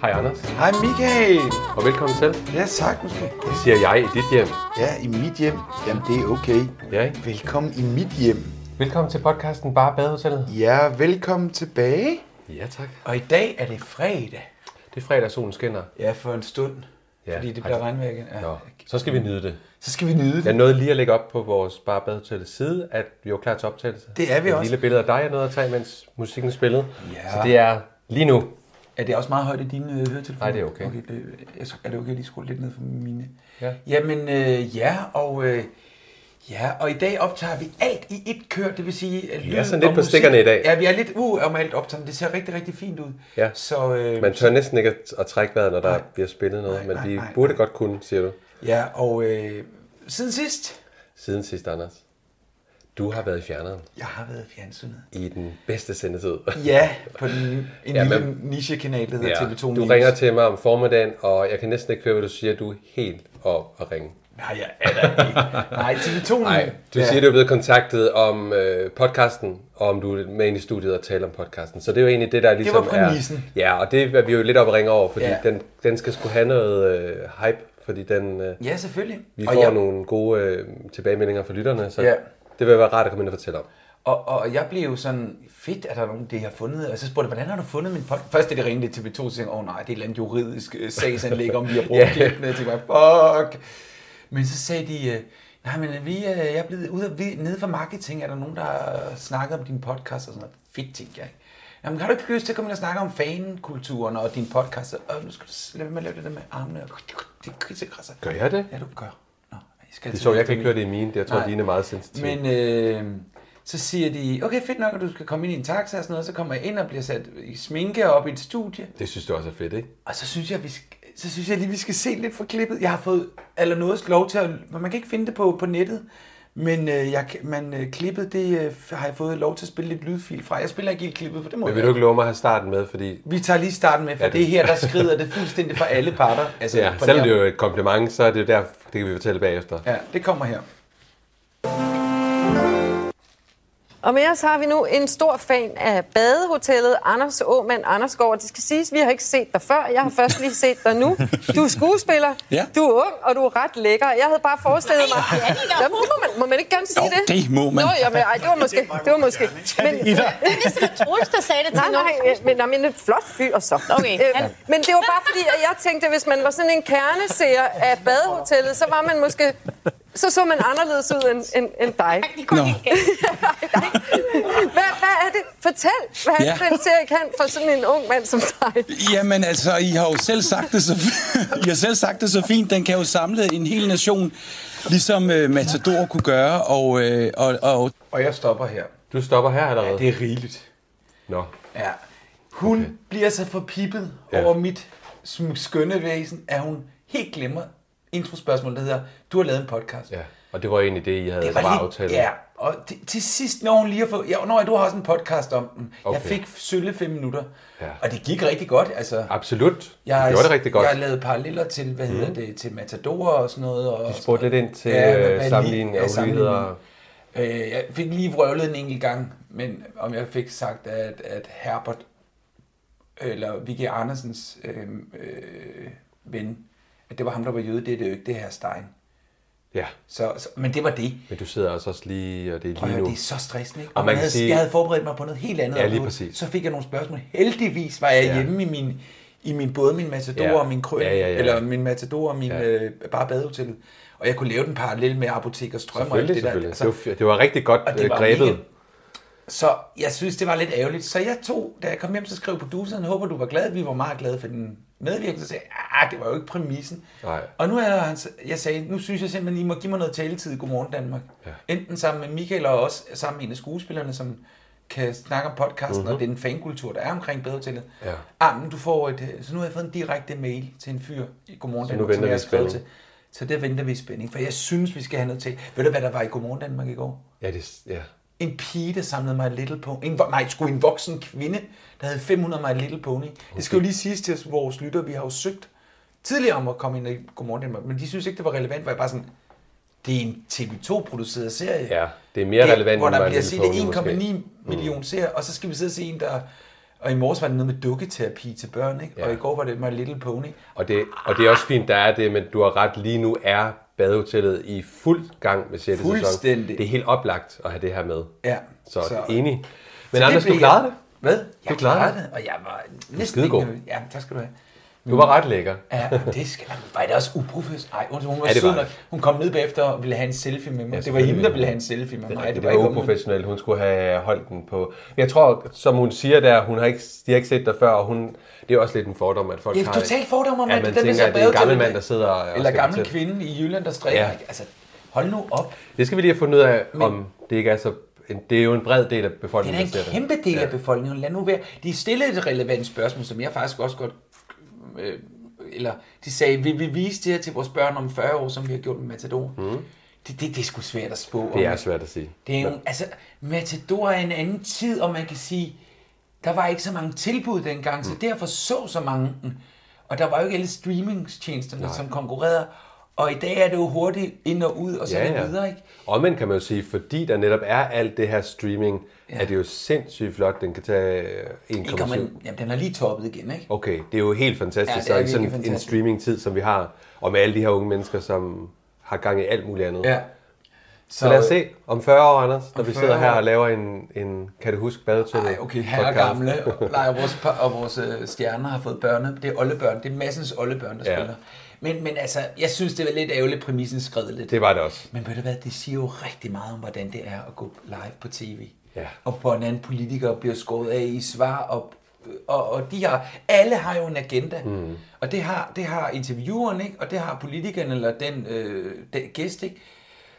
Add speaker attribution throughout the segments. Speaker 1: Hej Anders,
Speaker 2: Hej Michael!
Speaker 1: og velkommen til.
Speaker 2: Ja, tak måske.
Speaker 1: Det siger jeg i dit hjem.
Speaker 2: Ja, i mit hjem. Jamen, det er okay.
Speaker 1: Ja, ikke?
Speaker 2: Velkommen i mit hjem.
Speaker 1: Velkommen til podcasten Bare Badehotellet.
Speaker 2: Ja, velkommen tilbage.
Speaker 1: Ja tak.
Speaker 2: Og i dag er det fredag.
Speaker 1: Det er fredag, solen skinner.
Speaker 2: Ja, for en stund.
Speaker 1: Ja,
Speaker 2: Ja, fordi det
Speaker 1: har
Speaker 2: bliver
Speaker 1: det-
Speaker 2: regnvejr igen. Ja.
Speaker 1: Nå, så skal vi nyde det.
Speaker 2: Så skal vi nyde
Speaker 1: Jeg
Speaker 2: det.
Speaker 1: nåede lige at lægge op på vores Bare Badehotellets side, at vi var klar til optagelse.
Speaker 2: Det er vi
Speaker 1: Et
Speaker 2: også.
Speaker 1: lille billede af dig, jeg nåede at tage, mens musikken spillede.
Speaker 2: Ja.
Speaker 1: Så det er lige nu.
Speaker 2: Er det også meget højt i dine øh, høretelefoner?
Speaker 1: Nej, det er okay.
Speaker 2: okay det, jeg sk- er det okay at lige skrue lidt ned for mine?
Speaker 1: Ja.
Speaker 2: Jamen, øh, ja, og... Øh, Ja, og i dag optager vi alt i et kør, det vil sige... At
Speaker 1: Vi er
Speaker 2: lyd
Speaker 1: sådan lidt
Speaker 2: og
Speaker 1: på
Speaker 2: musik-
Speaker 1: stikkerne i dag.
Speaker 2: Ja, vi er lidt uomalt optaget, men det ser rigtig, rigtig fint ud.
Speaker 1: Ja.
Speaker 2: Så, øh,
Speaker 1: Man tør næsten ikke at- at trække vejret, når der bliver spillet noget,
Speaker 2: Nej,
Speaker 1: men
Speaker 2: nej,
Speaker 1: vi
Speaker 2: nej,
Speaker 1: burde
Speaker 2: nej.
Speaker 1: godt kunne, siger du,
Speaker 2: Ja, og øh, siden sidst,
Speaker 1: siden sidst, Anders. Du har været i fjerneren
Speaker 2: jeg har været i fjernsynet.
Speaker 1: i den bedste sendetid.
Speaker 2: Ja, på den, en
Speaker 1: Ja,
Speaker 2: ja,
Speaker 1: men-
Speaker 2: lille nichekanal, der hedder
Speaker 1: Ja,
Speaker 2: TV2
Speaker 1: du
Speaker 2: News.
Speaker 1: ringer til mig om formiddagen, og jeg kan næsten ikke høre, hvad du siger. Du er helt op at ringe.
Speaker 2: Nej, jeg er der ikke. Nej, TV2
Speaker 1: Nej, du siger, du er blevet kontaktet om øh, podcasten, og om du er med ind i studiet og taler om podcasten. Så det er jo egentlig det, der ligesom
Speaker 2: var præmissen.
Speaker 1: Er, ja, og det er vi jo lidt op at ringe over, fordi ja.
Speaker 2: Ja.
Speaker 1: den, den skal skulle have noget øh, hype, fordi den, øh,
Speaker 2: Ja, selvfølgelig.
Speaker 1: vi
Speaker 2: og,
Speaker 1: får
Speaker 2: jeg,
Speaker 1: nogle gode øh, tilbagemeldinger fra lytterne, så ja.
Speaker 2: Ja.
Speaker 1: det vil være rart at komme ind og fortælle om.
Speaker 2: og, og jeg blev jo sådan, fedt, at der er nogen, det har fundet. Og så spurgte jeg, hvordan har du fundet min podcast? Først da de ringede til TV2, så tænkte jeg, åh oh, nej, det er et eller andet juridisk øh, sagsanlæg, om vi har brugt
Speaker 1: Ja.
Speaker 2: yeah. klippene. Jeg tænkte bare, fuck. Men så sagde de, øh, nej, men vi, øh, jeg er blevet ude af, vi, nede fra marketing, er der nogen, der har snakket om din podcast og sådan noget. Fedt, tænkte jeg. Jamen, har du ikke lyst til at komme ind og snakke om fankulturen og din podcast? Og nu skal du s- lade være med at lave det der med armene. og- Det krisekrasser.
Speaker 1: Gør jeg det?
Speaker 2: Ja, du gør. Nå, jeg skal
Speaker 1: Det
Speaker 2: altid
Speaker 1: så jeg
Speaker 2: vente
Speaker 1: kan ikke
Speaker 2: min-
Speaker 1: høre det i mine, jeg tror,
Speaker 2: Nej.
Speaker 1: dine er meget sensitive.
Speaker 2: men øh, så siger de, okay, fedt nok, at du skal komme ind i en taxa og sådan noget. Så kommer jeg ind og bliver sat i sminke op i et studie.
Speaker 1: Det synes du også er fedt, ikke?
Speaker 2: Og så synes jeg, vi skal, så synes jeg lige, vi skal se lidt for klippet. Jeg har fået allernådes lov til at... men Man kan ikke finde det på, på nettet. Men øh, jeg, kan- man, øh, klippet, det øh, har jeg fået lov til at spille lidt lydfil fra. Jeg spiller ikke helt klippet, for det må
Speaker 1: Men
Speaker 2: jeg
Speaker 1: vil du ikke love mig at have starten med, fordi
Speaker 2: Vi tager lige starten med, for
Speaker 1: Ja,
Speaker 2: ja,
Speaker 1: det-
Speaker 2: det... det er her, der skrider det fuldstændig fra alle parter. Altså,
Speaker 1: Ja,
Speaker 2: på
Speaker 1: selvom
Speaker 2: nær-
Speaker 1: det er jo et kompliment, så er det jo der, det kan vi fortælle bagefter.
Speaker 2: Ja, det kommer her.
Speaker 3: Og med os har vi nu en stor fan af badehotellet, Anders Åmand Andersgaard. Det skal siges, vi har ikke set dig før. Jeg har først lige set dig nu. Du er skuespiller,
Speaker 4: Ja.
Speaker 3: du er ung, og du er ret lækker. Jeg havde bare forestillet mig...
Speaker 5: Nej, det er der.
Speaker 3: Jamen, det må, man, må man ikke gerne sige
Speaker 4: Jo,
Speaker 3: det?
Speaker 4: det må man.
Speaker 3: Nå, jamen, ej, det var måske... Det var måske. Men,
Speaker 5: Det er sådan, Troels, der sagde det til
Speaker 3: Nej,
Speaker 5: mig.
Speaker 3: nej, øh, men, nej, men en flot fyr så.
Speaker 5: Okay,
Speaker 3: Øh,
Speaker 5: han-
Speaker 3: Men det var bare fordi, at jeg tænkte, at hvis man var sådan en kerneseer af badehotellet, så var man måske... Så så man anderledes ud end, end, end dig.
Speaker 5: Det kunne
Speaker 4: Nå.
Speaker 5: jeg ikke gætte.
Speaker 3: Hvad, hvad er det? Fortæl, hvad er det,
Speaker 4: Ja.
Speaker 3: den serie kan for sådan en ung mand som dig?
Speaker 4: Jamen altså, I har jo selv sagt det så, I har selv sagt det så fint. Den kan jo samle en hel nation, ligesom øh, Matador kunne gøre. Og, øh, og, og
Speaker 2: Og jeg stopper her.
Speaker 1: Du stopper her allerede.
Speaker 2: Det er rigeligt.
Speaker 1: Nå.
Speaker 2: Ja. Hun okay. bliver så forpipet ja.
Speaker 1: Ja.
Speaker 2: over mit sm- skønne væsen, at hun helt glemmer introspørgsmålet, der hedder, du har lavet en podcast.
Speaker 1: Ja. Og det var egentlig det, I havde det
Speaker 2: Det
Speaker 1: var bare
Speaker 2: lidt-
Speaker 1: aftalt.
Speaker 2: Ja, og til, til sidst, når hun lige har fået... Ja, når du har også en podcast om den. Okay. Jeg
Speaker 1: Okay.
Speaker 2: fik sølle fem minutter, ja.
Speaker 1: Ja.
Speaker 2: og det gik rigtig godt. Altså,
Speaker 1: Absolut. Jeg det gjorde det rigtig godt.
Speaker 2: Jeg har lavet paralleller til, hvad hedder det, til Matador og sådan noget. Og
Speaker 1: Jeg spurgte lidt ind til
Speaker 2: Ja, hvad- hvad
Speaker 1: ja,
Speaker 2: lige-
Speaker 1: sammenligning
Speaker 2: ja,
Speaker 1: og uligheder.
Speaker 2: sammenligning. Øh, jeg fik lige vrøvlet en enkelt gang, men om jeg fik sagt, at, at Herbert, eller Vicky Andersens øh, øh, ven, at det var ham, der var jøde, det er det jo ikke, det her Stein.
Speaker 1: Ja,
Speaker 2: Så, så, men det var det.
Speaker 1: men du sidder altså også lige, og det er
Speaker 2: Prøv at
Speaker 1: lige
Speaker 2: høre,
Speaker 1: nu.
Speaker 2: det er så stressende, ikke?
Speaker 1: Og man
Speaker 2: Og man
Speaker 1: kan
Speaker 2: havde,
Speaker 1: sige-
Speaker 2: jeg havde forberedt mig på noget helt andet.
Speaker 1: Ja,
Speaker 2: og
Speaker 1: lige
Speaker 2: nu-
Speaker 1: præcis.
Speaker 2: Så fik jeg nogle spørgsmål. Heldigvis var jeg
Speaker 1: Ja.
Speaker 2: hjemme i min, i min både min Matador
Speaker 1: Ja.
Speaker 2: og min krøn,
Speaker 1: Ja, ja, ja.
Speaker 2: eller min Matador og min
Speaker 1: Ja.
Speaker 2: øh, bare badehotellet. Og jeg kunne lave den parallel med apotek og strøm og alt
Speaker 1: Selvfølgelig,
Speaker 2: det der. Altså,
Speaker 1: selvfølgelig. Det var- Det var rigtig godt
Speaker 2: og det
Speaker 1: øh,
Speaker 2: var
Speaker 1: grebet.
Speaker 2: mega- så jeg synes, det var lidt ærgerligt. Så jeg tog, da jeg kom hjem, så skrev produceren, håber du var glad. Vi var meget glade for den medvirkende. Så sagde jeg, "Ah, det var jo ikke præmissen.
Speaker 1: Nej.
Speaker 2: Og nu er han, jeg sagde, nu synes jeg simpelthen, I må give mig noget taletid i Godmorgen Danmark. Ja. Enten sammen med Michael og også sammen med en af skuespillerne, som kan snakke om podcasten mm-hmm. og den fankultur, der er omkring Badehotellet.
Speaker 1: Mhm. Ja.
Speaker 2: Ah, men du får et, øh, så nu har jeg fået en direkte mail til en fyr i Godmorgen
Speaker 1: Så nu
Speaker 2: Danmark, som
Speaker 1: venter
Speaker 2: jeg har
Speaker 1: vi i
Speaker 2: skrevet til.
Speaker 1: spænding.
Speaker 2: Så der venter vi i spænding, for jeg synes, vi skal have noget til. Ved du, hvad der var i Godmorgen Danmark i går?
Speaker 1: Ja, det, ja.
Speaker 2: en pige, der samlede mig Little Pony. En, vo- nej, sgu en voksen kvinde, der havde 500 My Little Pony. Okay. Det skal jo lige siges til vores lytter, vi har jo søgt tidligere om at komme ind i Godmorgen Danmark, men de synes ikke, det var relevant, var jeg bare sådan, det er en TV2-produceret serie.
Speaker 1: Ja, det er mere relevant,
Speaker 2: Hvor
Speaker 1: end My
Speaker 2: der bliver set
Speaker 1: Little Pony, måske. Mm.
Speaker 2: 1,9 million seere, og så skal vi sidde og se en, der... Og i morges var det noget med dukketerapi til børn, ikke? Ja. Og i går var det My Little Pony.
Speaker 1: Og, det, og det er også fint, der er det, men du har ret, lige nu er badehotellet i fuld gang med 6. sæson.
Speaker 2: Fuldstændig.
Speaker 1: Det er helt oplagt at have det her med.
Speaker 2: Ja.
Speaker 1: Så,
Speaker 2: Så-
Speaker 1: så enig. Men Anders, du
Speaker 2: blev
Speaker 1: klarede
Speaker 2: jeg-
Speaker 1: det.
Speaker 2: Hvad? Jeg
Speaker 1: klarede
Speaker 2: klarede det, og jeg var næsten
Speaker 1: skidegod.
Speaker 2: nervøs. Ja, tak skal du have.
Speaker 1: Du var ret lækker.
Speaker 2: Ja, men det skal man. Var det også uprofessionelt? Nej, undskyld, hun var,
Speaker 1: Ja, det
Speaker 2: sød
Speaker 1: var
Speaker 2: nok.
Speaker 1: det.
Speaker 2: Hun kom ned bagefter og ville have en selfie med mig. det var
Speaker 1: selvfølgelig
Speaker 2: hende, der
Speaker 1: ville
Speaker 2: ville
Speaker 1: hun.
Speaker 2: have en selfie med mig.
Speaker 1: Nej, det
Speaker 2: var
Speaker 1: var
Speaker 2: ikke omvendt.
Speaker 1: uprofessionelt. Hun skulle have holdt den på... Men jeg tror, som hun siger der, hun har ikke, de har ikke set dig før, og hun, det er også lidt en fordom, at folk
Speaker 2: Det er
Speaker 1: har...
Speaker 2: totalt fordom om,
Speaker 1: at
Speaker 2: at
Speaker 1: man
Speaker 2: den der
Speaker 1: tænker,
Speaker 2: ser
Speaker 1: at det er en
Speaker 2: badehotellet-
Speaker 1: gammel mand, der sidder og
Speaker 2: Eller
Speaker 1: skal
Speaker 2: gammel
Speaker 1: til.
Speaker 2: kvinde i Jylland, der strikker.
Speaker 1: Ja.
Speaker 2: Ja. Altså, hold nu op.
Speaker 1: Det skal vi lige have fundet ud af, om det ikke er så... En, det er jo en bred del af
Speaker 2: Det
Speaker 1: befolkningen,
Speaker 2: er da
Speaker 1: der
Speaker 2: en
Speaker 1: ser
Speaker 2: kæmpe del af befolkningen. Lad nu være. De stillede et relevant spørgsmål, som jeg faktisk også godt... Øh, eller de sagde, vil vi vise det her til vores børn om 40 år, som vi har gjort med Matador? Mm. Det, det, det er sgu svært at spå. om.
Speaker 1: det. Det er svært at sige.
Speaker 2: Det er jo, altså, Matador er en anden tid, og man kan sige, der var ikke så mange tilbud dengang, så derfor så så mange den. Og der var jo ikke alle streamingstjenesterne, som konkurrerede. Og i dag er det jo hurtigt ind og ud, og så ja, videre, ikke?
Speaker 1: Omvendt kan man jo sige, fordi der netop er alt det her streaming, ja. er det jo sindssygt flot, den kan tage øh,
Speaker 2: ikke og
Speaker 1: 1,7.
Speaker 2: man, jamen, den har lige toppet igen, ikke?
Speaker 1: Okay, det er jo helt fantastisk.
Speaker 2: Ja,
Speaker 1: Ja,
Speaker 2: det
Speaker 1: så
Speaker 2: er
Speaker 1: ikke sådan
Speaker 2: virkelig
Speaker 1: en
Speaker 2: fantastisk.
Speaker 1: streaming-tid, som vi har, og med alle de her unge mennesker, som har gang i alt muligt andet.
Speaker 2: Ja.
Speaker 1: Så, lad os se om 40 år, Anders, når vi
Speaker 2: 40
Speaker 1: sidder her
Speaker 2: år.
Speaker 1: og laver en, en kan du huske, badetunnel
Speaker 2: Nej, okay, her er gamle, og, nej, og vores, pa- og vores øh, stjerner har fået børne. Det er oldebørn, det er massens oldebørn, der ja.
Speaker 1: Ja.
Speaker 2: spiller. Men, men altså, jeg synes, det var lidt ærgerligt, præmissen skred lidt.
Speaker 1: Det var det også.
Speaker 2: Men ved du hvad, det siger jo rigtig meget om, hvordan det er at gå live på tv.
Speaker 1: Ja.
Speaker 2: Og hvordan politikere bliver skåret af i svar, og, og, og de har, alle har jo en agenda. Mm. Og det har, det har intervieweren, ikke? og det har politikerne, eller den, øh, den gæst, ikke?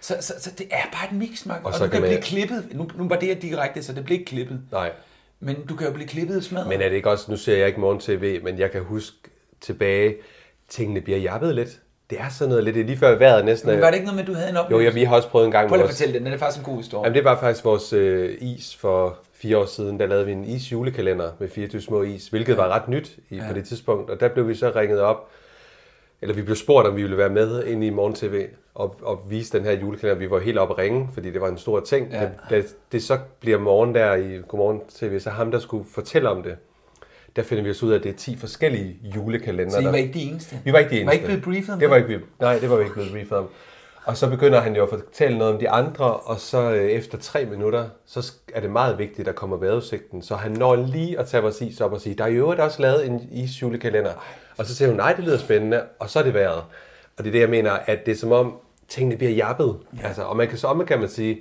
Speaker 2: Så, så, så det er bare et mixmark, og, og
Speaker 1: så
Speaker 2: du kan,
Speaker 1: kan man-
Speaker 2: blive klippet. Nu, nu var det her direkte, så det blev ikke klippet.
Speaker 1: Nej.
Speaker 2: Men du kan jo blive klippet smadret.
Speaker 1: Men er det ikke også, nu ser jeg ikke morgen tv, men jeg kan huske tilbage, tingene bliver jappet lidt. Det er sådan noget lidt, det er lige før vejret næsten.
Speaker 2: Men
Speaker 1: er-
Speaker 2: var det ikke noget med, at du havde en
Speaker 1: altså, Jo,
Speaker 2: oplevelse?
Speaker 1: ja, vi har også prøvet en gang
Speaker 2: Prøv lige at
Speaker 1: vores-
Speaker 2: fortælle den, den er faktisk en god historie.
Speaker 1: Jamen, det var faktisk vores øh, is for fire år siden. Der lavede vi en isjulekalender med 24 små is, hvilket var ret nyt i, ja. på det tidspunkt. Og der blev vi så ringet op eller vi blev spurgt, om vi ville være med ind i Morgen TV og, og vise den her julekalender. Vi var helt oppe at ringe, fordi det var en stor ting. Ja. Da, da det så bliver morgen der i Godmorgen TV, så ham, der skulle fortælle om det, der finder vi os ud af, at det er 10 forskellige julekalender.
Speaker 2: Så I
Speaker 1: der-
Speaker 2: var ikke de eneste?
Speaker 1: vi var ikke de eneste.
Speaker 2: Var I ikke blevet briefet om
Speaker 1: det?
Speaker 2: det?
Speaker 1: Var ikke, vi- nej, det var vi ikke blevet briefet om. Og så begynder han jo at fortælle noget om de andre, og så øh, efter tre minutter, så sk- er det meget vigtigt, at der kommer vejrudsigten. Så han når lige at tage præcis op og sige, der er i øvrigt også lavet en isjulekalender. Og så siger hun, nej, det lyder spændende, og så er det vejret. Og det er det, jeg mener, at det er som om, tingene bliver jappet. Ja. Altså, og man kan så om kan man sige,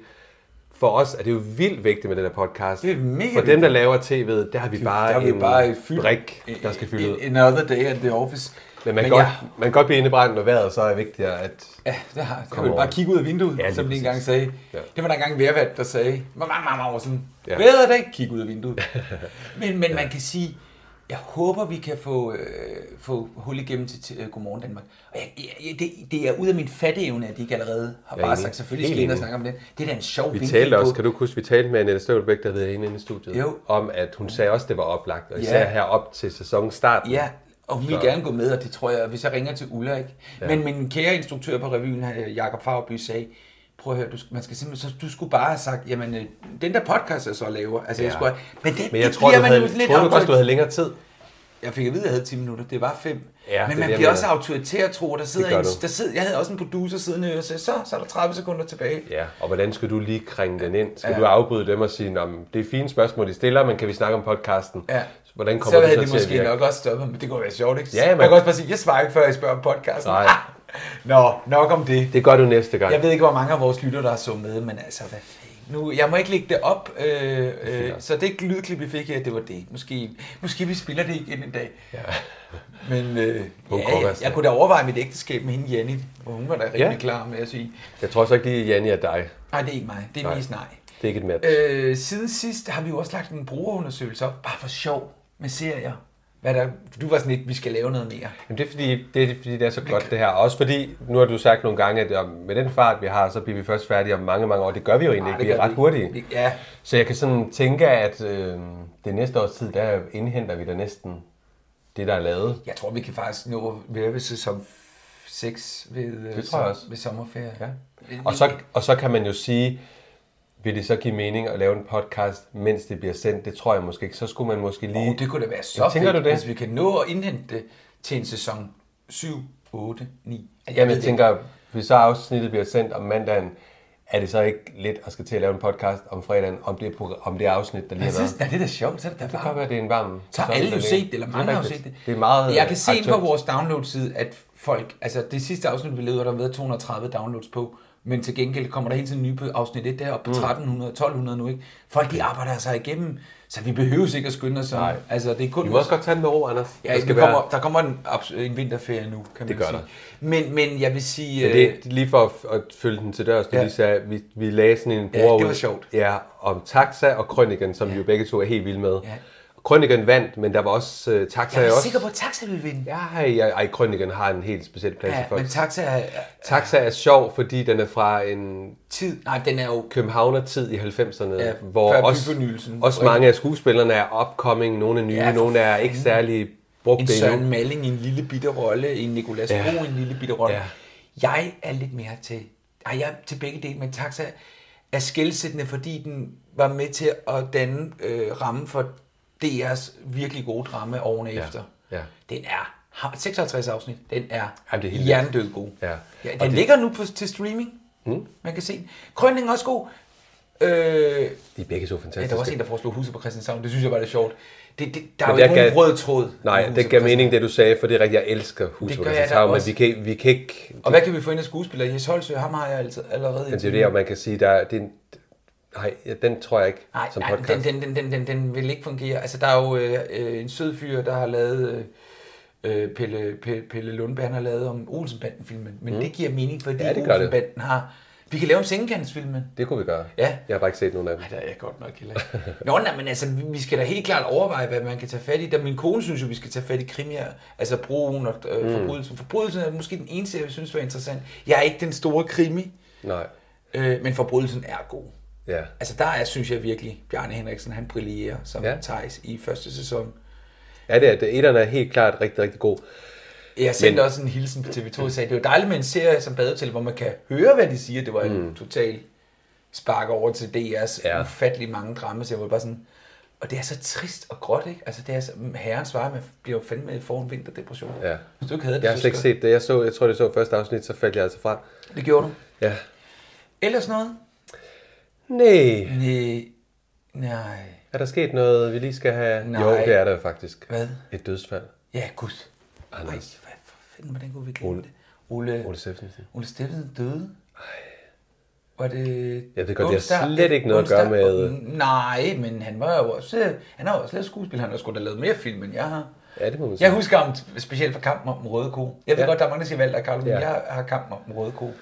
Speaker 1: for os er det jo vildt vigtigt med den her podcast.
Speaker 2: Det er mega
Speaker 1: for dem, der laver tv'et, der har vi bare
Speaker 2: der er vi
Speaker 1: en
Speaker 2: bare fyldt.
Speaker 1: brik, der skal fylde ud.
Speaker 2: Another day at the office.
Speaker 1: Men man, kan godt,
Speaker 2: jeg-
Speaker 1: man kan godt blive indebrændt, når vejret så er vigtigere, at...
Speaker 2: Ja, det har jeg.
Speaker 1: Kom
Speaker 2: Kan man
Speaker 1: over.
Speaker 2: bare kigge ud af vinduet,
Speaker 1: Ja,
Speaker 2: ja,
Speaker 1: lige
Speaker 2: som de
Speaker 1: præcis.
Speaker 2: engang sagde.
Speaker 1: Ja.
Speaker 2: Ja. Det var der engang værvat, der sagde, hvor mange, mange år siden.
Speaker 1: Ja.
Speaker 2: Ja. Bedre i dag, kig ud af vinduet. men men ja. man kan sige, jeg håber, vi kan få, øh, få hul igennem til, til øh, Godmorgen Danmark. Og jeg, jeg, det, det er ud af min fatteevne, at de ikke allerede har
Speaker 1: Jeg er
Speaker 2: bare
Speaker 1: enig.
Speaker 2: sagt, selvfølgelig
Speaker 1: Helt
Speaker 2: skal I ind og
Speaker 1: enig.
Speaker 2: snakke om det. Det er da en sjov
Speaker 1: Vi
Speaker 2: vinkel
Speaker 1: talte
Speaker 2: på-
Speaker 1: også, kan du ikke huske, vi talte med Annette Støvlbæk, der hedder hende inde i studiet,
Speaker 2: Jo.
Speaker 1: om at hun sagde også, at det var oplagt, og
Speaker 2: Ja.
Speaker 1: især her op til sæsonstarten.
Speaker 2: Ja, og hun vil
Speaker 1: Så-
Speaker 2: gerne gå med, og det tror jeg, hvis jeg ringer til Ulla, ikke? Ja. Men min kære instruktør på revyen, øh, Jakob Fagerby, sagde, prøv at høre, du, sk- man skal simpelthen, så, du skulle bare have sagt, jamen, øh, den der podcast, jeg så laver, altså, ja. jeg
Speaker 1: Ja.
Speaker 2: skulle have- men det,
Speaker 1: Men jeg
Speaker 2: det
Speaker 1: tror, du
Speaker 2: bliver man
Speaker 1: havde,
Speaker 2: jo lidt
Speaker 1: tror du også, du
Speaker 2: autoritet-
Speaker 1: havde længere tid.
Speaker 2: Jeg fik at vide, at jeg havde 10 minutter, det var 5.
Speaker 1: det er
Speaker 2: men
Speaker 1: det,
Speaker 2: man
Speaker 1: jeg
Speaker 2: bliver også
Speaker 1: mener.
Speaker 2: autoritær, tror jeg. der sidder,
Speaker 1: Det gør
Speaker 2: en,
Speaker 1: du.
Speaker 2: der sidder, jeg havde også en producer siddende og sagde, så, så er der 30 sekunder tilbage.
Speaker 1: Ja, og hvordan skal du lige kringe den ind? Skal ja. du afbryde dem og sige, at det er fine spørgsmål, de stiller, men kan vi snakke om podcasten?
Speaker 2: Ja.
Speaker 1: Hvordan
Speaker 2: så
Speaker 1: kommer
Speaker 2: havde
Speaker 1: det
Speaker 2: de
Speaker 1: så til at
Speaker 2: måske
Speaker 1: virke?
Speaker 2: nok også stoppet, men det kunne være sjovt, ikke?
Speaker 1: Ja,
Speaker 2: man
Speaker 1: men-
Speaker 2: kan også bare sige, jeg svarer ikke, før jeg spørger om podcasten.
Speaker 1: Nej.
Speaker 2: Nå, nok om det.
Speaker 1: Det gør du næste gang.
Speaker 2: Jeg ved ikke, hvor mange af vores lytter, der har så med, men altså, hvad fanden nu? Jeg må ikke lægge det op, øh, øh, så det lydklip, vi fik her, det var det. Måske, måske vi spiller det igen en dag. Ja. Men øh,
Speaker 1: Hun
Speaker 2: ja,
Speaker 1: kommer
Speaker 2: jeg,
Speaker 1: afsted.
Speaker 2: jeg kunne da overveje mit ægteskab med hende, Janni. Og hun var da rimelig
Speaker 1: Ja.
Speaker 2: ja. klar med at sige,
Speaker 1: Jeg tror så ikke, det er Janni og dig.
Speaker 2: nej, det er ikke mig, det er
Speaker 1: Nej.
Speaker 2: mest nej.
Speaker 1: Det er ikke et match.
Speaker 2: Øh, siden sidst har vi jo også lagt en brugerundersøgelse op, bare for sjov, med serier. Hvad der, du var sådan lidt, vi skal lave noget mere.
Speaker 1: Jamen det er fordi, det er, fordi det er så godt det her. Også fordi, nu har du sagt nogle gange, at om- med den fart vi har, så bliver vi først færdige om mange, mange år. Det gør vi jo egentlig ikke.
Speaker 2: Nej, det
Speaker 1: Vi er
Speaker 2: gør
Speaker 1: ret
Speaker 2: vi
Speaker 1: hurtige.
Speaker 2: ikke. Ja.
Speaker 1: Så jeg kan sådan tænke, at øh, det næste års tid, der indhenter vi da næsten det, der er lavet.
Speaker 2: Jeg tror, vi kan faktisk nå at være ved sæson 6 ved, øh,
Speaker 1: Det tror jeg også.
Speaker 2: ved sommerferie. Øh, Ja.
Speaker 1: Og så, og så kan man jo sige, vil det så give mening at lave en podcast, mens det bliver sendt? Det tror jeg måske ikke. Så skulle man måske lige...
Speaker 2: oh, det kunne da være så
Speaker 1: Jamen,
Speaker 2: fedt,
Speaker 1: tænker du det?
Speaker 2: hvis vi kan nå at indhente det til en sæson 7, 8, 9. Jeg,
Speaker 1: Jamen, jeg tænker, hvis så afsnittet bliver sendt om mandagen, er det så ikke lidt at skal til at lave en podcast om fredagen, om det, progr- om det afsnit, der lige
Speaker 2: jeg
Speaker 1: har været?
Speaker 2: synes, ja, det er da sjovt, så er det da
Speaker 1: Det kan
Speaker 2: bare...
Speaker 1: godt være, det er en varm...
Speaker 2: Så har
Speaker 1: sæson,
Speaker 2: alle
Speaker 1: den
Speaker 2: jo set
Speaker 1: ikke?
Speaker 2: det, eller
Speaker 1: er
Speaker 2: mange har jo
Speaker 1: rigtigt.
Speaker 2: set det.
Speaker 1: Det er meget øh,
Speaker 2: Jeg kan se ind på
Speaker 1: aktuelt.
Speaker 2: vores download-side, at folk... Altså, det sidste afsnit, vi lavede, var der været 230 downloads på. Men til gengæld kommer der hele tiden nye på afsnit 1 der, og
Speaker 1: Mm.
Speaker 2: på 1300, 1200 nu, ikke? Folk, de arbejder sig igennem, så vi behøver ikke at skynde os. Nej. Altså, det er kun...
Speaker 1: Vi må også godt tage den med ro, Anders.
Speaker 2: Ja, der, skal kommer, der kommer en, abs- en vinterferie nu, kan man
Speaker 1: gør
Speaker 2: sige.
Speaker 1: der.
Speaker 2: Men, men jeg vil sige...
Speaker 1: være,
Speaker 2: øh,
Speaker 1: det, er lige for at, at følge den til dørs, du
Speaker 2: Ja.
Speaker 1: lige sagde, vi, vi lagde sådan en
Speaker 2: Ja,
Speaker 1: bruger
Speaker 2: det var
Speaker 1: ud.
Speaker 2: sjovt.
Speaker 1: Ja, om Taxa og Krøniken, som ja. vi jo begge to er helt vilde med.
Speaker 2: Ja.
Speaker 1: Krøniken vandt, men der var også uh, Taxa
Speaker 2: jeg er
Speaker 1: også.
Speaker 2: sikker på, at Taxa vil vinde.
Speaker 1: Ja, ej, ej, Krøniken har en helt speciel plads i
Speaker 2: Ja,
Speaker 1: folk.
Speaker 2: men Taxa er, er
Speaker 1: Taxa er sjov, fordi den er fra en
Speaker 2: tid... Nej, den er jo...
Speaker 1: Københavner-tid i 90'erne, ja,
Speaker 2: Ja,
Speaker 1: hvor
Speaker 2: før
Speaker 1: også,
Speaker 2: byfornyelsen.
Speaker 1: også mange af skuespillerne er upcoming, nogle er nye,
Speaker 2: Ja, for
Speaker 1: nogle er ikke særlig brugt
Speaker 2: En
Speaker 1: endnu.
Speaker 2: Søren Malling i en lille bitte rolle, en Nicolas
Speaker 1: Ja.
Speaker 2: ja. Bro i en lille bitte rolle.
Speaker 1: Ja.
Speaker 2: Ja. Jeg er lidt mere til... Ej, jeg er til begge dele, men Taxa er skældsættende, fordi den var med til at danne øh, ramme for DR's virkelig gode drama årene ja. efter.
Speaker 1: ja.
Speaker 2: Den er... har- 56 afsnit, den er,
Speaker 1: Jamen, det er helt vildt.
Speaker 2: hjernedød god.
Speaker 1: Ja.
Speaker 2: Ja,
Speaker 1: Og
Speaker 2: den
Speaker 1: det-
Speaker 2: ligger nu på, til streaming. Mm. Man kan se den. Krønningen er også god. Øh,
Speaker 1: De er begge så
Speaker 2: Ja,
Speaker 1: fantastiske.
Speaker 2: der var også en, der foreslog huset på Christianshavn. Det synes jeg var lidt sjovt. Det, det, der er jo
Speaker 1: Men
Speaker 2: ikke
Speaker 1: der
Speaker 2: nogen
Speaker 1: gav-
Speaker 2: rød tråd. i
Speaker 1: Nej,
Speaker 2: Huset
Speaker 1: det
Speaker 2: på
Speaker 1: gav
Speaker 2: Christianshavn.
Speaker 1: mening, det du sagde, for det er rigtigt, jeg elsker Hus
Speaker 2: Det
Speaker 1: på
Speaker 2: gør jeg da
Speaker 1: Christianshavn, altså, men
Speaker 2: også.
Speaker 1: vi kan, vi kan ikke...
Speaker 2: Og hvad kan vi få ind af skuespiller? Jes Holsø, ham har jeg altid allerede.
Speaker 1: Men det er jo det, og man kan sige, der, er- det er en, Nej, ja, den tror jeg ikke
Speaker 2: Nej,
Speaker 1: som
Speaker 2: nej
Speaker 1: podcast.
Speaker 2: den, den, den, den, den, den vil ikke fungere. Altså, der er jo øh, øh, en sød fyr, der har lavet... Øh, øh, Pelle, Pelle, Pelle Lundberg, han har lavet om Olsenbanden-filmen. Men mm. det giver mening, fordi
Speaker 1: Ja,
Speaker 2: ja,
Speaker 1: det gør det.
Speaker 2: Olsenbanden har... Vi kan lave om Sengekantsfilmen.
Speaker 1: Det kunne vi gøre.
Speaker 2: Ja.
Speaker 1: Jeg har bare ikke set nogen af dem.
Speaker 2: Nej, der er jeg godt nok heller ikke. Nå, nej, men altså, vi- vi skal da helt klart overveje, hvad man kan tage fat i. Da min kone synes jo, vi skal tage fat i krimier, altså broen og øh,
Speaker 1: Mm.
Speaker 2: forbrydelsen. Forbrydelsen er måske den eneste, jeg synes var interessant. Jeg er ikke den store krimi,
Speaker 1: Nej.
Speaker 2: øh, men forbrydelsen er god.
Speaker 1: Ja.
Speaker 2: Altså, der er, synes jeg virkelig, Bjarne Henriksen, han brillerer som
Speaker 1: Ja.
Speaker 2: ja. Thijs i første sæson.
Speaker 1: Ja, det er det. Etterne er helt klart rigtig, rigtig god.
Speaker 2: Jeg sendte Men... også en hilsen på TV2 og sagde, det var dejligt med en serie som badehotel, hvor man kan høre, hvad de siger. Det var en total spark over til DR's ja.
Speaker 1: Mm. Ja.
Speaker 2: ufattelig mange dramaserier, hvor det bare sådan... Og det er så trist og gråt, ikke? Altså, det er så... Herren svarer, man bliver jo fandme for en vinterdepression.
Speaker 1: Ja.
Speaker 2: Hvis du ikke havde det,
Speaker 1: Jeg har
Speaker 2: så
Speaker 1: slet ikke
Speaker 2: skulle-
Speaker 1: set det. Jeg, så, jeg tror, det så første afsnit, så faldt jeg altså fra.
Speaker 2: Det gjorde du.
Speaker 1: Ja.
Speaker 2: Ellers noget?
Speaker 1: Nej.
Speaker 2: Nej. Nej.
Speaker 1: Er der sket noget, vi lige skal have?
Speaker 2: Nej.
Speaker 1: Jo, det er der faktisk.
Speaker 2: Hvad?
Speaker 1: Et dødsfald.
Speaker 2: Ja, gud. Ej, hvad
Speaker 1: Anders.
Speaker 2: fanden, hvordan kunne vi glemme
Speaker 1: Ole-
Speaker 2: det? Ole,
Speaker 1: Ole Steffensen.
Speaker 2: Ole Steffensen døde. Var det...
Speaker 1: Jeg ved godt, det har
Speaker 2: onsdag?
Speaker 1: slet ikke noget at gøre med-
Speaker 2: Nej, men han var jo også... Han har jo også lavet skuespil. Han har sgu da lavet mere film, end jeg har.
Speaker 1: Ja, det må man sige.
Speaker 2: Jeg husker ham t- specielt fra kampen om den røde ko. Jeg ved ja.
Speaker 1: Ja.
Speaker 2: godt, der er mange, der siger valgt af Carlo, men
Speaker 1: Ja.
Speaker 2: jeg har kampen om den røde ko.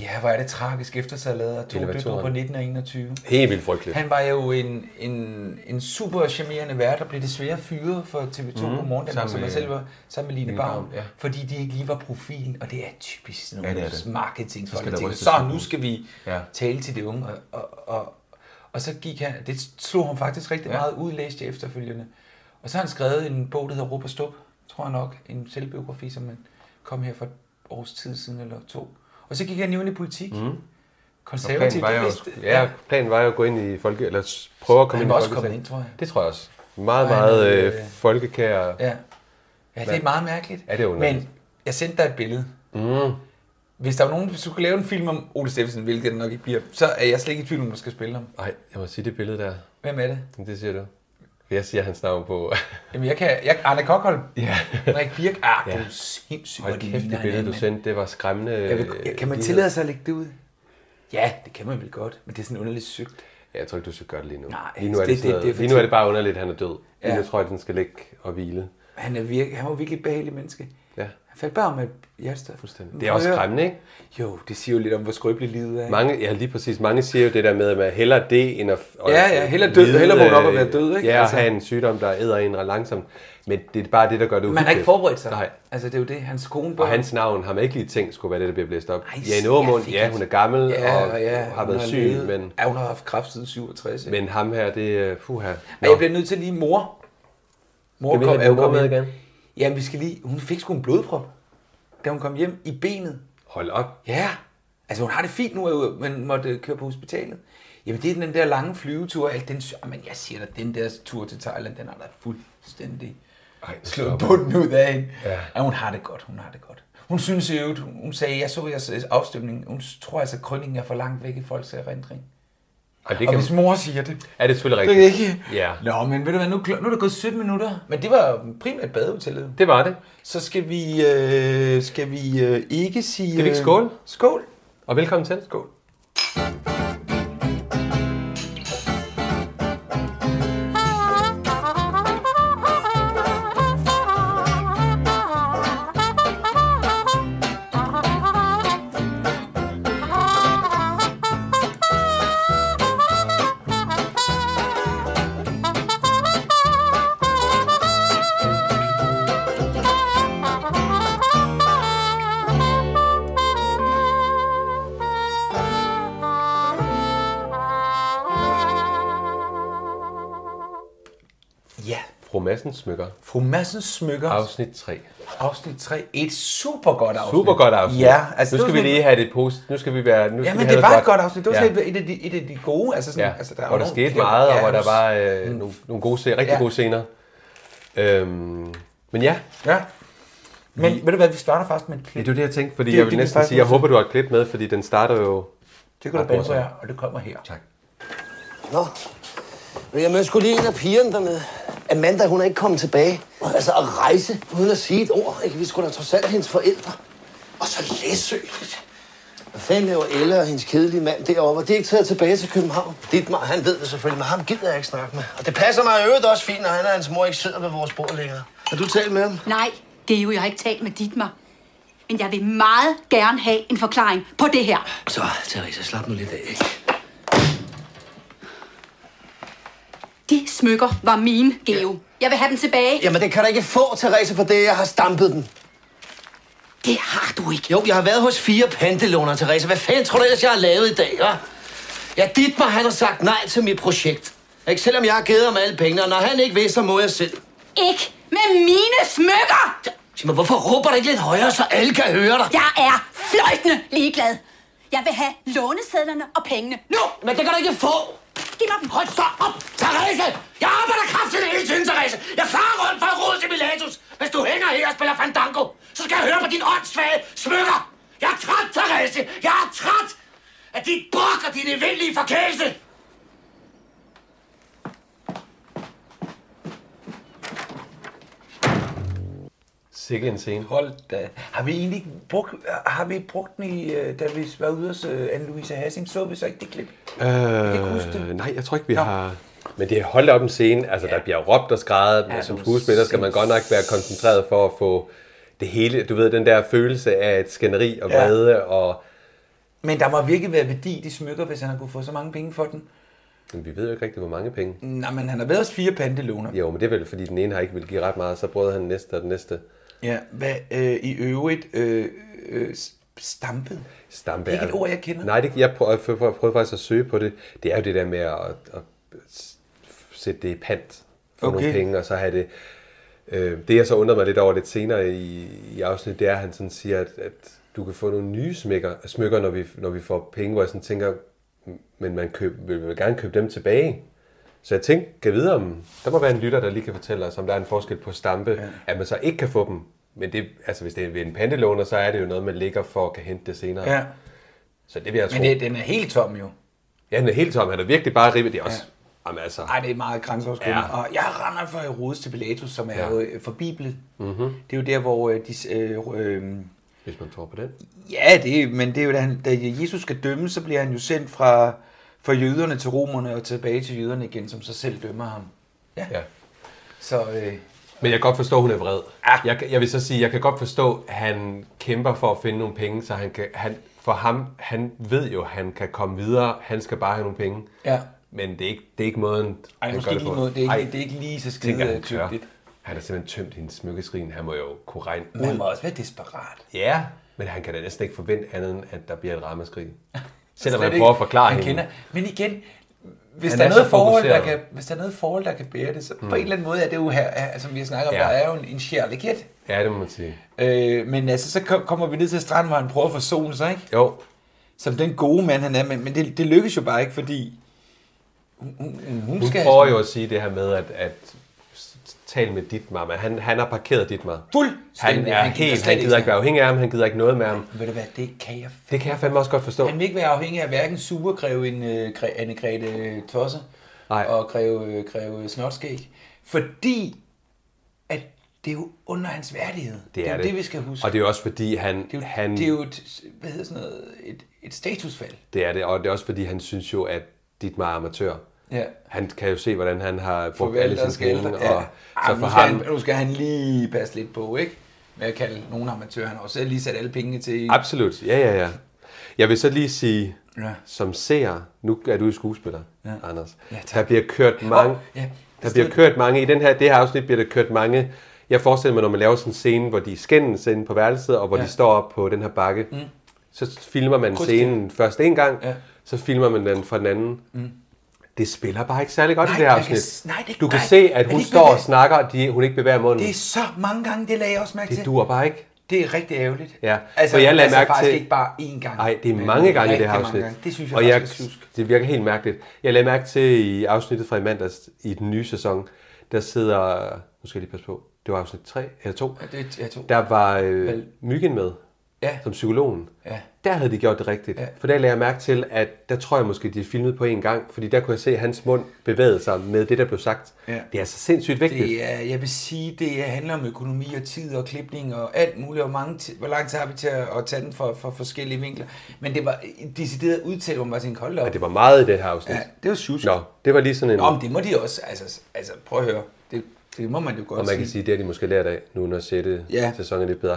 Speaker 2: ja, hvor er det tragisk efter sig lavet og to døtre
Speaker 1: Elevatoren.
Speaker 2: på 19 og 21.
Speaker 1: Helt vildt frygteligt.
Speaker 2: Han var jo en, en, en super charmerende vært, og blev desværre fyret for TV2 mm, på morgen, den som jeg selv var sammen med Line Baum,
Speaker 1: Baum,
Speaker 2: ja.
Speaker 1: ja.
Speaker 2: fordi de ikke lige var profilen, og det er typisk sådan
Speaker 1: Ja,
Speaker 2: nogle
Speaker 1: det
Speaker 2: ja,
Speaker 1: er det.
Speaker 2: marketingsfolk,
Speaker 1: skal
Speaker 2: der
Speaker 1: der
Speaker 2: tænker,
Speaker 1: rystes
Speaker 2: så
Speaker 1: på
Speaker 2: nu
Speaker 1: hovedet."
Speaker 2: skal vi ja.
Speaker 1: Ja.
Speaker 2: tale til de unge, og, og, og, og så gik han, det slog ham faktisk rigtig ja. meget ud, læste jeg efterfølgende. Og så har han skrevet en bog, der hedder Rup og Stup, tror jeg nok, en selvbiografi, som han kom her for et års tid siden eller to. Og så gik han jo ind i politik. Mm. Konservativt.
Speaker 1: Planen var,
Speaker 2: det
Speaker 1: jo,
Speaker 2: vidste-
Speaker 1: ja, planen var jo at gå ind i folke... Eller s- prøve at komme
Speaker 2: Han
Speaker 1: ind i
Speaker 2: var også kommet
Speaker 1: Folketinget.
Speaker 2: ind, tror jeg.
Speaker 1: Det tror jeg også. Meget,
Speaker 2: Og han
Speaker 1: meget øh,
Speaker 2: havde, øh,
Speaker 1: folkekær.
Speaker 2: Ja. Ja, det er meget mærkeligt.
Speaker 1: Ja, det er underligt.
Speaker 2: Men jeg sendte dig et billede. Mm. Hvis der var nogen, hvis du kunne lave en film om Ole Steffensen, hvilket det nok ikke bliver, så er jeg slet ikke i tvivl om, du skal spille ham.
Speaker 1: Nej, jeg må sige det billede der.
Speaker 2: Hvem er det?
Speaker 1: Det siger du. Jeg siger hans navn på.
Speaker 2: Jamen, jeg kan... Jeg, Arne Kokholm.
Speaker 1: ja.
Speaker 2: Henrik Birk. Ah, det
Speaker 1: Ja.
Speaker 2: er jo sindssygt, hvor
Speaker 1: Hold
Speaker 2: de
Speaker 1: kæft,
Speaker 2: ligner
Speaker 1: det billede, du
Speaker 2: hinanden, mand.
Speaker 1: sendte, det var skræmmende.
Speaker 2: Jeg vil, jeg, kan man
Speaker 1: øh,
Speaker 2: tillade sig at lægge det ud? Ja, det kan man vel godt, men det er sådan underligt sygt.
Speaker 1: Ja, jeg tror ikke, du skal gøre det lige nu.
Speaker 2: Nej,
Speaker 1: lige nu er det, det,
Speaker 2: det- det-
Speaker 1: sådan noget,
Speaker 2: det er for
Speaker 1: lige nu er det
Speaker 2: tidligt.
Speaker 1: bare underligt, at han er død. Ja.
Speaker 2: Ja.
Speaker 1: Lige nu tror jeg, den skal ligge og hvile.
Speaker 2: Han, er virke, han var virkelig et behageligt menneske.
Speaker 1: Ja,
Speaker 2: Han faldt bare med hjertet.
Speaker 1: det er også skræmmende, ikke?
Speaker 2: Jo, det siger jo lidt om, hvor skrøbeligt livet er. ikke?
Speaker 1: Mange, ja, lige præcis. Mange siger jo det der med, at man hellere det, end at... at
Speaker 2: Ja, ja, hellere død-
Speaker 1: lide,
Speaker 2: hellere vågne op og
Speaker 1: øh,
Speaker 2: være død, ikke?
Speaker 1: Ja, altså.
Speaker 2: Altså.
Speaker 1: have en sygdom, der æder en ret langsomt. Men det er bare det, der gør det
Speaker 2: Man har ikke forberedt sig.
Speaker 1: Nej.
Speaker 2: Altså, det er jo det. Hans kone
Speaker 1: Og hans navn har man ikke lige tænkt skulle være det, der bliver blæst op.
Speaker 2: Ej,
Speaker 1: Jane
Speaker 2: jeg
Speaker 1: Aumund,
Speaker 2: fik
Speaker 1: ja,
Speaker 2: et-
Speaker 1: hun er gammel
Speaker 2: ja,
Speaker 1: og
Speaker 2: ja,
Speaker 1: har
Speaker 2: hun
Speaker 1: været syg,
Speaker 2: levet-
Speaker 1: men,
Speaker 2: Ja, hun har haft kræft siden 67. Men,
Speaker 1: men ham her, det er... Puha.
Speaker 2: og jeg bliver nødt til lige mor. Mor
Speaker 1: Skal vi have
Speaker 2: er jo
Speaker 1: din mor
Speaker 2: kommet
Speaker 1: med
Speaker 2: hjem.
Speaker 1: igen?
Speaker 2: Jamen, vi skal lige... Hun fik sgu en blodprop, da hun kom hjem i benet.
Speaker 1: Hold op.
Speaker 2: Ja. Altså, hun har det fint nu, øh, men måtte køre på hospitalet. Jamen, det er den der lange flyvetur, alt den... sy- Men jeg siger dig, den der tur til Thailand, den har da fuldstændig
Speaker 1: Ej, nu
Speaker 2: slået
Speaker 1: stopper.
Speaker 2: bunden ud af hende. Ja.
Speaker 1: Ja.
Speaker 2: ja. hun har det godt, hun har det godt. Hun synes i øvrigt, hun hun sagde, jeg så jeres øh, afstemning, hun tror altså, at krønningen er for langt væk i folks erindring.
Speaker 1: Ej, det
Speaker 2: Og
Speaker 1: kan...
Speaker 2: hvis mor siger det,
Speaker 1: Er det selvfølgelig
Speaker 2: det er
Speaker 1: rigtigt?
Speaker 2: ikke...
Speaker 1: Ja.
Speaker 2: Nå, men ved du hvad, nu, er klo- nu er det gået 17 minutter. Men det var jo primært badehotellet.
Speaker 1: Det var det.
Speaker 2: Så skal vi, øh, skal vi øh, ikke sige...
Speaker 1: Skal vi ikke skåle?
Speaker 2: Skål.
Speaker 1: Og velkommen til. Skål.
Speaker 2: Ja.
Speaker 1: Fru Madsen smykker.
Speaker 2: Fru Madsens smykker.
Speaker 1: Afsnit 3.
Speaker 2: afsnit 3. Et super godt afsnit.
Speaker 1: Super godt afsnit.
Speaker 2: Ja, altså,
Speaker 1: nu skal
Speaker 2: det var
Speaker 1: vi
Speaker 2: sådan-
Speaker 1: lige have det positivt. Nu skal vi være... Nu skal
Speaker 2: Ja,
Speaker 1: vi
Speaker 2: men
Speaker 1: have
Speaker 2: det
Speaker 1: noget
Speaker 2: var et godt afsnit. Det var
Speaker 1: ja.
Speaker 2: ja. et, af de, et af de gode. Altså sådan,
Speaker 1: Ja,
Speaker 2: altså,
Speaker 1: altså,
Speaker 2: er
Speaker 1: der
Speaker 2: jo
Speaker 1: hvor der
Speaker 2: nogle-
Speaker 1: skete meget, og
Speaker 2: ja,
Speaker 1: hvor der
Speaker 2: nogle-
Speaker 1: var øh, nogle, nogle gode scener, rigtig
Speaker 2: Ja.
Speaker 1: ja. gode scener. Øhm, men ja,
Speaker 2: Ja. Men ved du hvad, vi starter faktisk med et
Speaker 1: det
Speaker 2: klip.
Speaker 1: er jo det, jeg tænkte, fordi
Speaker 2: Det-
Speaker 1: det, jeg vil
Speaker 2: det kan
Speaker 1: næsten
Speaker 2: faktisk
Speaker 1: sige, jeg
Speaker 2: være
Speaker 1: håber, du har et klip med, fordi den starter jo...
Speaker 2: Det kan du
Speaker 1: Ret
Speaker 2: bande på
Speaker 1: morsomt.
Speaker 2: jer, og det kommer her.
Speaker 1: Tak.
Speaker 6: Nå, men jeg mødte sgu lige en af pigerne dernede. Amanda, hun er ikke kommet tilbage. Altså at rejse, uden at sige et ord. Ikke? Vi skulle da trods alt hendes forældre. Og så Læsø. Hvad fanden laver Ella og hendes kedelige mand derovre? Var de ikke taget tilbage til København? Dietmar, han ved det selvfølgelig, men ham gider jeg ikke snakke med. Og det passer mig i øvrigt også fint, når han og hans mor ikke sidder ved vores bord længere. Har du talt med ham?
Speaker 5: Nej, det er jo, jeg har ikke talt med Dietmar. Men jeg vil meget gerne have en forklaring på det her.
Speaker 6: Så, Therese, slap nu lidt af, ikke?
Speaker 5: De smykker var mine, Geo. Jeg vil have dem tilbage.
Speaker 6: Jamen, det kan du ikke få, Therese, for det, jeg har stampet den.
Speaker 5: Det har du ikke.
Speaker 6: Jo, jeg har været hos fire pantelåner, Therese. Hvad fanden tror du ellers, jeg har lavet i dag, hva? Ja, Dietmar, han har sagt nej til mit projekt. Ikke selvom jeg har givet ham alle pengene, og når han ikke vil, så må jeg selv.
Speaker 5: Ikke med mine smykker!
Speaker 6: Sig mig, hvorfor råber du ikke lidt højere, så alle kan høre dig?
Speaker 5: Jeg er fløjtende ligeglad. Jeg vil have lånesedlerne og pengene.
Speaker 6: Nu! Men det kan du ikke få!
Speaker 5: Giv mig dem.
Speaker 6: Hold så op, Therese! Jeg arbejder kraftigt hele tiden, Therese! Jeg farer rundt fra råd til Pilatus! Hvis du hænger her og spiller fandango, så skal jeg høre på din åndssvage smykker! Jeg er træt, Therese! Jeg er træt af dit brok og din evindelige forkælelse!
Speaker 1: Sikke en scene.
Speaker 2: Hold da. Har vi egentlig ikke brugt, har vi brugt den i, øh, da vi var ude hos øh, Anne-Louise Hassing, så vi så ikke det klip?
Speaker 1: Øh, nej, jeg tror ikke, vi har... Men det er holdt op en scene. Altså, der bliver råbt og skrejet, men som skuespiller skal man godt nok være koncentreret for at få det hele. Du ved, den der følelse af et skænderi og
Speaker 2: Ja.
Speaker 1: vrede, og
Speaker 2: Men der må virkelig være værdi i de smykker, hvis han har kunne få så mange penge for den.
Speaker 1: men vi ved jo ikke rigtig, hvor mange penge.
Speaker 2: Nej, men han har været os fire pantelåner.
Speaker 1: Jo, men det er vel, fordi den ene har ikke vil give ret meget, så brød han den næste og den næste.
Speaker 2: Ja, hvad øh, i øvrigt øh, øh, s- stampet.
Speaker 1: Stampe.
Speaker 2: Det er ikke et
Speaker 1: altså-
Speaker 2: ord, jeg kender.
Speaker 1: Nej, det, jeg prøver, jeg prøver, prøver faktisk at søge på det. Det er jo det der med at, at s- sætte det i pant for okay. nogle
Speaker 2: Okay.
Speaker 1: penge, og så have det... Øh, det, jeg så undrede mig lidt over lidt senere i, i afsnittet, det er, at han sådan siger, at, at du kan få nogle nye smykker, smykker når, vi, når vi får penge, hvor jeg sådan tænker, men man køb, vil, vil gerne købe dem tilbage. Så jeg tænkte, kan jeg vide om, der må være en lytter, der lige kan fortælle os, om der er en forskel på stampe, ja. at man så ikke kan få dem. Men det, altså hvis det er ved en pantelåner, så er det jo noget, man ligger for at kan hente det senere.
Speaker 2: Ja.
Speaker 1: Så det vil jeg tro.
Speaker 2: Men det, den er helt tom jo.
Speaker 1: Ja, han er helt tom. Han er virkelig bare ribbet det også. Ja. Jamen altså,
Speaker 2: Nej, det er meget grænseoverskridende. Ja.
Speaker 1: Ja.
Speaker 2: Og jeg render for Herodes til Pilatus, som er
Speaker 1: Ja.
Speaker 2: ja. jo øh, for Bibelen. Mm-hmm. Det er jo der, hvor øh, de... Øh, øh,
Speaker 1: Mhm. hvis man tror på den.
Speaker 2: Ja, det, er- men det er jo, da, han, da Jesus skal dømme, så bliver han jo sendt fra, fra jøderne til romerne og tilbage til jøderne igen, som så selv dømmer ham.
Speaker 1: Ja.
Speaker 2: Så øh,
Speaker 1: Men jeg kan godt forstå, at hun er vred.
Speaker 2: Ja.
Speaker 1: Jeg, kan- jeg vil så sige, jeg kan godt forstå, at han kæmper for at finde nogle penge, så han kan, han, for ham, han ved jo, at han kan komme videre. Han skal bare have nogle penge.
Speaker 2: Ja.
Speaker 1: Men det er ikke, det er ikke måden,
Speaker 2: ej,
Speaker 1: han
Speaker 2: måske
Speaker 1: gør
Speaker 2: lige noget, det, er ikke, det er ikke lige så
Speaker 1: tænker,
Speaker 2: skide
Speaker 1: han tør.
Speaker 2: tydeligt.
Speaker 1: Han er simpelthen tømt hendes smykkeskrin. Han må jo kunne regne
Speaker 2: Men han
Speaker 1: ud.
Speaker 2: må også være desperat.
Speaker 1: Ja, men han kan da næsten ikke forvente andet, end at der bliver et ramaskrig. Selvom
Speaker 2: Altså, Slet
Speaker 1: han
Speaker 2: ikke.
Speaker 1: prøver at forklare
Speaker 2: han
Speaker 1: hende.
Speaker 2: kender. Men igen, hvis
Speaker 1: Han
Speaker 2: der, er
Speaker 1: er
Speaker 2: noget
Speaker 1: så
Speaker 2: forhold, der
Speaker 1: fokuseret.
Speaker 2: kan, hvis der er noget forhold, der kan bære det, så mm. på en eller anden måde er det jo her, er- som vi har snakket om,
Speaker 1: Ja.
Speaker 2: der er jo en, en kærlighed.
Speaker 1: Ja, det må man sige.
Speaker 2: Øh, men altså, så kom- kommer vi ned til stranden, hvor han prøver at forsone sig, ikke?
Speaker 1: Jo,
Speaker 2: som den gode mand han er, men, men det, det lykkes jo bare ikke, fordi hun, hun, hun
Speaker 1: Hun
Speaker 2: skal altså
Speaker 1: prøver jo at sige det her med, at, at tale med Dietmar, men han, han har parkeret Dietmar. Han
Speaker 2: Fuldstændig.
Speaker 1: er
Speaker 2: Han
Speaker 1: han
Speaker 2: gider
Speaker 1: helt,
Speaker 2: slet
Speaker 1: han gider
Speaker 2: ikke
Speaker 1: ikke være afhængig af ham, han gider ikke noget med ham.
Speaker 2: Ved du hvad, det kan jeg f-
Speaker 1: Det kan jeg fandme også godt forstå.
Speaker 2: Han vil ikke være afhængig af hverken supergreven øh, Gre- Anne-Grethe øh, Tosse
Speaker 1: Nej.
Speaker 2: og greve, øh, greve Snotskæg, fordi at det er jo under hans værdighed. Det er jo det, vi skal huske.
Speaker 1: Og det er også fordi, han,
Speaker 2: det, er jo,
Speaker 1: han,
Speaker 2: det er jo et, hvad hedder sådan noget, et, et statusfald.
Speaker 1: det er det, og det er også fordi, han synes jo, at Dietmar er amatør.
Speaker 2: Ja.
Speaker 1: Han kan jo se, hvordan han har brugt alle
Speaker 2: Forvalter
Speaker 1: sine
Speaker 2: og skælder.
Speaker 1: penge,
Speaker 2: Ja.
Speaker 1: og
Speaker 2: Ej,
Speaker 1: så
Speaker 2: nu,
Speaker 1: for
Speaker 2: skal
Speaker 1: ham...
Speaker 2: han, nu skal han lige passe lidt på, ikke? Med at kalde nogen amatør. Han har også lige sat alle pengene til...
Speaker 1: Absolut, ja, ja, ja. Jeg vil så lige sige,
Speaker 2: Ja.
Speaker 1: ja. som ser, nu er du skuespiller, ja. Anders.
Speaker 2: Ja,
Speaker 1: Ja,
Speaker 2: tak.
Speaker 1: der bliver kørt mange, ja.
Speaker 2: ja.
Speaker 1: der
Speaker 2: Det
Speaker 1: bliver
Speaker 2: stod-
Speaker 1: kørt mange, i den her, det her afsnit bliver der kørt mange, jeg forestiller mig, når man laver sådan en scene, hvor de skændes inde på værelset, og hvor ja. de står op på den her bakke, mm. så filmer man
Speaker 2: Kryds til.
Speaker 1: scenen først en gang,
Speaker 2: Ja.
Speaker 1: ja. så filmer man den fra den anden. Mm. Det spiller bare ikke særlig godt
Speaker 2: Nej,
Speaker 1: i det her
Speaker 2: man kan
Speaker 1: afsnit.
Speaker 2: s- nej, det-
Speaker 1: du kan
Speaker 2: nej,
Speaker 1: se,
Speaker 2: er
Speaker 1: at
Speaker 2: det
Speaker 1: hun
Speaker 2: ikke
Speaker 1: står og
Speaker 2: bevæget?
Speaker 1: snakker, og de, hun ikke bevæger munden.
Speaker 2: Det er så mange gange, det lagde jeg også mærke
Speaker 1: Det
Speaker 2: til.
Speaker 1: duer bare ikke.
Speaker 2: Altså, Det er rigtig ærgerligt.
Speaker 1: Ja, for jeg lagde
Speaker 2: altså
Speaker 1: mærke
Speaker 2: faktisk
Speaker 1: til-
Speaker 2: ikke bare én gang.
Speaker 1: Nej, det er
Speaker 2: men
Speaker 1: mange gange i det
Speaker 2: rigtig
Speaker 1: her
Speaker 2: mange
Speaker 1: afsnit.
Speaker 2: gange. Det synes jeg
Speaker 1: og
Speaker 2: faktisk,
Speaker 1: jeg,
Speaker 2: jeg skal huske.
Speaker 1: det virker helt mærkeligt. Jeg lagde mærke til i afsnittet fra i mandags, i den nye sæson, der sidder, nu skal jeg lige passe på, det var afsnit 3 eller 2,
Speaker 2: Ja, det er- ja, to.
Speaker 1: der var øh,
Speaker 2: Vel.
Speaker 1: Myggen med
Speaker 2: Ja.
Speaker 1: som psykologen.
Speaker 2: Ja.
Speaker 1: Der havde de gjort det rigtigt.
Speaker 2: Ja.
Speaker 1: For der lagde jeg mærke til, at der tror jeg måske, de filmede på en gang, fordi der kunne jeg se, at hans mund bevægede sig med det, der blev sagt.
Speaker 2: Ja.
Speaker 1: Det er altså sindssygt vigtigt.
Speaker 2: Det er, jeg vil sige, det handler om økonomi og tid og klipning og alt muligt. Og mange ti- hvor lang tid har vi til at, at tage den fra, fra forskellige vinkler? Men det var en decideret udtalt, hvor man bare tænkte, hold da op.
Speaker 1: Og det var meget i det her afsnit.
Speaker 2: Ja, det var sjusket.
Speaker 1: Nå, det var lige sådan en...
Speaker 2: Nå, men det må de også. Altså, altså prøv at høre. Det, det må man jo godt
Speaker 1: og man kan sige, det har de måske lært af nu, når 6.
Speaker 2: Ja.
Speaker 1: sæson er lidt bedre.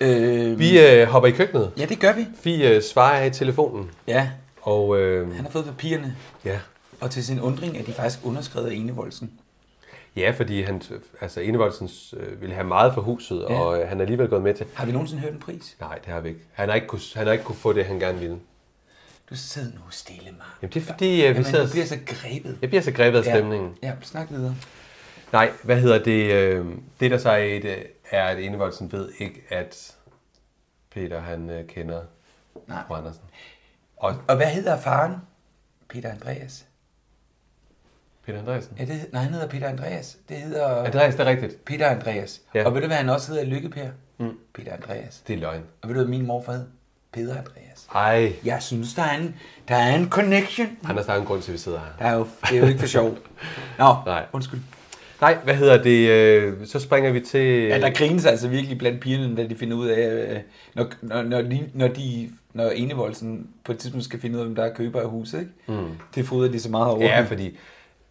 Speaker 2: Øh,
Speaker 1: Vi øh, hopper i køkkenet.
Speaker 2: Ja, det gør vi.
Speaker 1: Vi øh, svarer af i telefonen,
Speaker 2: Ja,
Speaker 1: og øh,
Speaker 2: han har fået papirerne.
Speaker 1: ja.
Speaker 2: Og til sin undring er de faktisk underskrevet af Enevoldsen.
Speaker 1: ja, fordi han, altså Enevoldsens øh, ville have meget for huset,
Speaker 2: Ja.
Speaker 1: ja. og øh, han er alligevel gået med til.
Speaker 2: Har vi nogensinde hørt en pris?
Speaker 1: Nej, det har vi ikke. Han har ikke kunne, han har ikke kunne få det, han gerne ville.
Speaker 2: Du sidder nu stille, Mark.
Speaker 1: Jamen det er fordi, øh, vi
Speaker 2: Jamen,
Speaker 1: sidder,
Speaker 2: du bliver så grebet.
Speaker 1: jeg bliver så grebet af stemningen.
Speaker 2: Ja, ja snak videre.
Speaker 1: Nej, hvad hedder det? Øh, det, der så er i det, er, at Enevoldsen ved ikke, at Peter han øh, kender
Speaker 2: Nej.
Speaker 1: fru Andersen. Og
Speaker 2: Og hvad hedder faren? Peter Andreas.
Speaker 1: Peter Andreasen.
Speaker 2: Ja, det, hed- nej, han hedder Peter Andreas. Det hedder
Speaker 1: Andreas, det er rigtigt.
Speaker 2: Peter Andreas.
Speaker 1: Ja.
Speaker 2: Ja. Og ved du, hvad han også hedder? Lykke mm. Peter Andreas.
Speaker 1: Det er løgn.
Speaker 2: Og ved du, hvad min morfar hed? Peter Andreas.
Speaker 1: Ej,
Speaker 2: Jeg synes, der er en, der er en connection.
Speaker 1: Anders, der er en grund til, at vi sidder her.
Speaker 2: Der er jo, det er jo ikke for sjov. Nå,
Speaker 1: Nej.
Speaker 2: undskyld.
Speaker 1: Nej, hvad hedder det? Øh, så springer vi til...
Speaker 2: Ja, der grines altså virkelig blandt pigerne, da de finder ud af, øh, når, når, når, de, når, de, når Enevoldsen på et tidspunkt skal finde ud af, hvem der er køber af huset, ikke? Mm. Det fodrer de så meget over.
Speaker 1: ja fordi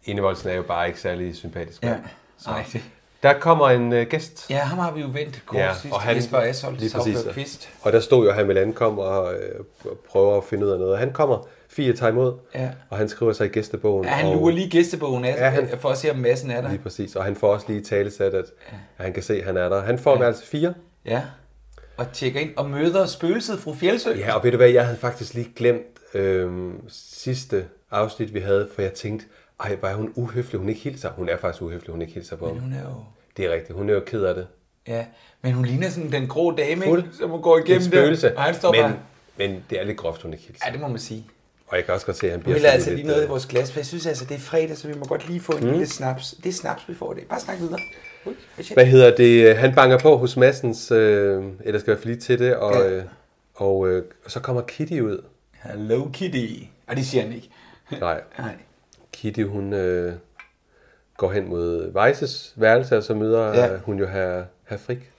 Speaker 1: Enevoldsen er jo bare ikke særlig sympatisk.
Speaker 2: ja.
Speaker 1: mand.
Speaker 2: Nej, det.
Speaker 1: Der kommer en øh, gæst.
Speaker 2: ja, ham har vi jo vendt kort ja, sidst.
Speaker 1: og han-
Speaker 2: Jesper Ashold,
Speaker 1: lige præcis, ja.
Speaker 2: Safra Kvist.
Speaker 1: Og der stod jo, at han ville ankomme og øh, prøve at finde ud af noget. Og han kommer, Fie tager imod,
Speaker 2: Ja.
Speaker 1: og han skriver sig i gæstebogen.
Speaker 2: Ja, han
Speaker 1: og,
Speaker 2: lurer lige gæstebogen af,
Speaker 1: Ja,
Speaker 2: ja,
Speaker 1: han-
Speaker 2: han... for at se, om massen er der.
Speaker 1: Lige præcis, og han får også lige talesat, at, at han kan se, at han er der. Han får ja. værelse 4.
Speaker 2: Ja. Og tjekker ind og møder spøgelset fru Fjeldsø. Ja.
Speaker 1: Ja, og ved du hvad, jeg havde faktisk lige glemt øh, sidste afsnit, vi havde, for jeg tænkte, ej, var hun uhøflig, hun ikke hilser. Hun er faktisk uhøflig, hun ikke hilser på ham.
Speaker 2: Hun er jo...
Speaker 1: Det er rigtigt, hun er jo ked af det.
Speaker 2: Ja, men hun ligner sådan den grå dame,
Speaker 1: Fuld.
Speaker 2: ikke? som hun går
Speaker 1: Et
Speaker 2: igennem
Speaker 1: spøgelse,
Speaker 2: der. Og han står
Speaker 1: men,
Speaker 2: bare...
Speaker 1: men det er lidt groft, hun ikke hilser.
Speaker 2: Ja, det må man sige.
Speaker 1: Og jeg kan også godt se, at han
Speaker 2: Nu
Speaker 1: bliver
Speaker 2: hælder
Speaker 1: sådan
Speaker 2: altså lige
Speaker 1: lidt,
Speaker 2: noget i
Speaker 1: øh,
Speaker 2: vores glas, for jeg synes altså, det er fredag, så vi må godt lige få en mm. lille snaps. Det er snaps, vi får det. Bare snak videre. Ui, hvad shit.
Speaker 1: Hvad hedder det? Han banker på hos Massens, øh, eller skal i hvert fald lige til det, og,
Speaker 2: Ja.
Speaker 1: øh, og, øh, og så kommer Kitty ud.
Speaker 2: Hello Kitty. Og det siger han ikke.
Speaker 1: Nej,
Speaker 2: Nej.
Speaker 1: Kitty hun øh, går hen mod Weises værelse, og så møder ja.
Speaker 2: Ja.
Speaker 1: hun jo her, her Frik.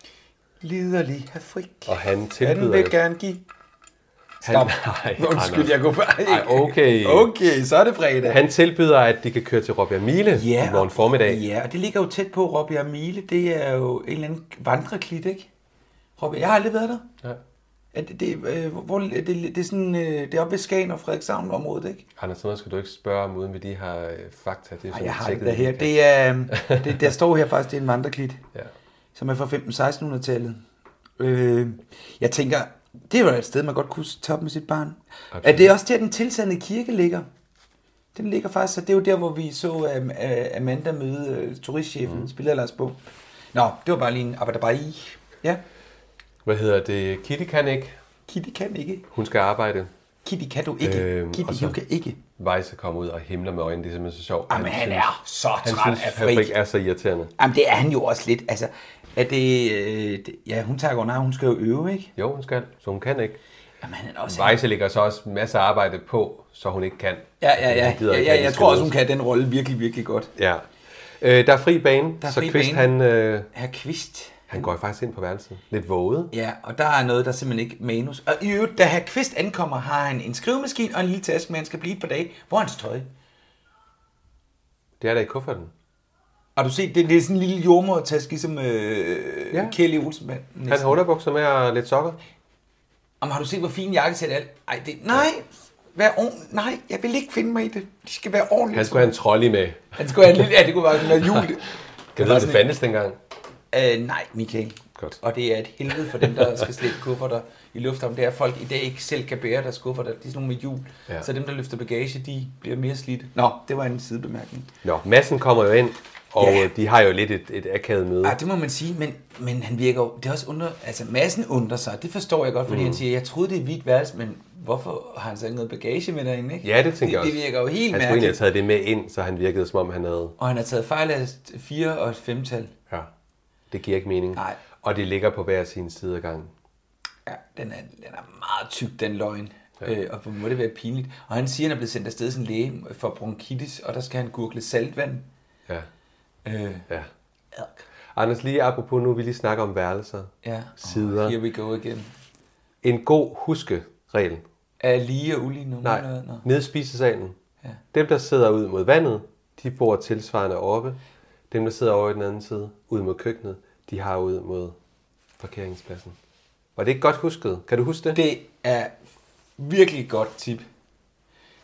Speaker 2: Liderlig have frik.
Speaker 1: Og han
Speaker 2: Han
Speaker 1: tilbyder
Speaker 2: vil
Speaker 1: jo-
Speaker 2: gerne give.
Speaker 1: Han,
Speaker 2: Stop.
Speaker 1: nej,
Speaker 2: Undskyld, jeg kunne bare
Speaker 1: Ej, okay.
Speaker 2: Okay, så er det fredag.
Speaker 1: Han tilbyder, at de kan køre til Robbjerg Mile
Speaker 2: Ja,
Speaker 1: i morgen formiddag.
Speaker 2: Ja, og det ligger jo tæt på Robbjerg Mile. Det er jo en eller anden vandreklit, ikke? Robbjerg, jeg har aldrig været der.
Speaker 1: Ja.
Speaker 2: Er det, det, øh, hvor- hvor, det, det, er sådan, øh, det er oppe ved Skagen og Frederikshavn området, ikke?
Speaker 1: Anders, sådan noget skal du ikke spørge om, uden vi lige har øh, fakta. Det er
Speaker 2: Nej,
Speaker 1: sådan
Speaker 2: jeg har det
Speaker 1: tjekket,
Speaker 2: der her.
Speaker 1: man kan-
Speaker 2: Det er, øh, det, der står her faktisk, det er en vandreklit,
Speaker 1: Ja.
Speaker 2: som er fra 15-1600-tallet. Øh, jeg tænker, det var et sted, man godt kunne tage op med sit barn. Okay. Er det også der, den tilsandede kirke ligger? Den ligger faktisk, så det er jo der, hvor vi så øhm, øh, Amanda møde øh, turistchefen, mm. spiller Lars Bo. Nå, det var bare lige en abadabai. Ja,
Speaker 1: Hvad hedder det? Kitty kan ikke.
Speaker 2: Kitty kan ikke.
Speaker 1: Hun skal arbejde.
Speaker 2: Kitty kan du ikke.
Speaker 1: Øhm,
Speaker 2: Øhm, Kitty,
Speaker 1: og så-
Speaker 2: hun kan ikke.
Speaker 1: Weisse kommer ud og himler med øjnene. Det er simpelthen så sjovt.
Speaker 2: Jamen, han
Speaker 1: synes-
Speaker 2: er så
Speaker 1: han
Speaker 2: træt
Speaker 1: synes,
Speaker 2: af
Speaker 1: Fabrik.
Speaker 2: Frik.
Speaker 1: er så irriterende.
Speaker 2: Jamen, det er han jo også lidt. Altså, er det, øh, det ja, hun tager under, hun skal jo øve, ikke?
Speaker 1: Jo, hun skal. Så hun kan ikke.
Speaker 2: Jamen, han er også...
Speaker 1: Weisse lægger så også masser af arbejde på, så hun ikke kan.
Speaker 2: Ja, ja,
Speaker 1: Fordi
Speaker 2: ja.
Speaker 1: hun gider
Speaker 2: ja,
Speaker 1: ikke,
Speaker 2: ja
Speaker 1: at det
Speaker 2: jeg
Speaker 1: skal
Speaker 2: tror også, hun
Speaker 1: løses.
Speaker 2: kan den rolle virkelig, virkelig godt.
Speaker 1: Ja. Øh, der er fri bane,
Speaker 2: Der er
Speaker 1: så
Speaker 2: fri
Speaker 1: Kvist
Speaker 2: bane.
Speaker 1: han, øh,
Speaker 2: Herr Kvist.
Speaker 1: han går faktisk ind på værelset. Lidt våget.
Speaker 2: Ja, og der er noget, der er simpelthen ikke manus. Og i øvrigt, da herr Kvist ankommer, har han en skrivemaskine og en lille taske, men han skal blive et par dage. Hvor er hans tøj?
Speaker 1: Det er der i kufferten.
Speaker 2: Har du set, det, det er sådan en lille jordmor-taske, ligesom øh,
Speaker 1: Ja.
Speaker 2: ja. Kelly Olsen. mand.
Speaker 1: Han har underbukser med og lidt sokker.
Speaker 2: Om har du set, hvor fin jakkesæt er? Ej, det, nej, vær ordentligt. Nej, jeg vil ikke finde mig i det. De skal være ordentligt.
Speaker 1: Han skulle have en trolley med.
Speaker 2: han skulle have en lille... Ja, det kunne være sådan en jul.
Speaker 1: Kan du vide,
Speaker 2: var sådan
Speaker 1: det
Speaker 2: en-
Speaker 1: fandtes dengang?
Speaker 2: Øh, nej, Michael.
Speaker 1: Godt.
Speaker 2: Og det er et helvede for dem, der skal slæbe kufferter i lufthavnen. Det er, at folk i dag ikke selv kan bære deres kufferter. De er sådan nogle med hjul.
Speaker 1: Ja.
Speaker 2: Ja. Så dem, der løfter bagage, de bliver mere slidte. Nå, det var en sidebemærkning.
Speaker 1: Nå, massen kommer jo ind, og
Speaker 2: Ja.
Speaker 1: øh, de har jo lidt et, et akavet møde.
Speaker 2: Ah, det må man sige, men, men han virker jo... Det er også under... Altså, massen undrer sig. Det forstår jeg godt, fordi mm. han siger, jeg troede, det er hvidt værelse, men hvorfor har han så ikke noget bagage med derinde, ikke?
Speaker 1: Ja, det tænker jeg også.
Speaker 2: Det virker jo helt
Speaker 1: Han skulle egentlig
Speaker 2: mærkeligt.
Speaker 1: have taget det med ind, så han virkede, som om han havde...
Speaker 2: Og han har taget fejl af 4 og 5-tal.
Speaker 1: Ja, det giver ikke mening.
Speaker 2: Nej.
Speaker 1: Og det ligger på hver sin side af gangen.
Speaker 2: Ja, den er, den er meget tyk, den løgn. Ja. Øh, og hvor må det være pinligt. Og han siger, at han er blevet sendt afsted til en læge for bronkitis, og der skal han gurgle saltvand.
Speaker 1: Ja,
Speaker 2: Øh,
Speaker 1: ja.
Speaker 2: adk.
Speaker 1: Anders, lige apropos nu, vi lige snakker om værelser.
Speaker 2: ja.
Speaker 1: Sider.
Speaker 2: Oh, here we go again.
Speaker 1: En god huskeregel.
Speaker 2: Er lige og ulige nummer?
Speaker 1: Nej,
Speaker 2: eller hvad? Nå.
Speaker 1: nede i spisesalen.
Speaker 2: Ja.
Speaker 1: Dem, der sidder ud mod vandet, de bor tilsvarende oppe. Dem, der sidder over i den anden side, ud mod køkkenet, de har ud mod parkeringspladsen. Var det ikke godt husket? Kan du huske det?
Speaker 2: Det er virkelig godt tip.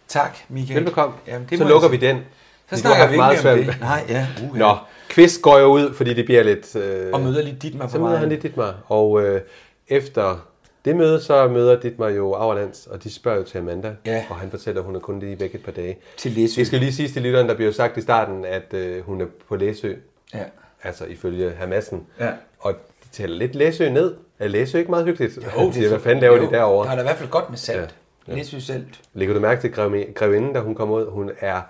Speaker 2: Tak, Michael.
Speaker 1: Velbekomme.
Speaker 2: Jamen,
Speaker 1: så
Speaker 2: må
Speaker 1: lukker
Speaker 2: jeg
Speaker 1: vi
Speaker 2: sige.
Speaker 1: den.
Speaker 2: Så
Speaker 1: Fordi du har
Speaker 2: snakker
Speaker 1: haft
Speaker 2: vi ikke mere om
Speaker 1: svært
Speaker 2: det. Nej, ja. Uh,
Speaker 1: Nå, Kvist går jo ud, fordi det bliver lidt... Øh,
Speaker 2: Og møder lige dit mig på
Speaker 1: Så møder
Speaker 2: vejen.
Speaker 1: han lige Ditmar, og øh, efter det møde, så møder Ditmar jo Auerlands, og de spørger jo til Amanda,
Speaker 2: Ja.
Speaker 1: og han fortæller, at hun er kun lige væk et par dage.
Speaker 2: Til Læsø.
Speaker 1: Det skal lige siges til lytteren, der bliver jo sagt i starten, at øh, hun er på Læsø
Speaker 2: Ja.
Speaker 1: altså ifølge Hamassen.
Speaker 2: Ja.
Speaker 1: Og de tæller lidt Læsø ned. Er Læsø ikke meget hyggeligt? Jo, de
Speaker 2: det
Speaker 1: siger, hvad fanden laver de derovre?
Speaker 2: Der er da i hvert fald godt med salt. Ja.
Speaker 1: Ja.
Speaker 2: Ja.
Speaker 1: Ja.
Speaker 2: Læsø salt.
Speaker 1: Lægger du mærke til greve- grevinden, da hun kommer ud? Hun er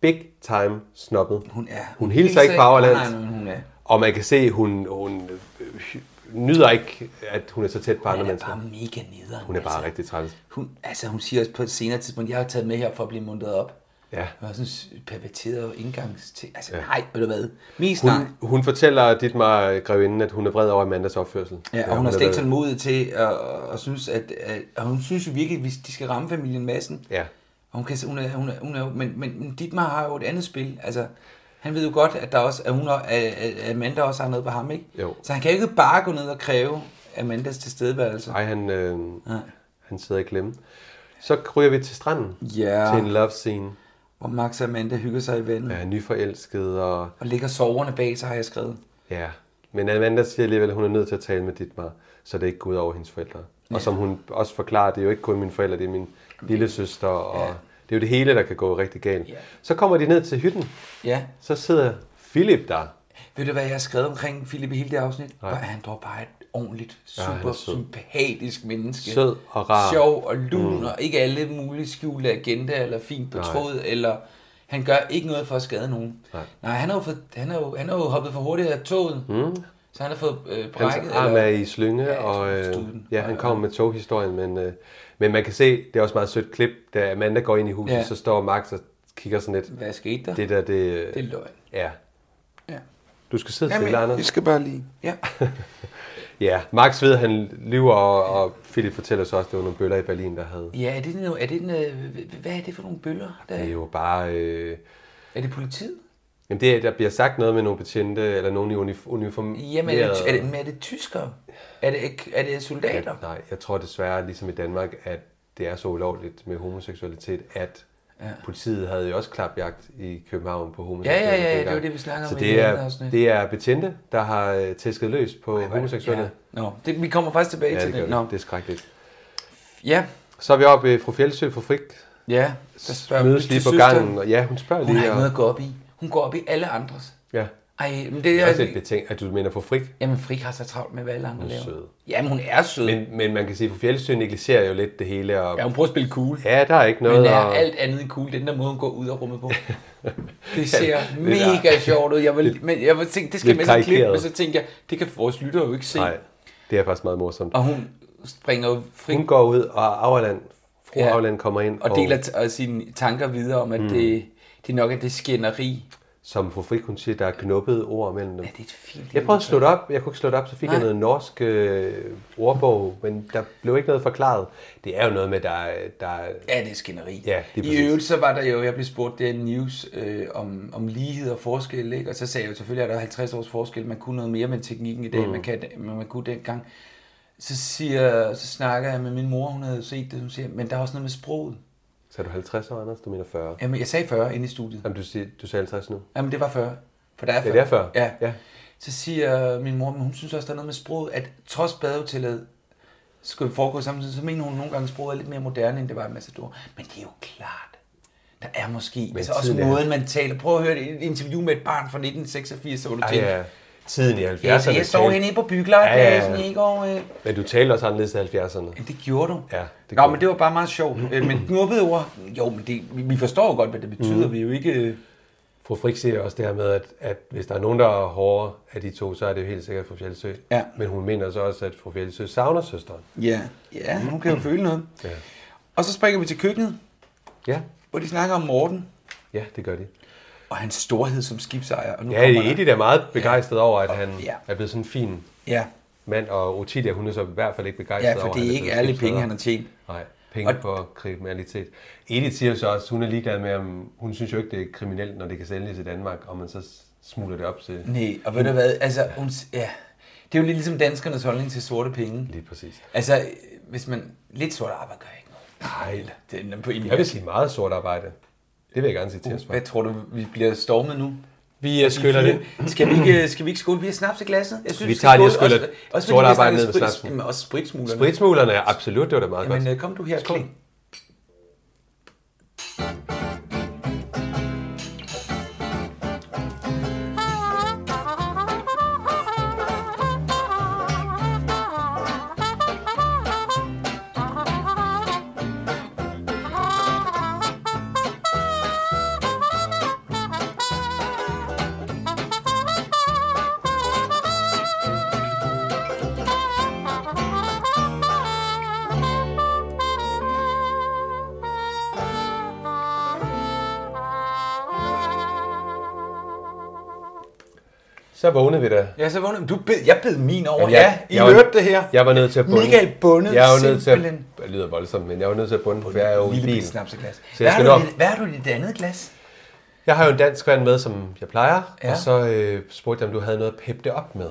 Speaker 1: big time snobbet.
Speaker 2: Hun er.
Speaker 1: Hun hilser ikke på
Speaker 2: Nej,
Speaker 1: Auerland.
Speaker 2: nej, men hun er.
Speaker 1: Og man kan se, hun, hun øh, nyder ikke, at hun er så tæt på andre
Speaker 2: Hun er bare
Speaker 1: mennesker.
Speaker 2: mega nederen.
Speaker 1: Hun er bare
Speaker 2: altså.
Speaker 1: rigtig træls.
Speaker 2: Hun, altså, hun siger også på et senere tidspunkt, jeg har taget med her for at blive mundret op.
Speaker 1: Ja.
Speaker 2: Hun var sådan en perverteret indgangs til... Altså, ja. nej, ved du hvad? Mest nej.
Speaker 1: Hun, hun fortæller dit mig, grevinden, at hun er vred over Amandas opførsel.
Speaker 2: Ja, og hun har slet
Speaker 1: været-
Speaker 2: ikke sådan mod til at, at synes, at, at, at hun synes jo virkelig, at de skal ramme familien massen.
Speaker 1: Ja.
Speaker 2: Og hun kan, hun er, hun er, hun er, jo- men, men men Dietmar har jo et andet spil. Altså, han ved jo godt, at, der også, at, hun og, at at Amanda også har noget på ham, ikke?
Speaker 1: Jo.
Speaker 2: Så han kan jo ikke bare gå ned og kræve Amandas tilstedeværelse.
Speaker 1: Ej, han, øh, han sidder i klemme. Så ryger vi til stranden.
Speaker 2: Ja.
Speaker 1: Til en love scene.
Speaker 2: Hvor Max og Amanda hygger sig i vandet. Ja.
Speaker 1: Ja, nyforelsket og...
Speaker 2: Og ligger soverne bag sig, har jeg skrevet.
Speaker 1: Ja. Men Amanda siger alligevel, at hun er nødt til at tale med Dietmar, så det ikke går ud over hendes forældre. Ja. Og som hun også forklarer, det er jo ikke kun mine forældre, det er min lille søster, og ja. det er jo det hele, der kan gå rigtig galt.
Speaker 2: Ja.
Speaker 1: Så kommer de ned til hytten,
Speaker 2: Ja.
Speaker 1: så sidder Philip der.
Speaker 2: Ved du, hvad jeg har skrevet omkring Philip i hele det afsnit?
Speaker 1: Nej.
Speaker 2: Nej. Han dog bare et ordentligt,
Speaker 1: han er
Speaker 2: super ja,
Speaker 1: sød.
Speaker 2: sympatisk menneske.
Speaker 1: Sød og rar.
Speaker 2: Sjov og lun, mm. og ikke alle mulige skjulte agenda, eller fint på
Speaker 1: Nej.
Speaker 2: tråd, eller... Han gør ikke noget for at skade nogen. Nej, Nej han, har jo fået, han, har jo, han har jo hoppet for hurtigt af toget, mm. så han har fået øh,
Speaker 1: Hans
Speaker 2: brækket.
Speaker 1: arm er
Speaker 2: eller,
Speaker 1: i slynge,
Speaker 2: Ja, jeg
Speaker 1: ja,
Speaker 2: tror,
Speaker 1: og
Speaker 2: han
Speaker 1: øh,
Speaker 2: stod den.
Speaker 1: ja, han kommer med toghistorien, men, øh, men man kan se, det er også et meget sødt klip, da Amanda går ind i huset,
Speaker 2: Ja.
Speaker 1: ja. så står Max og kigger sådan lidt.
Speaker 2: hvad skete der? Det,
Speaker 1: Det der, det... øh,
Speaker 2: det er løgn.
Speaker 1: Ja.
Speaker 2: Ja.
Speaker 1: Du skal sidde stille, Anders.
Speaker 2: skal bare lige... Ja.
Speaker 1: Ja, Max ved, at han lyver, og, og Philip fortæller så også, at det var nogle bøller i Berlin, der havde.
Speaker 2: ja, er det, no, er det en, øh, hvad er det for nogle bøller? Der?
Speaker 1: Det er jo bare... Øh,
Speaker 2: Er det politiet?
Speaker 1: jamen det, er- der bliver sagt noget med nogle betjente, eller nogen i unif- uniform.
Speaker 2: Jamen, er det, er det, men er det tyskere? Er det, er det soldater?
Speaker 1: Nej, jeg tror desværre, ligesom i Danmark, at det er så ulovligt med homoseksualitet, at ja. politiet havde jo også klapjagt i København på homoseksuelle.
Speaker 2: Ja, ja, ja, ja,
Speaker 1: dengang.
Speaker 2: det var det, vi snakkede om
Speaker 1: så
Speaker 2: i
Speaker 1: det
Speaker 2: det
Speaker 1: er,
Speaker 2: andet afsnit.
Speaker 1: det er betjente, der har øh, tæsket løs på homoseksuelle. Ja,
Speaker 2: Nå, det, vi kommer faktisk tilbage
Speaker 1: ja
Speaker 2: til
Speaker 1: det,
Speaker 2: det.
Speaker 1: gør det.
Speaker 2: Nå.
Speaker 1: det er skrækkeligt.
Speaker 2: Ja,
Speaker 1: Så er vi oppe ved fru Fjeldsø fra Frik.
Speaker 2: ja. Så spørger hun
Speaker 1: Mødes
Speaker 2: til
Speaker 1: lige på
Speaker 2: søsteren.
Speaker 1: gangen. Og, ja, hun spørger
Speaker 2: Hun har
Speaker 1: lige.
Speaker 2: ikke
Speaker 1: og-
Speaker 2: noget at gå op i. Hun går op i alle andres.
Speaker 1: Ja.
Speaker 2: Ej, men det
Speaker 1: Det er også lidt
Speaker 2: er... altså-
Speaker 1: betænkt, at du mener for frit.
Speaker 2: Jamen, Frik har så travlt med, hvad alle andre
Speaker 1: Hun er
Speaker 2: laver.
Speaker 1: sød.
Speaker 2: Jamen, hun er sød. Men,
Speaker 1: Men, men man kan sige, at fru Fjeldsø negligerer jo lidt det hele. Og,
Speaker 2: ja, hun prøver at spille cool.
Speaker 1: ja, der er ikke noget.
Speaker 2: Men er
Speaker 1: og,
Speaker 2: alt andet end cool, den der måde, hun går ud af rummet på. Det ser
Speaker 1: det er-
Speaker 2: mega sjovt ud. Jeg vil, men jeg vil tænke, det skal
Speaker 1: lidt
Speaker 2: med til klip,
Speaker 1: karikeret.
Speaker 2: men så tænkte jeg, det kan vores lyttere jo ikke se.
Speaker 1: Nej, det er faktisk meget morsomt.
Speaker 2: Og hun springer jo fri
Speaker 1: Hun går ud, og Auerland, fru
Speaker 2: Ja.
Speaker 1: ja. Auerland kommer ind,
Speaker 2: og deler t- og sine tanker videre om, at mm. det, det nok er det skænderi.
Speaker 1: som fru Frik, hun siger, der er knuppede ord mellem dem.
Speaker 2: Ja, det er et fint
Speaker 1: Jeg
Speaker 2: lille
Speaker 1: prøvede at slå det op. Jeg kunne ikke slå det op, så fik Nej. jeg
Speaker 2: Nej.
Speaker 1: noget norsk øh, ordbog, men der blev ikke noget forklaret. Det er jo noget med, der, er- der er-
Speaker 2: Ja, det er skænderi.
Speaker 1: Ja, det er
Speaker 2: I
Speaker 1: præcis.
Speaker 2: øvrigt så var der jo, jeg blev spurgt, det er news øh, om, om lighed og forskel, ikke? og så sagde jeg jo, selvfølgelig er der 50 års forskel, man kunne noget mere med teknikken i dag, mm. man, kan, man, man kunne dengang. Så, siger, så snakker jeg med min mor, hun havde set det, hun siger, men der er også noget med sproget.
Speaker 1: Så er du 50 år, Anders? Du mener 40. Ja.
Speaker 2: Jamen, jeg sagde 40 inde i studiet.
Speaker 1: Jamen, du, siger, du sagde 50 nu.
Speaker 2: Jamen, det var 40. For der er 40.
Speaker 1: det er 40.
Speaker 2: Ja. ja.
Speaker 1: Ja.
Speaker 2: Så siger min mor, men hun synes også, der er noget med sproget, at trods badehotellet skulle foregå samtidig, så mener hun nogle gange, at sproget er lidt mere moderne, end det var i Massador. Men det er jo klart. Der er måske, men altså også
Speaker 1: tiden er-
Speaker 2: måden, man taler. Prøv at høre et interview med et barn fra 1986, hvor du
Speaker 1: Ej,
Speaker 2: tænker, ja,
Speaker 1: ja. Tiden i 70'erne.
Speaker 2: ja, så jeg står
Speaker 1: talte-
Speaker 2: henne på byggelejpladsen ja, ja. i går. Øh,
Speaker 1: Men du talte også anderledes i 70'erne.
Speaker 2: men det gjorde du.
Speaker 1: Ja,
Speaker 2: det
Speaker 1: det
Speaker 2: Nå,
Speaker 1: gjorde Mm.
Speaker 2: men det var bare meget sjovt. Øh, men knuppede ord, jo, men det, vi- vi forstår jo godt, hvad det betyder. Mm. Vi er jo ikke... øh,
Speaker 1: Fru Frik siger også det her med, at, at hvis der er nogen, der er hårdere af de to, så er det jo helt sikkert fru Fjeldsø.
Speaker 2: Ja.
Speaker 1: Men hun mener så også, at fru Fjeldsø savner søsteren.
Speaker 2: Ja, ja hun kan jo føle noget. Ja. Og så springer vi til køkkenet,
Speaker 1: Ja,
Speaker 2: hvor de snakker om Morten
Speaker 1: ja det gør de. Og
Speaker 2: og hans storhed som skibsejer. Og nu kommer
Speaker 1: ja,
Speaker 2: der-
Speaker 1: Edith er meget begejstret over, at han
Speaker 2: ja.
Speaker 1: er blevet sådan en fin
Speaker 2: Ja,
Speaker 1: mand, og Otilia, hun er så i hvert fald ikke begejstret
Speaker 2: ja
Speaker 1: over,
Speaker 2: for
Speaker 1: at
Speaker 2: det er ikke
Speaker 1: blevet
Speaker 2: alle
Speaker 1: skibsreder.
Speaker 2: penge, han har tjent.
Speaker 1: Nej, penge
Speaker 2: Og-
Speaker 1: og... på kriminalitet. Edith siger så også, hun er ligeglad med, om hun synes jo ikke, det er kriminelt, når det kan sælges i Danmark, og man så smuler det op til...
Speaker 2: Nej, og ved du hvad, altså, hun, s- ja. det er jo lidt ligesom danskernes holdning til sorte penge.
Speaker 1: Lige præcis.
Speaker 2: Altså, øh, hvis man lidt sort arbejde, gør ikke noget. Nej, det er på Uh. en
Speaker 1: Jeg vil sige meget sort arbejde. Det vil jeg gerne sige til os.
Speaker 2: Hvad tror du, vi bliver stormet nu?
Speaker 1: Vi øh, skyller det.
Speaker 2: Skal vi ikke, øh, skal vi ikke skåle? Vi har snaps i glasset. Jeg synes,
Speaker 1: Vi tager lige og
Speaker 2: skåle,
Speaker 1: skyller
Speaker 2: også- også fordi
Speaker 1: sort
Speaker 2: vi har
Speaker 1: arbejde ned
Speaker 2: snakket
Speaker 1: med
Speaker 2: sprit-
Speaker 1: snapsen.
Speaker 2: Jamen, Også spritsmuglerne.
Speaker 1: Spritsmuglerne, ja, absolut, det var da meget
Speaker 2: Jamen,
Speaker 1: godt.
Speaker 2: øh, kom du her,
Speaker 1: Skål.
Speaker 2: Kling.
Speaker 7: Thank
Speaker 1: Så vågnede vi da.
Speaker 2: Ja, så vågnede du bed, Jeg bed min over.
Speaker 1: Jamen,
Speaker 2: Ja,
Speaker 1: jeg-
Speaker 2: I
Speaker 1: jeg var-
Speaker 2: hørte det her.
Speaker 1: Jeg var nødt til at bunde.
Speaker 2: Michael bundet
Speaker 1: jeg var nødt til at,
Speaker 2: simpelthen.
Speaker 1: det lyder voldsomt, men jeg var nødt til at bunde, for jeg er jo i
Speaker 2: Lille bitte
Speaker 1: bilen.
Speaker 2: snapseglas.
Speaker 1: Så
Speaker 2: Hvad
Speaker 1: jeg
Speaker 2: har,
Speaker 1: skal
Speaker 2: du,
Speaker 1: nok.
Speaker 2: i dit- hvad har du i dit andet glas?
Speaker 1: Jeg har jo en dansk vand med, som jeg plejer,
Speaker 2: Ja.
Speaker 1: ja. og så øh, spurgte jeg, om du havde noget at peppe det op med.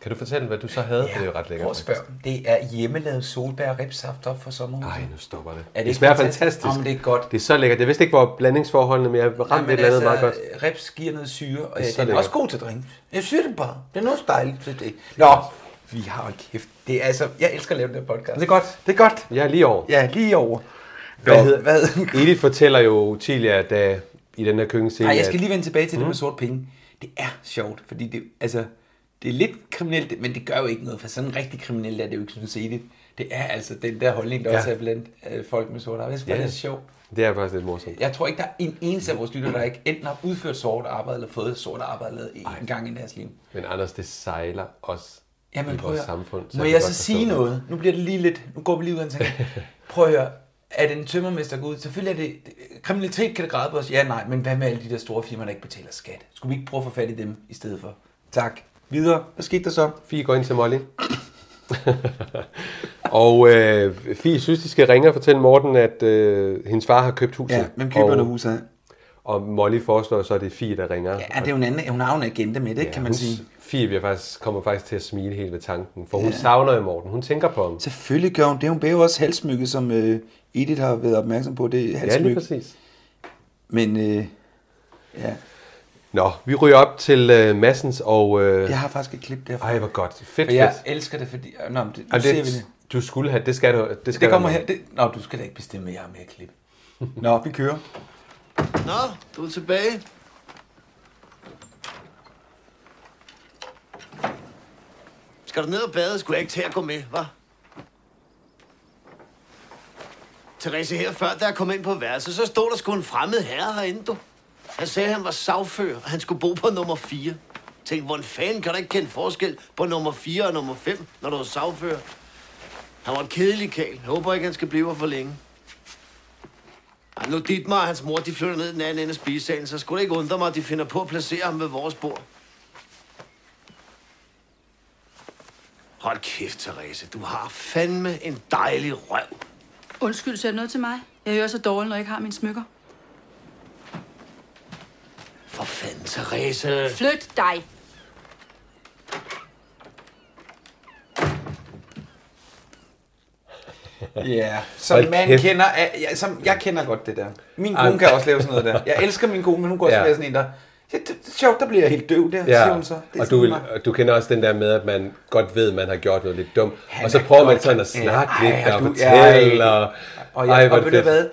Speaker 1: Kan du fortælle, hvad du så havde? Ja. For det er jo ret lækkert.
Speaker 2: Prøv at spørge. Det er hjemmelavet solbær og ribsaft op for sommerhuset.
Speaker 1: Nej, nu stopper det.
Speaker 2: ikke
Speaker 1: det, smager
Speaker 2: fantastisk?
Speaker 1: fantastisk.
Speaker 2: Jamen, det er godt. altså-
Speaker 1: Det er så lækkert. Jeg vidste ikke, hvor blandingsforholdene, men jeg ramte
Speaker 2: men
Speaker 1: et eller andet meget godt.
Speaker 2: Rips giver noget syre, og
Speaker 1: er
Speaker 2: ja,
Speaker 1: så
Speaker 2: den er
Speaker 1: lækkert.
Speaker 2: også god til drink. Jeg synes det bare. Det er noget dejligt til det. Nå, vi har jo kæft. Det er altså, jeg elsker at lave den her podcast.
Speaker 1: Det er godt.
Speaker 2: Det er godt.
Speaker 1: Jeg er lige over.
Speaker 2: Ja, lige over.
Speaker 1: Hvad hedder-
Speaker 2: Hvad?
Speaker 1: Edith fortæller jo Tilia, da i den her køkkenscene,
Speaker 2: Nej, jeg skal
Speaker 1: at-
Speaker 2: lige vende tilbage til det med sort penge. Det er sjovt, fordi det, altså, det er lidt kriminelt, men det gør jo ikke noget, for sådan en rigtig kriminel er det jo ikke, synes Edith. Det er altså den der holdning, der ja.
Speaker 1: Ja.
Speaker 2: også er blandt øh, folk med sort arbejde. Jeg synes, bare,
Speaker 1: Ja.
Speaker 2: det er sjovt.
Speaker 1: Det er faktisk lidt morsomt.
Speaker 2: Jeg tror ikke, der er en eneste af vores lytter, der ikke enten har udført sort arbejde, eller fået sort arbejde lavet en gang i deres liv.
Speaker 1: Men Anders, det sejler også
Speaker 2: Jamen,
Speaker 1: i
Speaker 2: prøv
Speaker 1: vores
Speaker 2: at høre.
Speaker 1: samfund.
Speaker 2: Må
Speaker 1: kan
Speaker 2: jeg
Speaker 1: godt
Speaker 2: så
Speaker 1: forstå
Speaker 2: sige
Speaker 1: det.
Speaker 2: noget? Nu bliver det lige lidt... Nu går vi lige ud af en tangent. Prøv at høre. Er det en tømmermester går ud? Selvfølgelig er det... det- Kriminalitet kan det græde på os. Ja, nej. Men hvad med alle de der store firmaer, der ikke betaler skat? Skulle vi ikke prøve at få fat i dem i stedet for? Tak. Videre. Hvad skete der så?
Speaker 1: Fie går ind til Molly. og øh, Fie synes, de skal ringe og fortælle Morten, at øh, hendes far har købt huset.
Speaker 2: Ja, hvem køber
Speaker 1: og,
Speaker 2: noget hus af?
Speaker 1: Og Molly foreslår så, at det er Fie, der ringer.
Speaker 2: Ja, det er jo en anden... Hun har jo en agenda med det, ja, kan man
Speaker 1: hun,
Speaker 2: sige.
Speaker 1: Fie bliver faktisk, kommer faktisk til at smile helt ved tanken, for hun savner jo Morten. Hun tænker på ham.
Speaker 2: Selvfølgelig gør hun det. Hun bærer jo også halsmykket, som øh, Edith har været opmærksom på. Det er
Speaker 1: Ja, lige
Speaker 2: halsmykket.
Speaker 1: præcis.
Speaker 2: men øh, ja,
Speaker 1: Nå, vi ryger op til øh, Massens, og... Øh,
Speaker 2: jeg har faktisk et klip derfra.
Speaker 1: Ej, hvor godt. Fedt,
Speaker 2: For jeg
Speaker 1: fedt.
Speaker 2: elsker det, fordi... Nå, men det, nu
Speaker 1: Jamen,
Speaker 2: ser vi
Speaker 1: det,
Speaker 2: det.
Speaker 1: Du skulle have, det skal du. Det, skal
Speaker 2: Det kommer
Speaker 1: du.
Speaker 2: her. Det... Nå, du skal da ikke bestemme, at jeg har mere klip. Nå, vi kører.
Speaker 6: Nå, du er tilbage. Skal du ned og bade, skulle jeg ikke til at gå med, hva'? Therese, her før, da jeg kom ind på værelset, så stod der sgu en fremmed herre herinde, du. Han sagde, at han var sagfører, og han skulle bo på nummer 4. Tænk, hvordan fanden kan der ikke kende forskel på nummer 4 og nummer 5, når du er sagfører? Han var en kedelig kæl. Jeg håber ikke, han skal blive her for længe. Ej, nu Dietmar og hans mor, de flytter ned i den anden ende af spisesalen, så skulle det ikke undre mig, at de finder på at placere ham ved vores bord. Hold kæft, Therese. Du har fandme en dejlig røv.
Speaker 5: Undskyld, så er det noget til mig? Jeg hører så dårligt, når jeg ikke har mine smykker.
Speaker 6: For fanden, Therese.
Speaker 5: Flyt dig!
Speaker 2: Ja, som
Speaker 1: Hold
Speaker 2: man
Speaker 1: kæft.
Speaker 2: kender... Er, ja, som, jeg kender godt det der. Min kone
Speaker 1: Ej.
Speaker 2: kan også lave sådan noget der. Jeg elsker min kone, men hun går også
Speaker 1: Ja.
Speaker 2: ja. sådan en der... Ja, det, det er sjovt, der bliver jeg helt døv der, ja. siger
Speaker 1: Ja,
Speaker 2: hun så. Det er
Speaker 1: og du,
Speaker 2: sådan
Speaker 1: vil,
Speaker 2: meget-
Speaker 1: og du kender også den der med, at man godt ved, at man har gjort noget lidt dumt.
Speaker 2: Han
Speaker 1: og så
Speaker 2: er
Speaker 1: prøver man
Speaker 2: godt-
Speaker 1: sådan at
Speaker 2: Ja,
Speaker 1: snakke
Speaker 2: ej,
Speaker 1: lidt og
Speaker 2: du-
Speaker 1: fortælle.
Speaker 2: ej.
Speaker 1: Og,
Speaker 2: Og, jeg, Ej,
Speaker 1: hvor
Speaker 2: og
Speaker 1: er
Speaker 2: ved
Speaker 1: det
Speaker 2: du
Speaker 1: fedt.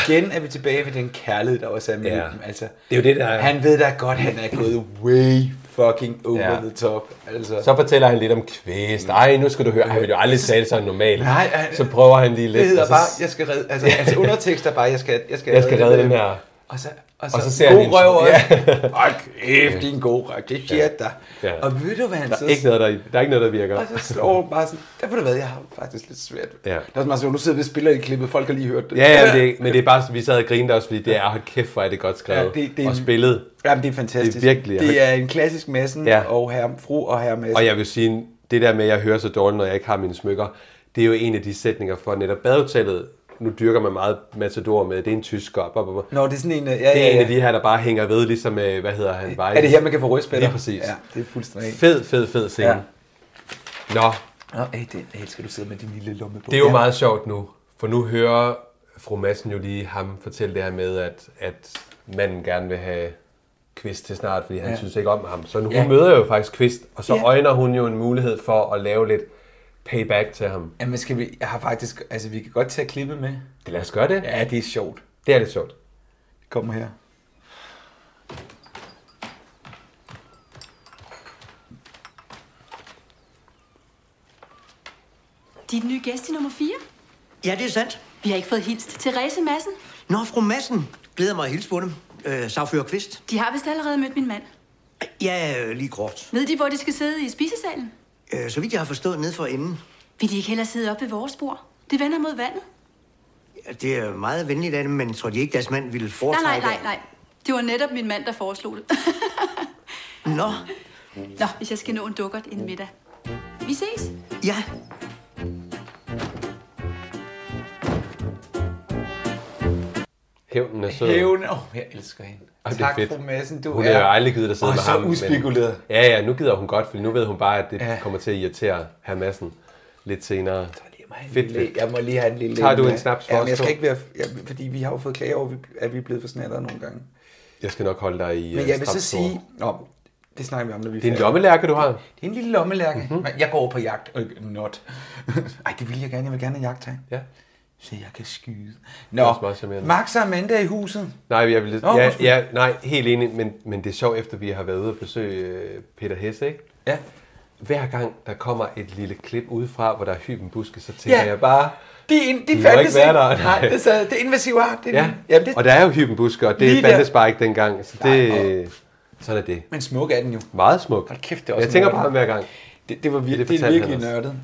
Speaker 2: hvad? Igen er vi tilbage ved den kærlighed, der også er med
Speaker 1: Ja.
Speaker 2: ja. dem. Altså,
Speaker 1: Det er jo det, der er-
Speaker 2: Han ved da godt, han er gået way fucking over
Speaker 1: Ja.
Speaker 2: ja. the top. Altså.
Speaker 1: Så fortæller han lidt om kvæst. Nej, nu skal du høre, han vil jo aldrig sige det sådan normalt.
Speaker 2: Nej, han-
Speaker 1: så prøver han lige lidt.
Speaker 2: det hedder
Speaker 1: og så,
Speaker 2: bare, jeg skal redde, altså, altså undertekster bare, jeg skal, jeg skal,
Speaker 1: jeg skal redde
Speaker 2: dem.
Speaker 1: den her.
Speaker 2: Og så, og så,
Speaker 1: Og så ser han
Speaker 2: god
Speaker 1: en-
Speaker 2: røv også.
Speaker 1: Ja.
Speaker 2: Ej, kæft, det er en god røv. Det siger jeg dig.
Speaker 1: Ja.
Speaker 2: Og ved du, hvad han
Speaker 1: Der er, ikke noget, der, der er ikke noget, der virker.
Speaker 2: og så slår hun bare sådan, der ved du hvad, jeg har det faktisk lidt svært.
Speaker 1: Ja.
Speaker 2: Der er sådan meget sådan, nu sidder vi og spiller i klippet, folk har lige hørt det.
Speaker 1: Ja, ja men, det, men det er bare, vi sad og grinede også, fordi det er, hold kæft, hvor er det godt skrevet.
Speaker 2: Ja, det- det er-
Speaker 1: og spillet.
Speaker 2: Jamen, det er fantastisk.
Speaker 1: Det er virkelig-
Speaker 2: Det er en klassisk massen
Speaker 1: Ja.
Speaker 2: ja. og herre, fru og herre massen.
Speaker 1: Og jeg vil sige, det der med, at jeg hører så dårligt, når jeg ikke har mine smykker, det er jo en af de sætninger for netop badehotellet. Nu dyrker man meget matador med, det er en tysker. Bop, bop, bop.
Speaker 2: Nå, det er sådan en... øh, Ja,
Speaker 1: Det
Speaker 2: ja,
Speaker 1: er en
Speaker 2: ja.
Speaker 1: af de her, der bare hænger ved, ligesom, øh, hvad hedder han? Vejle.
Speaker 2: Er det her, man kan få rødspætter?
Speaker 1: Lige præcis.
Speaker 2: Ja, det er fuldstændig.
Speaker 1: Fed, fed, fed scene.
Speaker 2: Ja.
Speaker 1: Ja. Nå,
Speaker 2: Nå, ey, det ey, skal du sidde med din lille lomme på.
Speaker 1: det er jo
Speaker 2: Ja.
Speaker 1: meget sjovt nu, for nu hører fru Madsen jo lige ham fortælle det her med, at, at manden gerne vil have Kvist til snart, fordi han
Speaker 2: Ja.
Speaker 1: ja. synes ikke om ham. Så hun
Speaker 2: Ja.
Speaker 1: ja. møder jo faktisk Kvist, og så
Speaker 2: Ja.
Speaker 1: ja. øjner hun jo en mulighed for at lave lidt payback til ham.
Speaker 2: Jamen, skal vi... Jeg har faktisk... Altså, vi kan godt tage klippet med.
Speaker 1: Det lad os gøre det.
Speaker 2: Ja, det er sjovt.
Speaker 1: Det er lidt sjovt.
Speaker 2: Det kommer her.
Speaker 5: De er den nye gæst i nummer 4.
Speaker 7: Ja, det er sandt.
Speaker 5: Vi har ikke fået hilst til Therese Madsen.
Speaker 7: Nå, fru Madsen. Glæder mig at hilse på dem. Øh, Sagfører Kvist.
Speaker 5: De har vist allerede mødt min mand.
Speaker 7: Ja, øh, lige kort.
Speaker 5: Ved de, hvor de skal sidde i spisesalen?
Speaker 7: Øh, så vidt jeg har forstået ned for enden.
Speaker 5: Vil de ikke hellere sidde op ved vores bord? Det vender mod vandet.
Speaker 7: Ja, det er meget venligt af dem, men tror de ikke, deres mand ville
Speaker 5: Nej,
Speaker 7: foretrække...
Speaker 5: nej, nej, nej. Det var netop min mand, der foreslog det.
Speaker 7: Nå,
Speaker 5: Nå, hvis jeg skal nå en dukkert inden middag. Vi ses.
Speaker 7: Ja.
Speaker 1: Hævnen er sød.
Speaker 2: Hævne, åh, jeg elsker hende.
Speaker 1: Ej, det er
Speaker 2: tak,
Speaker 1: fedt.
Speaker 2: fru Madsen, du
Speaker 1: Hun
Speaker 2: er...
Speaker 1: havde jo aldrig givet at sidde
Speaker 2: og
Speaker 1: med
Speaker 2: så
Speaker 1: ham. men-
Speaker 2: udspekuleret.
Speaker 1: Ja, ja, nu gider hun godt, for nu ved hun bare, at det
Speaker 2: Ja.
Speaker 1: kommer til at irritere herr Madsen lidt senere.
Speaker 2: Jeg må have en
Speaker 1: Fedt,
Speaker 2: lille-
Speaker 1: fedt.
Speaker 2: Jeg må lige have en lille...
Speaker 1: Tager du en snaps for
Speaker 2: ja,
Speaker 1: os
Speaker 2: men jeg skal
Speaker 1: to?
Speaker 2: ikke være... Jeg, fordi vi har jo fået klager over, at vi- at vi er blevet for snatteret nogle gange.
Speaker 1: Jeg skal nok holde dig i
Speaker 2: Men
Speaker 1: øh,
Speaker 2: jeg vil så
Speaker 1: stramt spor.
Speaker 2: sige... Nå, det snakker vi om, når vi
Speaker 1: Det er en
Speaker 2: færdige.
Speaker 1: lommelærke, du har. Mhm.
Speaker 2: Det er en lille lommelærke. Mm-hmm. Jeg går over på jagt. Øh, not. Ej, det vil jeg gerne. Jeg vil gerne have jagt,
Speaker 1: Ja.
Speaker 2: Så jeg kan skyde.
Speaker 1: også
Speaker 2: Nå,
Speaker 1: meget charmerende.
Speaker 2: Max og Amanda er i huset.
Speaker 1: Nej, jeg vil,
Speaker 2: Nå,
Speaker 1: ja,
Speaker 2: undskyld.
Speaker 1: ja, nej, helt enig, men, men det er sjovt, efter vi har været ude og besøge øh, Peter Hesse, ikke?
Speaker 2: Ja.
Speaker 1: Hver gang der kommer et lille klip udefra, hvor der er hyben buske, så tænker
Speaker 2: Ja.
Speaker 1: jeg bare,
Speaker 2: De, er ind- de,
Speaker 1: må
Speaker 2: de fandtes
Speaker 1: ikke være der.
Speaker 2: Nej, det, er, så- det er invasiv art. Det er
Speaker 1: ja,
Speaker 2: ja. Jamen, det,
Speaker 1: og der er jo hyben buske, og
Speaker 2: Lige
Speaker 1: det
Speaker 2: der.
Speaker 1: fandtes bare ikke dengang, så det, øh, sådan er det.
Speaker 2: men smuk er den jo.
Speaker 1: Meget smuk.
Speaker 2: Hold kæft, det er også
Speaker 1: Jeg tænker
Speaker 2: nørdet.
Speaker 1: bare hver gang.
Speaker 2: Det, det var vir-
Speaker 1: Det
Speaker 2: det, det er
Speaker 1: fortalte
Speaker 2: virkelig
Speaker 1: han også.
Speaker 2: nørdet.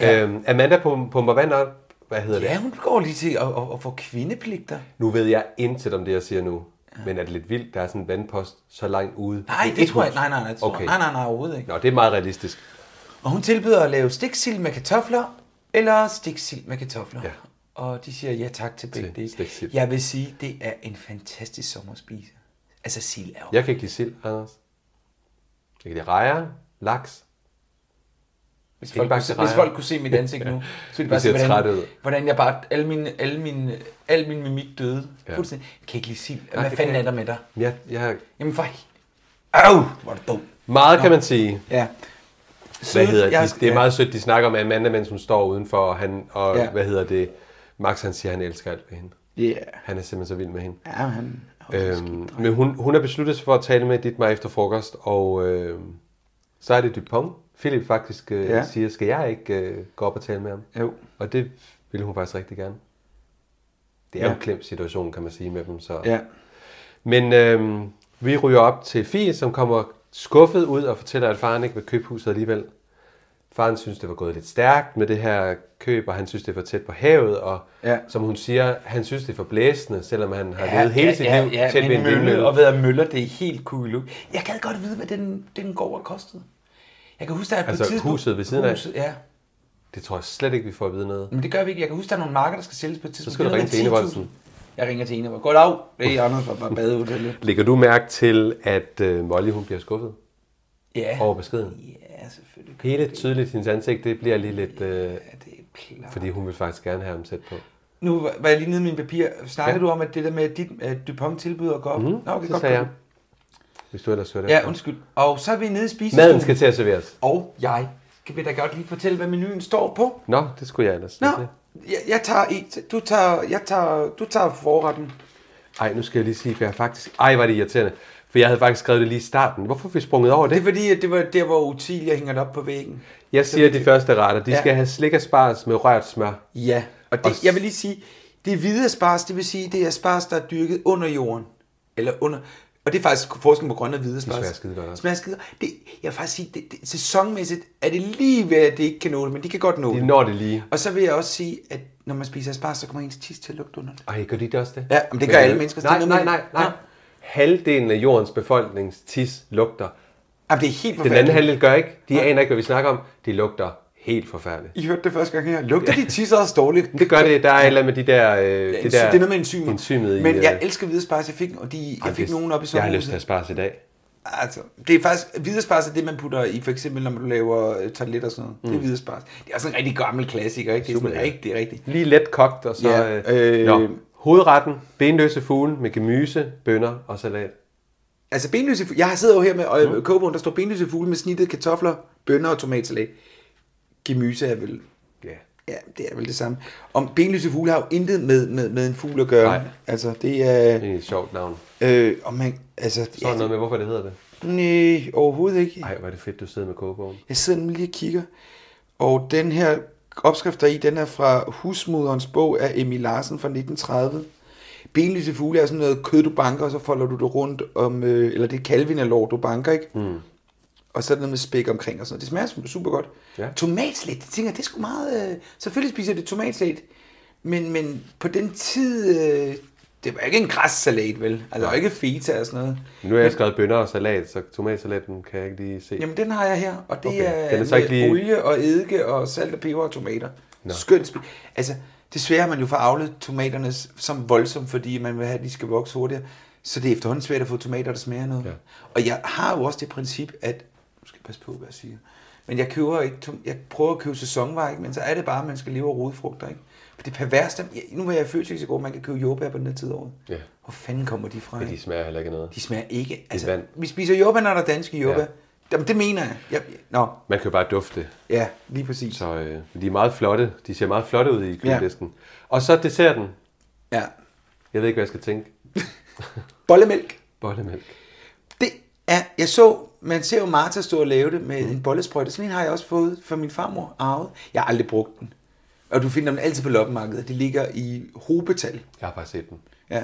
Speaker 1: Ja. Øhm, Amanda pum- pumper vand op. Hvad hedder det?
Speaker 2: Ja, hun går lige til at, at, at få kvindepligter.
Speaker 1: Nu ved jeg intet om det, jeg siger nu. Men er det lidt vildt, der er sådan en vandpost så langt ude?
Speaker 2: Nej,
Speaker 1: I
Speaker 2: det
Speaker 1: et
Speaker 2: tror jeg
Speaker 1: hus?
Speaker 2: Nej, nej, nej, det tror
Speaker 1: Okay.
Speaker 2: okay. nej, nej, nej, overhovedet ikke.
Speaker 1: Nå, det er meget realistisk.
Speaker 2: Og hun tilbyder at lave stiksil med kartofler, eller stiksil med kartofler.
Speaker 1: Ja.
Speaker 2: Og de siger ja tak til begge
Speaker 1: Til
Speaker 2: dele.
Speaker 1: stiksild.
Speaker 2: Jeg vil sige, det er en fantastisk sommerspise. Altså sild er jo.
Speaker 1: Jeg kan ikke lide sild, Anders. Jeg kan lide rejer, laks.
Speaker 2: Hvis,
Speaker 1: Ikke
Speaker 2: folk,
Speaker 1: bare
Speaker 2: kunne, se-
Speaker 1: til rejer.
Speaker 2: hvis folk kunne se mit ansigt nu, så ville de bare
Speaker 1: ser
Speaker 2: se,
Speaker 1: træt
Speaker 2: hvordan,
Speaker 1: ud.
Speaker 2: hvordan jeg bare, al min, al min, al min mimik døde.
Speaker 1: Ja.
Speaker 2: Ja. Fuldstændig. Jeg kan ikke lige sige,
Speaker 1: Nej,
Speaker 2: hvad
Speaker 1: det
Speaker 2: fanden
Speaker 1: kan
Speaker 2: er der med dig?
Speaker 1: Jeg, jeg,
Speaker 2: Jamen for... Au, hvor er du dum.
Speaker 1: meget kan man sige.
Speaker 2: Ja.
Speaker 1: Hvad
Speaker 2: Søde-
Speaker 1: hedder
Speaker 2: jeg-
Speaker 1: de? Det er
Speaker 2: ja.
Speaker 1: meget sødt, de snakker med Amanda, mens hun står udenfor. Og, han, og
Speaker 2: Ja.
Speaker 1: hvad hedder det? Max han siger, at han elsker alt ved hende.
Speaker 2: Ja.
Speaker 1: Han er simpelthen så vild med hende.
Speaker 2: Ja, han...
Speaker 1: Øhm, men hun, hun har besluttet sig for at tale med dit mig efter frokost, og øh, så er det Dupont. Philip faktisk øh, ja.
Speaker 2: Ja.
Speaker 1: siger, skal jeg ikke øh, gå op og tale med ham?
Speaker 2: Jo.
Speaker 1: Og det ville hun faktisk rigtig gerne. Det er ja.
Speaker 2: Ja.
Speaker 1: en klemt situation, kan man sige med dem. Så.
Speaker 2: Ja.
Speaker 1: Men øh, vi ryger op til Fie, som kommer skuffet ud og fortæller, at faren ikke vil købe huset alligevel. Faren synes, det var gået lidt stærkt med det her køb, og han synes, det er for tæt på havet, og ja.
Speaker 2: Ja.
Speaker 1: som hun siger, han synes, det er for blæsende, selvom han har levet hele sit liv
Speaker 2: ja,
Speaker 1: tæt
Speaker 2: men
Speaker 1: ved en
Speaker 2: mølle
Speaker 1: vindmølle.
Speaker 2: og ved at møller, det er helt cool. look. Jeg gad godt vide, hvad den, den gård kostede. Jeg kan huske, der er på
Speaker 1: Altså,
Speaker 2: et tidspunkt...
Speaker 1: huset ved siden af?
Speaker 2: Huset, ja.
Speaker 1: Det tror jeg slet ikke, vi får at vide noget.
Speaker 2: Men det gør vi ikke. Jeg kan huske, der er nogle marker, der skal sælges på et tidspunkt.
Speaker 1: skal du
Speaker 2: Det er
Speaker 1: ringe til
Speaker 2: noget med
Speaker 1: Enevoldsen.
Speaker 2: 10.000. Jeg ringer til Enevoldsen. Goddag. Det er Anders fra fra badehotellet.
Speaker 1: Lægger du mærke til, at øh, Molly hun bliver skuffet
Speaker 2: Ja.
Speaker 1: over beskeden?
Speaker 2: Ja, selvfølgelig.
Speaker 1: Hele tydeligt hendes ansigt, det bliver lige lidt... Øh,
Speaker 2: Ja, det er klart.
Speaker 1: fordi hun vil faktisk gerne have ham tæt på.
Speaker 2: Nu var- var jeg lige nede i mine papirer. Snakkede ja. du om, at det der med, at dit, at Dupont tilbyder at gå op? Mm, Nå, okay,
Speaker 1: det
Speaker 2: godt.
Speaker 1: Mhm. sagde
Speaker 2: godt.
Speaker 1: jeg. Hvis du ellers hører det.
Speaker 2: Ja, undskyld. Og så er vi nede i spisestuen.
Speaker 1: Maden skal til at serveres.
Speaker 2: Og jeg kan vi da godt lige fortælle, hvad menuen står på.
Speaker 1: Nå, det skulle jeg ellers.
Speaker 2: Nå,
Speaker 1: Nå.
Speaker 2: jeg, jeg tager et, du tager, jeg tager, du tager forretten.
Speaker 1: Ej, nu skal jeg lige sige, for jeg faktisk... Ej, var det irriterende. For jeg havde faktisk skrevet det lige i starten. Hvorfor er vi sprunget over
Speaker 2: Det er
Speaker 1: det?
Speaker 2: fordi, at det var der, hvor Utilia hænger det op på væggen.
Speaker 1: Jeg siger de første retter. De
Speaker 2: Ja.
Speaker 1: skal have slik og spars med rørt smør.
Speaker 2: Ja, og
Speaker 1: Og s-
Speaker 2: det, jeg vil lige sige, det er hvide spars, det vil sige, det er spars, der er dyrket under jorden. Eller under, og det er faktisk forskellen på grønne og hvide spars.
Speaker 1: smager skidegodt også.
Speaker 2: Smager skide det, Jeg vil faktisk sige, det, det, sæsonmæssigt er det lige ved, at det ikke kan nå det, men de kan godt nå
Speaker 1: De
Speaker 2: det.
Speaker 1: når det lige.
Speaker 2: Og så vil jeg også sige, at når man spiser spars, så kommer ens tis til at lugte under det.
Speaker 1: Ej, gør de det også det?
Speaker 2: Ja, men det gør alle mennesker. Det
Speaker 1: Nej,
Speaker 2: er
Speaker 1: nej,
Speaker 2: noget med
Speaker 1: nej,
Speaker 2: det.
Speaker 1: nej.
Speaker 2: Nå.
Speaker 1: Halvdelen af jordens befolknings tis lugter.
Speaker 2: Jamen, det er helt
Speaker 1: Den
Speaker 2: forfærdeligt.
Speaker 1: anden halvdel gør ikke. De aner ikke, hvad vi snakker om. De lugter helt forfærdeligt.
Speaker 2: I hørte det første gang her. Lugter de tisser også dårligt?
Speaker 1: Men det gør det. Der er et eller andet med de der... Øh,
Speaker 2: Ja,
Speaker 1: det,
Speaker 2: det,
Speaker 1: der
Speaker 2: det er noget med enzymer.
Speaker 1: enzymet i,
Speaker 2: Men
Speaker 1: øh,
Speaker 2: jeg elsker hvide spars, jeg fik, og de,
Speaker 1: Ej,
Speaker 2: jeg fik
Speaker 1: det-
Speaker 2: nogen op i
Speaker 1: Jeg har
Speaker 2: sommerhuset.
Speaker 1: lyst til at spare i dag.
Speaker 2: Altså, det er faktisk, hvide spars er det, man putter i, for eksempel, når du laver øh, toilet og sådan noget. Mm. Det er hvide spars. Det er også en rigtig gammel klassiker, ikke? Det er
Speaker 1: Super
Speaker 2: sådan
Speaker 1: lækker.
Speaker 2: rigtig, rigtig.
Speaker 1: Lige let kogt, og så...
Speaker 2: Ja,
Speaker 1: øh,
Speaker 2: øh,
Speaker 1: nå. Hovedretten, benløse fugle med gemyse, bønner og salat.
Speaker 2: Altså, benløse fugle. Jeg har siddet over her med øh, mm. kogebogen, der står benløse fugle med snittede kartofler, bønner og tomatsalat. Gemyse er vel...
Speaker 1: Ja.
Speaker 2: Ja, det er vel det samme. Om benløse fugle har jo intet med, med, med en fugl at gøre.
Speaker 1: Nej.
Speaker 2: Altså, det er...
Speaker 1: Det er et sjovt navn.
Speaker 2: Øh, og man, altså,
Speaker 1: Så er der noget med, hvorfor det hedder det.
Speaker 2: Nej, overhovedet ikke.
Speaker 1: Ej, hvor er det fedt, du sidder med kogebogen.
Speaker 2: Jeg sidder nemlig lige og kigger. Og den her opskrift, der er i, den er fra Husmoderens bog af Emil Larsen fra 1930. Benlyse fugle er sådan noget kød, du banker, og så folder du det rundt om... Øh, eller det er kalvinalår, du banker, ikke? Mm. Og så er der noget med spæk omkring og sådan noget. Det smager som- super godt.
Speaker 1: Ja.
Speaker 2: Tomatslet, det tænker jeg, det er sgu meget... Øh, selvfølgelig spiser jeg det tomatslet, men, men på den tid, øh, Det var ikke en græssalat, vel? Altså, der var ikke feta og sådan noget.
Speaker 1: Nu har jeg skrevet bønner og salat, så tomatsalaten kan jeg ikke lige se.
Speaker 2: Jamen, den har jeg her, og det
Speaker 1: Okay.
Speaker 2: okay. er,
Speaker 1: Den er så
Speaker 2: med
Speaker 1: ikke lige-
Speaker 2: olie og eddike og salt og peber og tomater. No. Skønt spi- Altså, desværre har man jo fået aflet tomaterne s- som voldsomt, fordi man vil have, at de skal vokse hurtigere. Så det er efterhånden svært at få tomater, der smager noget. Ja. Og jeg har jo også det princip, at... Nu skal jeg passe på, hvad jeg siger. Men jeg køber ikke... tom- Jeg prøver at købe sæsonvarer, ikke? men så er det bare, at man skal leve af rodfrugter, ikke? For det perverste... Jeg- Nu er jeg fysisk god, man kan købe jordbær på den her tid af året.
Speaker 1: Ja.
Speaker 2: Hvor fanden kommer de fra?
Speaker 1: Men
Speaker 2: ikke?
Speaker 1: de smager heller ikke af noget.
Speaker 2: De smager ikke. Altså,
Speaker 1: vand.
Speaker 2: Vi spiser jordbær, når der er danske jordbær.
Speaker 1: Ja.
Speaker 2: Ja. Jamen, det mener jeg. jeg. Nå,
Speaker 1: Man kan jo bare dufte. det.
Speaker 2: ja, lige præcis. Så.
Speaker 1: Så øh, de er meget flotte. De ser meget flotte ud i køledisken. Og så desserten.
Speaker 2: Ja.
Speaker 1: Jeg ved ikke, hvad jeg skal tænke.
Speaker 2: Bollemælk.
Speaker 1: Bollemælk.
Speaker 2: Det er, jeg så, man ser jo Martha stå og lave det med mm. en bollesprøjte. Sådan en har jeg også fået fra min farmor arvet. Jeg har aldrig brugt den. Og du finder dem altid på loppemarkedet. De ligger i hobetal.
Speaker 1: Jeg har bare set den.
Speaker 2: Ja.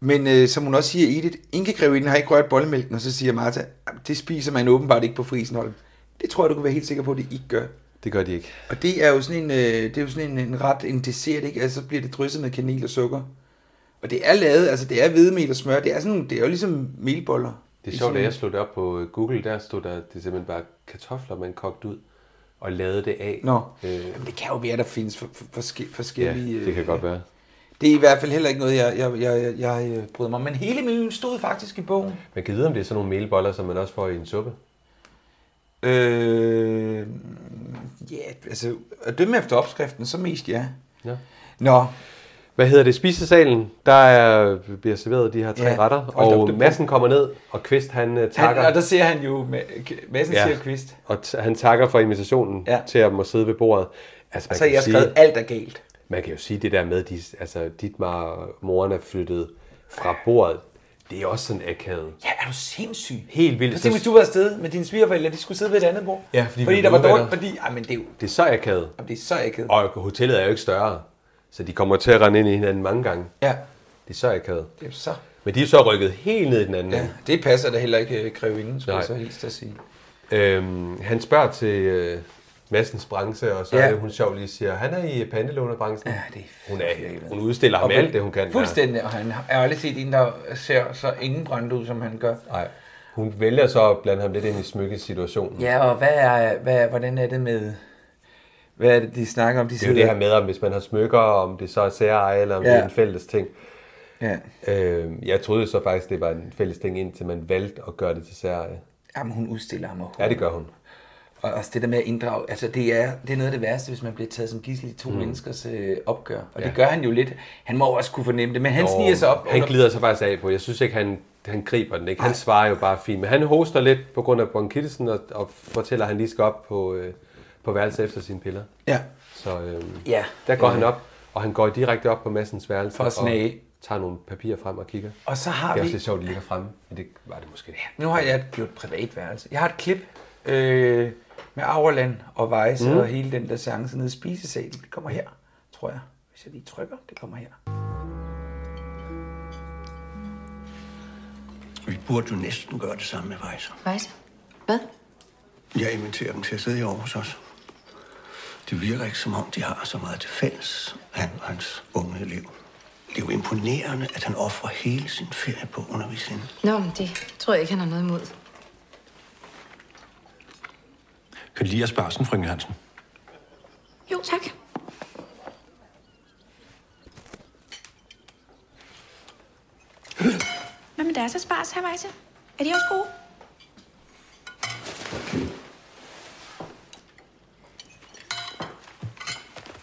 Speaker 2: Men øh, som hun også siger, Edith, Inkegrevinden har ikke rørt bollemælken, og så siger Martha, det spiser man åbenbart ikke på Frisenholm. Det tror jeg, du kan være helt sikker på, at det ikke gør.
Speaker 1: Det gør de ikke.
Speaker 2: Og det er jo sådan en, øh, det er jo sådan en, en ret, en dessert, ikke? Altså, så bliver det drysset med kanel og sukker. Og det er lavet, altså det er hvedemel og smør, det er, sådan, det er jo ligesom melboller.
Speaker 1: Det er
Speaker 2: I
Speaker 1: sjovt,
Speaker 2: sådan-
Speaker 1: at jeg slog det op på øh, Google. Der stod der, det er simpelthen bare kartofler, man kogt ud og lavede det af.
Speaker 2: Nå,
Speaker 1: Øh,
Speaker 2: Jamen, det kan jo være, der findes for, for, forske,
Speaker 1: ja,
Speaker 2: forskellige...
Speaker 1: det kan
Speaker 2: øh,
Speaker 1: godt være.
Speaker 2: Det er i hvert fald heller ikke noget, jeg, jeg, jeg, jeg, jeg øh, bryder mig om. Men hele menuen stod faktisk i bogen.
Speaker 1: Man kan vide, om det er sådan nogle melboller, som man også får i en suppe.
Speaker 2: Øh, ja, altså, at dømme efter opskriften, så mest ja.
Speaker 1: Ja.
Speaker 2: Nå,
Speaker 1: Hvad hedder det? Spisesalen, der er, bliver serveret de her tre
Speaker 2: Ja,
Speaker 1: retter,
Speaker 2: hold da op,
Speaker 1: og
Speaker 2: det-
Speaker 1: massen kommer ned, og Kvist han øh,
Speaker 2: han,
Speaker 1: takker,
Speaker 2: og der ser han jo, Ma- Madsen
Speaker 1: Ja.
Speaker 2: ja. siger kvist.
Speaker 1: og t- han takker for invitationen ja.
Speaker 2: Ja.
Speaker 1: til at må sidde ved bordet. Altså, man,
Speaker 2: Så
Speaker 1: kan
Speaker 2: har
Speaker 1: jo
Speaker 2: jeg
Speaker 1: sige,
Speaker 2: skrevet, alt er galt.
Speaker 1: man kan jo sige det der med, de, altså Dietmar og moren er flyttet fra bordet. Det er også sådan akavet.
Speaker 2: Ja, er du sindssyg?
Speaker 1: Helt vildt.
Speaker 2: Prøv at hvis du var afsted med dine svigerforældre, de skulle sidde ved et andet bord.
Speaker 1: Ja, fordi
Speaker 2: fordi
Speaker 1: vi
Speaker 2: der var
Speaker 1: blev
Speaker 2: dårligt,
Speaker 1: uvenner.
Speaker 2: fordi... Ej, men det er jo
Speaker 1: Det er så akavet.
Speaker 2: jamen, det er så akavet.
Speaker 1: Og hotellet er jo ikke større, så de kommer til at rende ind i hinanden mange gange.
Speaker 2: Ja,
Speaker 1: Det er så akavet.
Speaker 2: det er så...
Speaker 1: Men de er så rykket helt ned i den anden
Speaker 2: Ja,
Speaker 1: ende.
Speaker 2: det passer da heller ikke øh, grevinden, skulle
Speaker 1: øh, Nej.
Speaker 2: jeg så helst at sige.
Speaker 1: Øhm, han spørger til øh, Massens branche, og så ja.
Speaker 2: Ja.
Speaker 1: er det, hun sjov lige siger, han er i pandelånerbranchen. Ja,
Speaker 2: det er
Speaker 1: hun, er, hun udstiller ham alt det, hun kan.
Speaker 2: Fuldstændig, og han har aldrig set en, der ser så ingen brændt ud, som han gør.
Speaker 1: Nej. Hun vælger så at blande ham lidt ind i smykkesituationen. Ja.
Speaker 2: Ja, og hvad er, hvad, hvordan er det med... Hvad er det, de snakker om? De
Speaker 1: Det er jo det her med, om hvis man har smykker, om det så er særeje, eller om ja.
Speaker 2: Ja.
Speaker 1: det er en fælles ting.
Speaker 2: Ja.
Speaker 1: Øhm, jeg troede så faktisk, det var en fælles ting, indtil man valgte at gøre det til særeje.
Speaker 2: Jamen, hun udstiller ham og
Speaker 1: Ja, det gør hun.
Speaker 2: Og også det der med at inddrage, altså det er, det er noget af det værste, hvis man bliver taget som gidsel i to mm. menneskers øh, opgør. Og ja. det gør han jo lidt. Han må jo også kunne fornemme det, men han sniger sig op.
Speaker 1: Han glider sig faktisk af på. Jeg synes ikke, han, han griber den. Ikke? Han svarer jo bare fint. Men han hoster lidt på grund af bronkittisen og, og fortæller, at han lige skal op på, øh, på værelset efter sine piller.
Speaker 2: Ja.
Speaker 1: Så øh,
Speaker 2: Ja.
Speaker 1: der går han op, og han går direkte op på Massens værelse
Speaker 2: For at snage.
Speaker 1: og tager nogle papirer frem og kigger.
Speaker 2: Og så har
Speaker 1: Det er
Speaker 2: vi...
Speaker 1: også lidt sjovt, at de ligger fremme, men det var det måske.
Speaker 2: Nu har jeg gjort privat værelse. Jeg har et klip øh, med Auerland og Vejse mm. og hele den der seance nede i spisesalen. Det kommer her, tror jeg. Hvis jeg lige trykker, det kommer her.
Speaker 7: Vi burde jo næsten gøre det samme med Weiser.
Speaker 5: Vejse? Hvad?
Speaker 7: Jeg inviterer dem til at sidde herovre hos os. Det virker ikke, som om de har så meget til fælles, han og hans unge elev. Det er jo imponerende, at han offrer hele sin ferie på undervisningen.
Speaker 8: Nå, men det tror jeg ikke, han har noget imod.
Speaker 9: Kan du lide asparsen, frøken Hansen?
Speaker 5: Jo, tak. Hvad med deres spars her, Vejse? Er de også gode?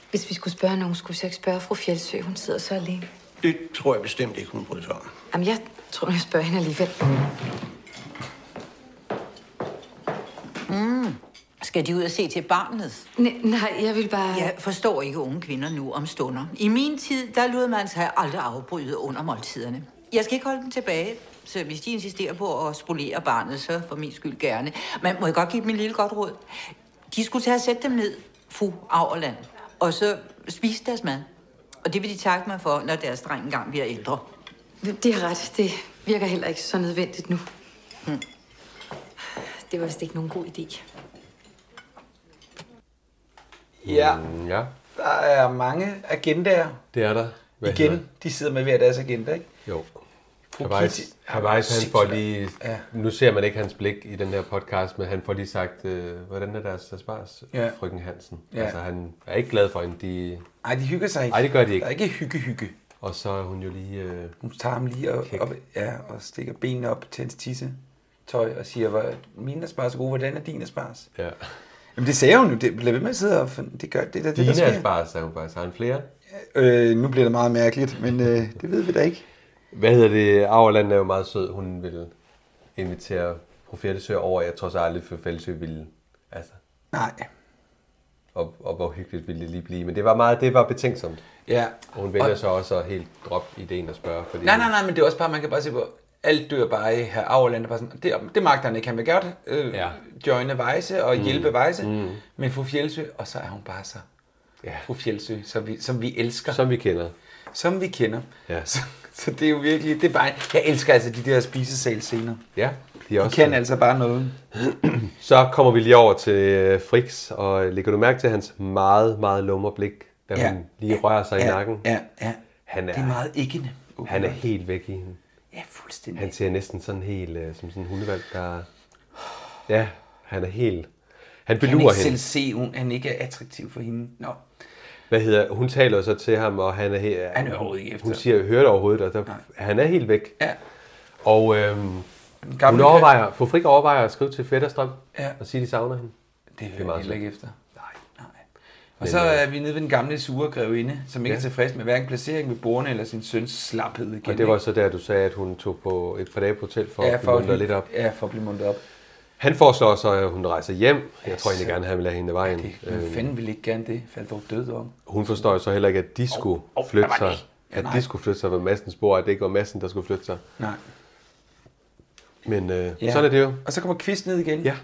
Speaker 8: Hvis vi skulle spørge nogen, skulle vi så ikke spørge fru Fjeldsø. Hun sidder så alene.
Speaker 7: Det tror jeg bestemt ikke, hun bryder sig om.
Speaker 8: Jamen, jeg tror, jeg spørger hende alligevel.
Speaker 10: Mm. Skal de ud og se til barnet?
Speaker 8: Ne- nej, jeg vil bare...
Speaker 10: Jeg forstår ikke unge kvinder nu om stunder. I min tid, der lod man sig aldrig afbryde under måltiderne. Jeg skal ikke holde dem tilbage, så hvis de insisterer på at spolere barnet, så for min skyld gerne. Men må jeg godt give dem en lille godt råd? De skulle tage og sætte dem ned, fru Auerland, og så spise deres mad. Og det vil de takke mig for, når deres dreng engang bliver ældre.
Speaker 8: Det er ret. Det virker heller ikke så nødvendigt nu. Hmm. Det var vist ikke nogen god idé.
Speaker 2: Ja,
Speaker 1: Mm, ja,
Speaker 2: der er mange agendaer.
Speaker 1: Mm, det er der. Hvad
Speaker 2: igen,
Speaker 1: hedder?
Speaker 2: de sidder med hver deres agenda, ikke?
Speaker 1: Jo.
Speaker 2: Fru Kitty-
Speaker 1: Havajs, Havajs, han
Speaker 2: Sindssygt.
Speaker 1: får lige... Ja. Nu ser man ikke hans blik i den her podcast, men han får lige sagt, øh, hvordan er deres spars,
Speaker 2: Ja.
Speaker 1: ja. frøken Hansen?
Speaker 2: Ja.
Speaker 1: Ja. Altså, han er ikke glad for hende. De...
Speaker 2: Ej, de hygger sig ikke.
Speaker 1: Nej, det gør de ikke.
Speaker 2: Der er ikke hygge-hygge.
Speaker 1: Og så er hun jo lige... Øh,
Speaker 2: Hun tager ham lige og, op, ja, og stikker benene op til hans tisse tøj og siger, hvor mine er spars er gode, hvordan er dine spars?
Speaker 1: Ja.
Speaker 2: Jamen det sagde hun jo, det blev ved med at sidde og finde- det gør det der, det
Speaker 1: Dine
Speaker 2: der
Speaker 1: er
Speaker 2: sker.
Speaker 1: spars, sagde hun faktisk. Har han flere?
Speaker 2: Øh, nu bliver det meget mærkeligt, men øh, det ved vi da ikke.
Speaker 1: Hvad hedder det? Auerland er jo meget sød. Hun vil invitere fru Fjertesø over. Jeg tror så aldrig, for Fældsø ville. Altså.
Speaker 2: Nej.
Speaker 1: Og, og, hvor hyggeligt ville det lige blive. Men det var meget, det var betænksomt.
Speaker 2: Ja.
Speaker 1: Og hun vælger
Speaker 2: Og-
Speaker 1: og... så også at helt droppe ideen og spørge. Fordi
Speaker 2: Nej, nej, nej, men det er også bare, man kan bare se på, alt dør bare i her Auerland, er bare sådan, det, det magter han ikke, han vil godt øh, ja. joine Vejse og mm.
Speaker 1: Mm.
Speaker 2: hjælpe Vejse, mm.
Speaker 1: Mm.
Speaker 2: men fru Fjeldsø, og så er hun bare så, ja. fru Fjeldsø, som vi, som vi elsker.
Speaker 1: Som vi kender.
Speaker 2: Som vi kender.
Speaker 1: Ja.
Speaker 2: Så, så det er jo virkelig, det er bare, jeg elsker altså de der spisesal scener.
Speaker 1: Ja, de, er også
Speaker 2: kan altså bare noget.
Speaker 1: Så kommer vi lige over til øh, Frix, og lægger du mærke til hans meget, meget lumre blik, da
Speaker 2: Ja.
Speaker 1: ja. hun lige rører sig
Speaker 2: ja,
Speaker 1: i nakken?
Speaker 2: Ja, ja.
Speaker 1: Han er,
Speaker 2: Det er meget æggende.
Speaker 1: Han er helt væk i hende.
Speaker 2: Ja, fuldstændig.
Speaker 1: Han ser næsten sådan helt øh, som sådan en hundevalg, der... Ja, han er helt... Han
Speaker 2: kan ikke
Speaker 1: belurer
Speaker 2: selv
Speaker 1: hende.
Speaker 2: se, hun, han ikke er attraktiv for hende. Nå.
Speaker 1: Hvad hedder, hun taler så til ham, og han er helt...
Speaker 2: Han hører overhovedet ikke efter.
Speaker 1: Hun siger, hører det overhovedet, og der, han er helt væk.
Speaker 2: Ja.
Speaker 1: Og øhm, hun
Speaker 2: gammel-
Speaker 1: overvejer, fru Frik overvejer at skrive til Fætterstrøm
Speaker 2: Ja.
Speaker 1: og sige, de savner hende.
Speaker 2: Det hører de heller ikke efter.
Speaker 1: Nej.
Speaker 2: Og så er vi nede ved den gamle sure grevinde, som ikke ja.
Speaker 1: øh, Ja.
Speaker 2: er tilfreds med hverken placeringen ved bordene eller sin søns slaphed igen.
Speaker 1: Og det var
Speaker 2: ikke?
Speaker 1: så der, du sagde, at hun tog på et par dage på hotel for
Speaker 2: Ja,
Speaker 1: at blive
Speaker 2: for at
Speaker 1: muntret
Speaker 2: hygge-
Speaker 1: lidt op.
Speaker 2: Ja, for at blive muntret op.
Speaker 1: Han foreslår så, at hun rejser hjem. Jeg tror
Speaker 2: Ja,
Speaker 1: egentlig
Speaker 2: så-
Speaker 1: gerne, at han vil have hende af vejen. Øh. Ja,
Speaker 2: Hvem fanden ville ikke gerne det? Faldt dog døde om.
Speaker 1: Hun forstår jo så heller ikke, at de skulle
Speaker 2: hov,
Speaker 1: flytte
Speaker 2: der var
Speaker 1: sig.
Speaker 2: det. Ja,
Speaker 1: At
Speaker 2: nej.
Speaker 1: de skulle flytte sig ved Massens bord, at det ikke var Massen, der skulle flytte sig.
Speaker 2: Nej.
Speaker 1: Men øh, ja. sådan er det jo.
Speaker 2: Og så kommer Kvist ned igen.
Speaker 1: Ja.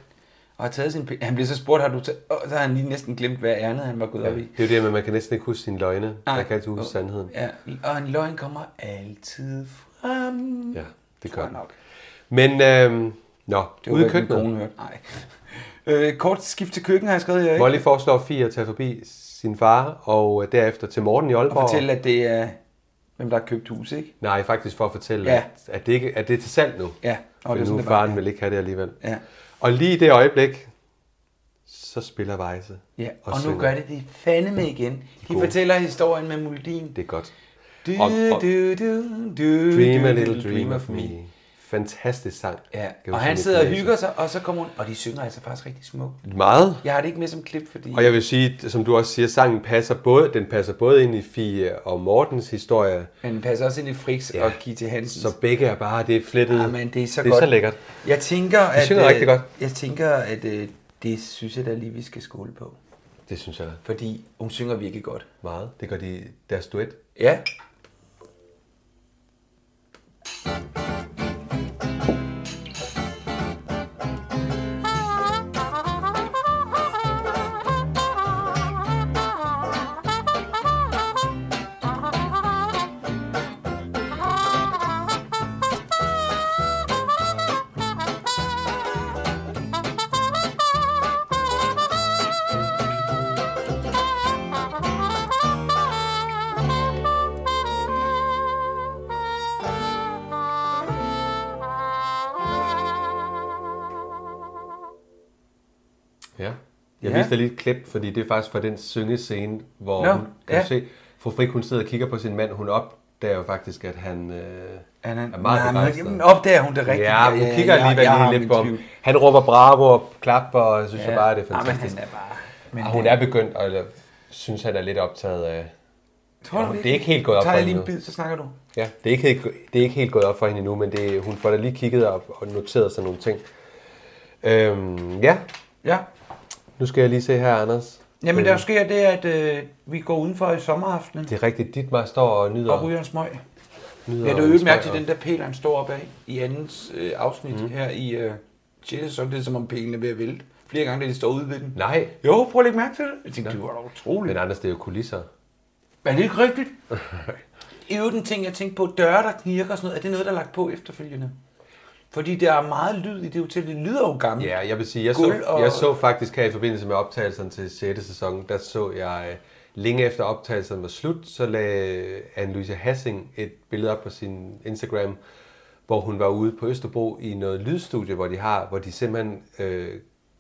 Speaker 2: Og har taget sin... pi- Han bliver så spurgt, har du taget... Og så har han lige næsten glemt, hvad ærnet han var gået
Speaker 1: Ja.
Speaker 2: op i.
Speaker 1: Det er jo det, med, at man kan næsten ikke huske sine løgne.
Speaker 2: Nej.
Speaker 1: Man kan altid huske sandheden.
Speaker 2: Ja, og en løgn kommer altid frem.
Speaker 1: Ja, det gør den.
Speaker 2: nok.
Speaker 1: Men, øh, nå,
Speaker 2: Det var,
Speaker 1: ude i
Speaker 2: hvad min kone
Speaker 1: køkkenet.
Speaker 2: hørte. Nej. Øh, kort skift til køkken har jeg skrevet her, ikke?
Speaker 1: Molly foreslår Fie at tage forbi sin far, og øh, derefter til Morten i Aalborg.
Speaker 2: Og fortælle, at det er... Hvem der har købt hus, ikke?
Speaker 1: Nej, faktisk for at fortælle,
Speaker 2: Ja.
Speaker 1: ja. at, at, det ikke, at det er til salg nu.
Speaker 2: Ja,
Speaker 1: Og
Speaker 2: det er
Speaker 1: det nu det
Speaker 2: sådan, det var,
Speaker 1: faren vil ikke have det alligevel.
Speaker 2: Ja.
Speaker 1: Og lige i det øjeblik, så spiller Vejse.
Speaker 2: Ja, og, og nu
Speaker 1: synger.
Speaker 2: gør det de fandeme igen. De
Speaker 1: Gode.
Speaker 2: fortæller historien med Muldin.
Speaker 1: Det er godt.
Speaker 2: Du,
Speaker 1: Og- og-
Speaker 2: du, du, du,
Speaker 1: Dream a
Speaker 2: du,
Speaker 1: little
Speaker 2: du,
Speaker 1: dream of me. Fantastisk sang.
Speaker 2: Ja,
Speaker 1: Kan du
Speaker 2: og han
Speaker 1: synge
Speaker 2: sidder og
Speaker 1: i
Speaker 2: hygger sig, og så kommer hun... Og de synger altså faktisk rigtig smukt.
Speaker 1: gymnasiet? Meget.
Speaker 2: Jeg har det ikke med som klip, fordi...
Speaker 1: Og jeg vil sige, som du også siger, sangen passer både, den passer både ind i Fie og Mortens historie.
Speaker 2: Men den passer også ind i Friks ja. og Kitty Hansen.
Speaker 1: Så begge er bare, det er flettet.
Speaker 2: Ja, men det er så
Speaker 1: det er
Speaker 2: godt.
Speaker 1: så lækkert.
Speaker 2: Jeg tænker,
Speaker 1: De
Speaker 2: at... øh,
Speaker 1: synger rigtig godt.
Speaker 2: Jeg tænker, at øh, det synes jeg da lige, vi skal skåle på.
Speaker 1: Det synes jeg
Speaker 2: Fordi hun synger virkelig godt.
Speaker 1: meget. Det gør de, deres duet.
Speaker 2: Ja.
Speaker 1: Ja. Jeg
Speaker 2: Ja.
Speaker 1: ja. viste dig lige et klip, fordi det er faktisk fra den syngescene, hvor
Speaker 2: Nå,
Speaker 1: Nå, hun, kan
Speaker 2: ja.
Speaker 1: ja. se, fru Frik, hun sidder og kigger på sin mand. Hun opdager jo faktisk, at han, øh,
Speaker 2: Han er-
Speaker 1: er meget
Speaker 2: Nej, men
Speaker 1: begejstret.
Speaker 2: jamen, opdager hun det rigtigt?
Speaker 1: Ja, hun
Speaker 2: Ja, ja,
Speaker 1: kigger
Speaker 2: ja,
Speaker 1: alligevel
Speaker 2: jeg har
Speaker 1: lige lidt
Speaker 2: min
Speaker 1: på ham.
Speaker 2: tvivl.
Speaker 1: Han råber bravo og klapper, og synes
Speaker 2: Ja.
Speaker 1: ja. bare, det er
Speaker 2: Ah, men han
Speaker 1: fantastisk.
Speaker 2: er bare- men
Speaker 1: Men hun
Speaker 2: det-
Speaker 1: er begyndt, og eller, synes, han er lidt optaget af...
Speaker 2: Tror du
Speaker 1: det er ikke helt gået op
Speaker 2: Tager
Speaker 1: for
Speaker 2: jeg
Speaker 1: hende
Speaker 2: lige en
Speaker 1: nu.
Speaker 2: bid, så snakker du.
Speaker 1: Ja, det er ikke helt, det er ikke helt gået op for hende endnu, men det, hun får da lige kigget op og noteret sig nogle ting. Øhm, ja.
Speaker 2: Ja.
Speaker 1: Nu skal jeg lige se her, Anders.
Speaker 2: Jamen,
Speaker 1: Øh,
Speaker 2: der sker det, at øh, vi går udenfor i sommeraftenen
Speaker 1: Det er rigtigt. Ditmar står og nyder...
Speaker 2: og ryger en smøg.
Speaker 1: nyder
Speaker 2: Ja, du har jo
Speaker 1: smøger.
Speaker 2: mærke til den der pæl, han står op af i andens øh,
Speaker 1: Mhm.
Speaker 2: afsnit mm. her i øh, 6. sæson. Det er som om pælen er ved at vælte. Flere gange, da de står ude ved den.
Speaker 1: Nej.
Speaker 2: Jo, prøv at lægge mærke til det. Jeg tænkte, det var da utroligt.
Speaker 1: Men Anders, det er jo kulisser.
Speaker 2: Men er det ikke rigtigt? I øvrigt en ting, jeg tænkte på, døre, der knirker og sådan noget, er det noget, der er lagt på efterfølgende? Fordi der er meget lyd i det hotel. Det lyder jo gammelt.
Speaker 1: Ja, jeg vil sige, jeg
Speaker 2: Guld
Speaker 1: så,
Speaker 2: og-
Speaker 1: jeg så faktisk her i forbindelse med optagelserne til 6. sæson, der så jeg øh, Længe efter optagelsen var slut, så lagde øh, Anne-Louise Hassing et billede op på sin Instagram, hvor hun var ude på Østerbro i noget lydstudie, hvor de har, hvor de simpelthen øh,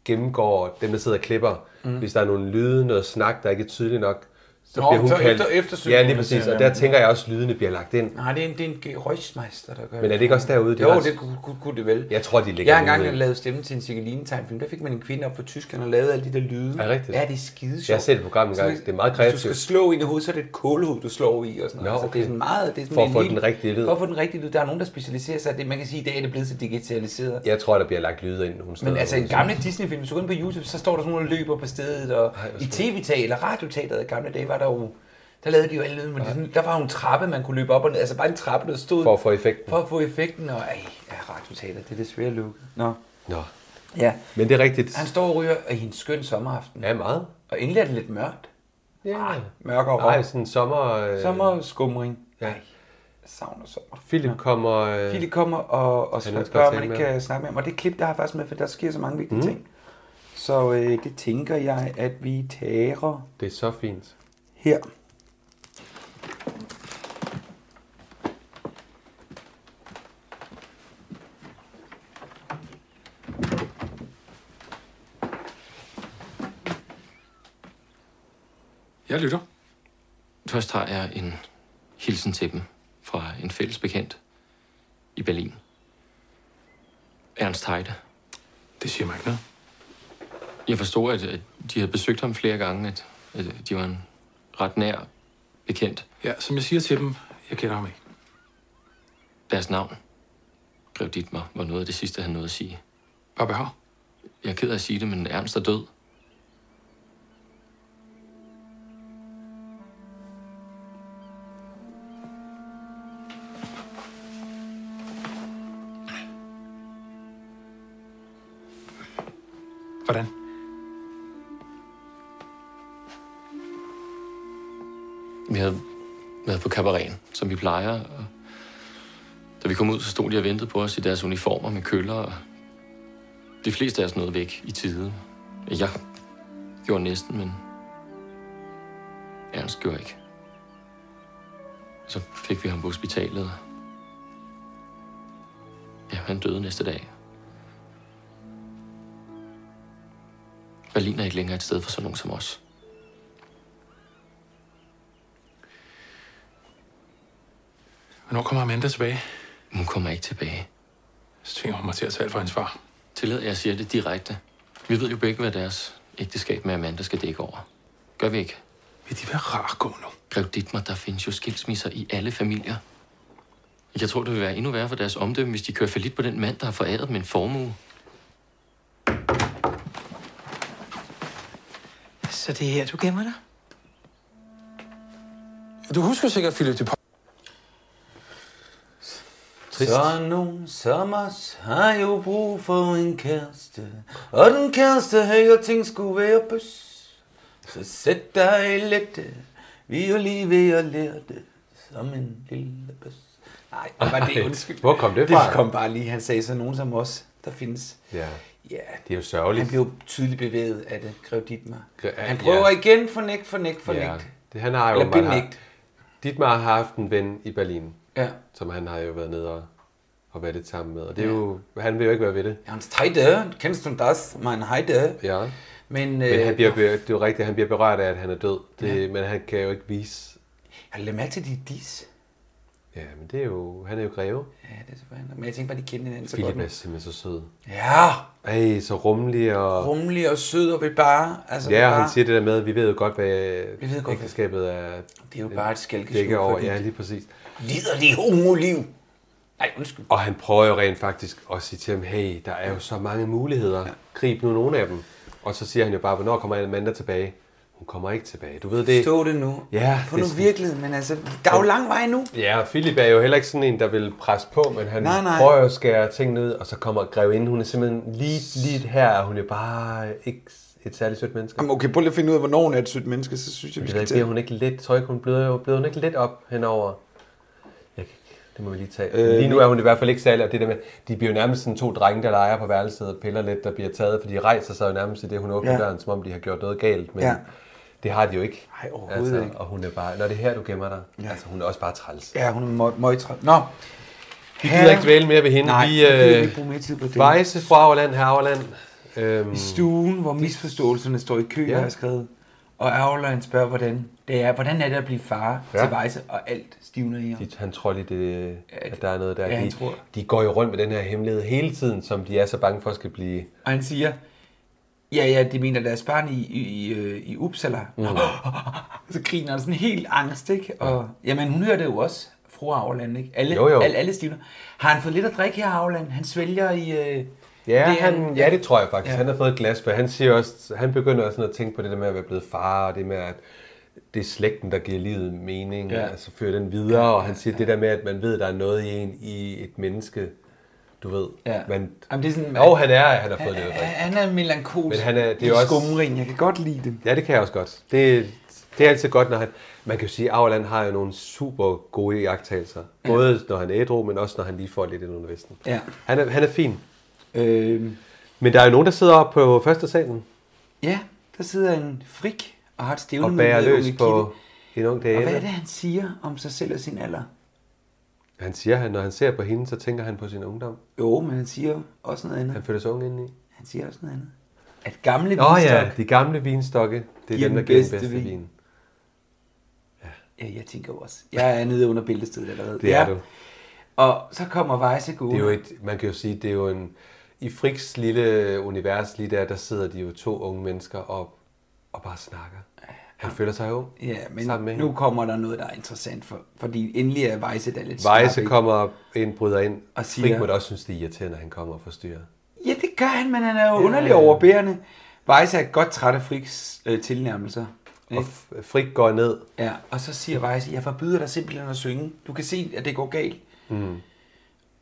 Speaker 1: gennemgår dem, der sidder og klipper.
Speaker 2: Mm.
Speaker 1: Mm. Hvis der er nogle lyde, noget snak, der ikke er tydeligt nok, så
Speaker 2: Nå,
Speaker 1: bliver hun
Speaker 2: så
Speaker 1: kaldt.
Speaker 2: efter- eftersyn,
Speaker 1: ja, lige
Speaker 2: man
Speaker 1: præcis.
Speaker 2: siger,
Speaker 1: Og der
Speaker 2: ja.
Speaker 1: tænker jeg også, at lydene bliver lagt ind.
Speaker 2: Nej, det er en, det er en G- Reuschmeister, der gør
Speaker 1: Men er det ikke også derude, de
Speaker 2: Det jo,
Speaker 1: har-
Speaker 2: det kunne, kunne, kunne, det vel.
Speaker 1: Jeg tror, de lægger
Speaker 2: Jeg har
Speaker 1: det
Speaker 2: engang
Speaker 1: ud.
Speaker 2: lavet stemme til en Cigeline-tegnfilm. Der fik man en kvinde op fra Tyskland og lavede alle de der lyde.
Speaker 1: Er det rigtigt?
Speaker 2: Ja, det er skide sjovt.
Speaker 1: Jeg har set et program engang.
Speaker 2: Sådan,
Speaker 1: Det er meget
Speaker 2: Hvis du
Speaker 1: kreativt.
Speaker 2: skal slå ind i hovedet, så er det et kålehoved, du slår i. Og sådan
Speaker 1: Nå,
Speaker 2: noget. Så det
Speaker 1: okay.
Speaker 2: er sådan meget... Det er sådan
Speaker 1: For at
Speaker 2: en
Speaker 1: få
Speaker 2: lille-
Speaker 1: den rigtige lyd.
Speaker 2: For at få den rigtige lyd. Der er nogen, der specialiserer sig. i Det, man kan sige, at i dag er det blevet så digitaliseret.
Speaker 1: Jeg tror, der bliver lagt lyde ind nogle steder.
Speaker 2: Men altså, i
Speaker 1: Nogle
Speaker 2: gamle Disney-film, hvis du går ind på YouTube, så står der sådan nogle, der løber på stedet, og i tv-teater, radioteateret i gamle dage, var der jo, der lavede de jo alle lyden, men sådan, der var jo en trappe, man kunne løbe op og ned, altså bare en trappe, der stod...
Speaker 1: For at få effekten.
Speaker 2: For at få effekten, og ej, ja, radioteater, det er desværre lukket. Nå.
Speaker 1: Nå.
Speaker 2: Ja.
Speaker 1: Men det er rigtigt.
Speaker 2: Han står og ryger og i en skøn sommeraften.
Speaker 1: Ja, meget.
Speaker 2: Og endelig er det lidt mørkt.
Speaker 1: Ja.
Speaker 2: Ej, mørkere
Speaker 1: Nej, sådan sommer... Øh...
Speaker 2: øh, Sommerskumring.
Speaker 1: Ja.
Speaker 2: Jeg savner sommer.
Speaker 1: Philip kommer... Øh...
Speaker 2: Philip kommer og, og
Speaker 1: Han ønsker at
Speaker 2: spørger, om man
Speaker 1: tale
Speaker 2: ikke
Speaker 1: med ham.
Speaker 2: kan snakke med ham. Og det klip, der har jeg faktisk med, for der sker så mange vigtige
Speaker 1: Mm.
Speaker 2: mm. ting. Så øh, det tænker jeg, at vi tager
Speaker 1: Det er så fint.
Speaker 2: her.
Speaker 11: Jeg lytter. Først har jeg en hilsen til dem fra en fælles bekendt i Berlin. Ernst Heide. Det siger mig ikke noget. Jeg forstod, at, at de havde besøgt ham flere gange, at, at de var en ret nær bekendt. Ja, som jeg siger til dem, jeg kender ham ikke. Deres navn, Grev Dietmar, var noget af det sidste, han nåede at sige. Hvad behøver? Jeg er ked af at sige det, men Ernst er død.
Speaker 9: Hvordan?
Speaker 11: Vi havde været på kabareten, som vi plejer. Og da vi kom ud, så stod de og ventede på os i deres uniformer med køller. Og de fleste af os nåede væk i tide. Jeg gjorde næsten, men Ernst gjorde ikke. Så fik vi ham på hospitalet. og Ja, han døde næste dag. Berlin er ikke længere et sted for sådan nogen som os.
Speaker 9: Hvornår kommer Amanda tilbage?
Speaker 11: Hun kommer ikke tilbage.
Speaker 9: Så tvinger hun mig til at tale for hendes far.
Speaker 11: Tillad, jeg siger det direkte. Vi ved jo begge, hvad deres ægteskab med Amanda skal dække over. Gør vi ikke?
Speaker 9: Vil de være rar gå nu?
Speaker 11: Grev Dittmar, der findes jo skilsmisser i alle familier. Jeg tror, det vil være endnu værre for deres omdømme, hvis de kører for lidt på den mand, der har foræret dem en formue.
Speaker 10: Så det er her, du gemmer dig?
Speaker 9: Du husker sikkert Philip de
Speaker 2: Trist. Så nogen som os har jo brug for en kæreste, og den kæreste her ting skulle være bøs. Så sæt dig i lette, vi er jo lige ved at lære det, som en lille bøs. Nej, det var det
Speaker 1: Ej,
Speaker 2: undskyld.
Speaker 1: hvor kom det
Speaker 2: Det
Speaker 1: fra?
Speaker 2: kom bare lige, han sagde så nogen som os, der findes.
Speaker 1: Ja.
Speaker 2: Ja.
Speaker 1: Det er jo sørgeligt.
Speaker 2: Han blev jo tydeligt bevæget af det, Grev Dietmar.
Speaker 1: Gre-
Speaker 2: Han
Speaker 1: ja.
Speaker 2: prøver igen fornægt, fornægt, fornægt.
Speaker 1: Det, han har jo
Speaker 2: Eller
Speaker 1: åbenbart
Speaker 2: benægt.
Speaker 1: haft- Dietmar har haft en ven i Berlin,
Speaker 2: Ja.
Speaker 1: som han har jo været nede og, og været lidt sammen med. Og det er
Speaker 2: Ja.
Speaker 1: jo, han vil jo ikke være ved det.
Speaker 2: Hans Heide, kennst du das? Mein Heide.
Speaker 1: Ja.
Speaker 2: Men,
Speaker 1: Men han
Speaker 2: øh,
Speaker 1: bliver, be- det er jo rigtigt, han bliver berørt af, at han er død. Det,
Speaker 2: Ja.
Speaker 1: Men han kan jo ikke vise...
Speaker 2: Har du lagt mærke til de dis?
Speaker 1: Ja, men det er jo... Han er jo greve.
Speaker 2: Ja, det er så fanden. Men jeg tænkte bare, de kendte hinanden så
Speaker 1: Philip
Speaker 2: godt.
Speaker 1: er simpelthen så sød.
Speaker 2: Ja.
Speaker 1: Ej, så rummelig og...
Speaker 2: Rummelig og sød og vil bare... Altså, vil
Speaker 1: ja, og
Speaker 2: bare,
Speaker 1: han siger det der med, at vi ved jo godt, hvad
Speaker 2: Vi ved godt, hvad-
Speaker 1: ægteskabet er.
Speaker 2: Det er jo bare et skælkeskjul
Speaker 1: dækker
Speaker 2: for
Speaker 1: over.
Speaker 2: dit
Speaker 1: Ja, lige præcis.
Speaker 2: Liderlig homoliv. Nej, undskyld.
Speaker 1: Og han prøver jo rent faktisk at sige til ham, hey, der er jo så mange muligheder. Grib nu nogle af dem. Og så siger han jo bare, hvornår kommer Amanda tilbage? Hun kommer ikke tilbage. Du ved det.
Speaker 2: Forstå det nu.
Speaker 1: Ja,
Speaker 2: Få
Speaker 1: det
Speaker 2: nu
Speaker 1: er sådan-
Speaker 2: virkelig, men altså, der er jo lang vej nu.
Speaker 1: Ja, og Philip er jo heller ikke sådan en, der vil presse på, men han
Speaker 2: Nej, nej.
Speaker 1: prøver jo at skære tingene ud, og så kommer grevinden. Hun er simpelthen lige, lige her, er hun er bare ikke et særligt sødt menneske.
Speaker 2: Jamen, okay, prøv lige at finde ud af, hvornår hun er et sødt menneske, så synes jeg, vi
Speaker 1: Jeg
Speaker 2: skal
Speaker 1: ved ikke, bliver hun ikke lidt, tror jeg, hun bløder jo, bløder hun ikke lidt op henover? Jeg, kan ikke- det må vi lige tage.
Speaker 2: Øh,
Speaker 1: Øh, lige nu er hun i hvert fald ikke særlig, og det der med, de bliver jo nærmest sådan to drenge, der leger på værelset og piller lidt, der bliver taget, for de rejser sig jo nærmest i det, hun åbner
Speaker 2: Ja.
Speaker 1: ja. døren, som om de har gjort noget galt. Men
Speaker 2: Ja.
Speaker 1: ja. Det har de jo ikke. Altså,
Speaker 2: Nej, overhovedet ikke.
Speaker 1: Og hun er bare, når det er her, du gemmer dig. Ja. Altså, hun er også bare træls.
Speaker 2: Ja, hun er møg, møgtræl. Nå.
Speaker 1: Vi gider ikke dvæle mere ved hende.
Speaker 2: Nej,
Speaker 1: vi,
Speaker 2: vi gider
Speaker 1: øh,
Speaker 2: ikke bruge mere tid på det.
Speaker 1: Vejse, fru Auerland, herre Auerland. Øhm,
Speaker 2: I stuen, hvor misforståelserne står i kø,
Speaker 1: Mm. Ja.
Speaker 2: ja. har jeg skrevet. Og Auerland spørger, hvordan det er. Hvordan er det at blive far
Speaker 1: Ja.
Speaker 2: ja. til Vejse, og alt stivner i ham.
Speaker 1: De, han tror lige, det, at der er noget der.
Speaker 2: ja, han
Speaker 1: de,
Speaker 2: tror.
Speaker 1: de går jo rundt med den her hemmelighed hele tiden, som de er så bange for skal blive...
Speaker 2: Og han siger, ja, ja, de mener deres barn i, i, i, øh, i Uppsala.
Speaker 1: Mm.
Speaker 2: Mm. så griner han sådan helt angst, ikke? Og, jamen, hun hører det jo også, fru Auerland, ikke? Alle,
Speaker 1: Jo, jo.
Speaker 2: Alle, alle stivner. Har han fået lidt at drikke her, Auerland? Han svælger i... Øh,
Speaker 1: Ja,
Speaker 2: det er
Speaker 1: han, ja, det tror jeg faktisk. Ja.
Speaker 2: Ja.
Speaker 1: Han har fået et glas, for han, siger også, han begynder også sådan at tænke på det der med at være blevet far, og det med, at det er slægten, der giver livet mening, ja.
Speaker 2: Ja.
Speaker 1: altså fører den videre, og han siger det der med, at man ved, der er noget i en i et menneske, du ved.
Speaker 2: Ja.
Speaker 1: Man,
Speaker 2: Jamen, det er sådan,
Speaker 1: og han er, han har fået det.
Speaker 2: han, han er melankolsk.
Speaker 1: Men han er, det er
Speaker 2: i
Speaker 1: jo også...
Speaker 2: skumring. Jeg kan godt lide det.
Speaker 1: Ja, det kan jeg også godt. Det, det er altid godt, når han... Man kan jo sige, at Auerland har jo nogle super gode iagttagelser.
Speaker 2: Ja.
Speaker 1: Både når han er ædru, men også når han lige får lidt ind under vesten.
Speaker 2: Ja.
Speaker 1: Han er, han er fin.
Speaker 2: Øhm.
Speaker 1: Men der er jo nogen, der sidder oppe på første salen
Speaker 2: Ja, der sidder en frik og har et stævne
Speaker 1: og bærer
Speaker 2: med
Speaker 1: løs
Speaker 2: unge
Speaker 1: på
Speaker 2: Kitty.
Speaker 1: en ung
Speaker 2: Og hvad er
Speaker 1: dame.
Speaker 2: det, han siger om sig selv og sin alder?
Speaker 1: Han siger, at når han ser på hende, så tænker han på sin ungdom.
Speaker 2: Jo, men han siger også noget andet.
Speaker 1: Han føler sig ung indeni.
Speaker 2: Han siger også noget andet. At gamle
Speaker 1: Nå ja,
Speaker 2: vinstok-
Speaker 1: de gamle vinstokke, det er
Speaker 2: Giver
Speaker 1: dem, der
Speaker 2: den
Speaker 1: giver den
Speaker 2: bedste
Speaker 1: bedste
Speaker 2: vin.
Speaker 1: vin.
Speaker 2: Ja, jeg tænker jo også. Jeg er nede under bæltestedet allerede.
Speaker 1: Det er du.
Speaker 2: Og så kommer Vejse Gode.
Speaker 1: Det er jo et, man kan jo sige, det er jo en... I Friks lille univers lige der, der sidder de jo to unge mennesker op og bare snakker. Han føler sig jo
Speaker 2: Ja,
Speaker 1: sammen med
Speaker 2: men nu
Speaker 1: hende.
Speaker 2: kommer der noget, der er interessant, for, fordi endelig er Vejse der lidt
Speaker 1: Vejse
Speaker 2: skarp, ikke?
Speaker 1: kommer ind, bryder ind. Og
Speaker 2: Og
Speaker 1: siger, Frik
Speaker 2: siger-
Speaker 1: må da også synes, det er irriterende, at han kommer og forstyrrer.
Speaker 2: Ja, det gør han, men han er jo
Speaker 1: Ja.
Speaker 2: ja. underlig overbærende. Vejse er godt træt af Friks øh, tilnærmelser.
Speaker 1: Og F- Frik går ned.
Speaker 2: Ja, og så siger Vejse, jeg forbyder dig simpelthen at synge. Du kan se, at det går galt.
Speaker 1: Mm.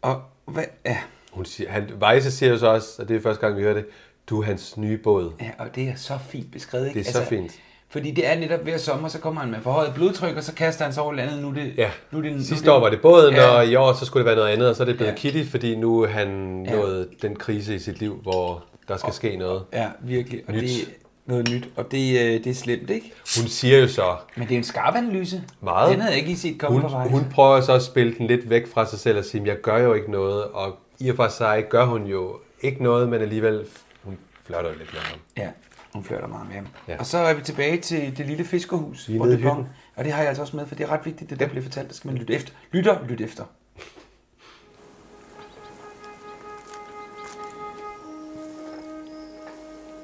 Speaker 2: Og hvad, ja,
Speaker 1: Hun siger, han, Vejse siger jo så også, og det er første gang, vi hører det, du er hans nye båd.
Speaker 2: ja, og det er så fint beskrevet. Ikke? Altså,
Speaker 1: Det er så fint.
Speaker 2: Fordi det er netop ved sommer, så kommer han med forhøjet blodtryk, og så kaster han sig over landet. Nu er det,
Speaker 1: Ja,
Speaker 2: nu er det, nu er
Speaker 1: Sidste år var det båden, ja. og i år så skulle det være noget andet, og så er det blevet ja. Kitty, fordi nu er han ja.
Speaker 2: Ja.
Speaker 1: nået den krise i sit liv, hvor der skal ske noget.
Speaker 2: Ja, virkelig. Og
Speaker 1: Nyt.
Speaker 2: det er noget nyt. Og det, øh, det er slemt, ikke?
Speaker 1: Hun siger jo så,
Speaker 2: Men det er en skarp analyse.
Speaker 1: Meget.
Speaker 2: Den havde jeg ikke lige set komme
Speaker 1: hun,
Speaker 2: fra vej.
Speaker 1: Hun prøver så at spille den lidt væk fra sig selv og sige, jeg gør jo ikke noget, og i og for sig gør hun jo ikke noget, men alligevel, f- hun flørter jo lidt med ham.
Speaker 2: Ja, hun flørter meget med ham.
Speaker 1: Ja.
Speaker 2: Ja. Og så er vi tilbage til det lille fiskerhus.
Speaker 1: Vi er
Speaker 2: hvor
Speaker 1: nede i
Speaker 2: det kom.
Speaker 1: hytten.
Speaker 2: Og det har jeg altså også med, for det er ret vigtigt, det der bliver fortalt. Der skal man lytte efter. Lytter, lyt efter.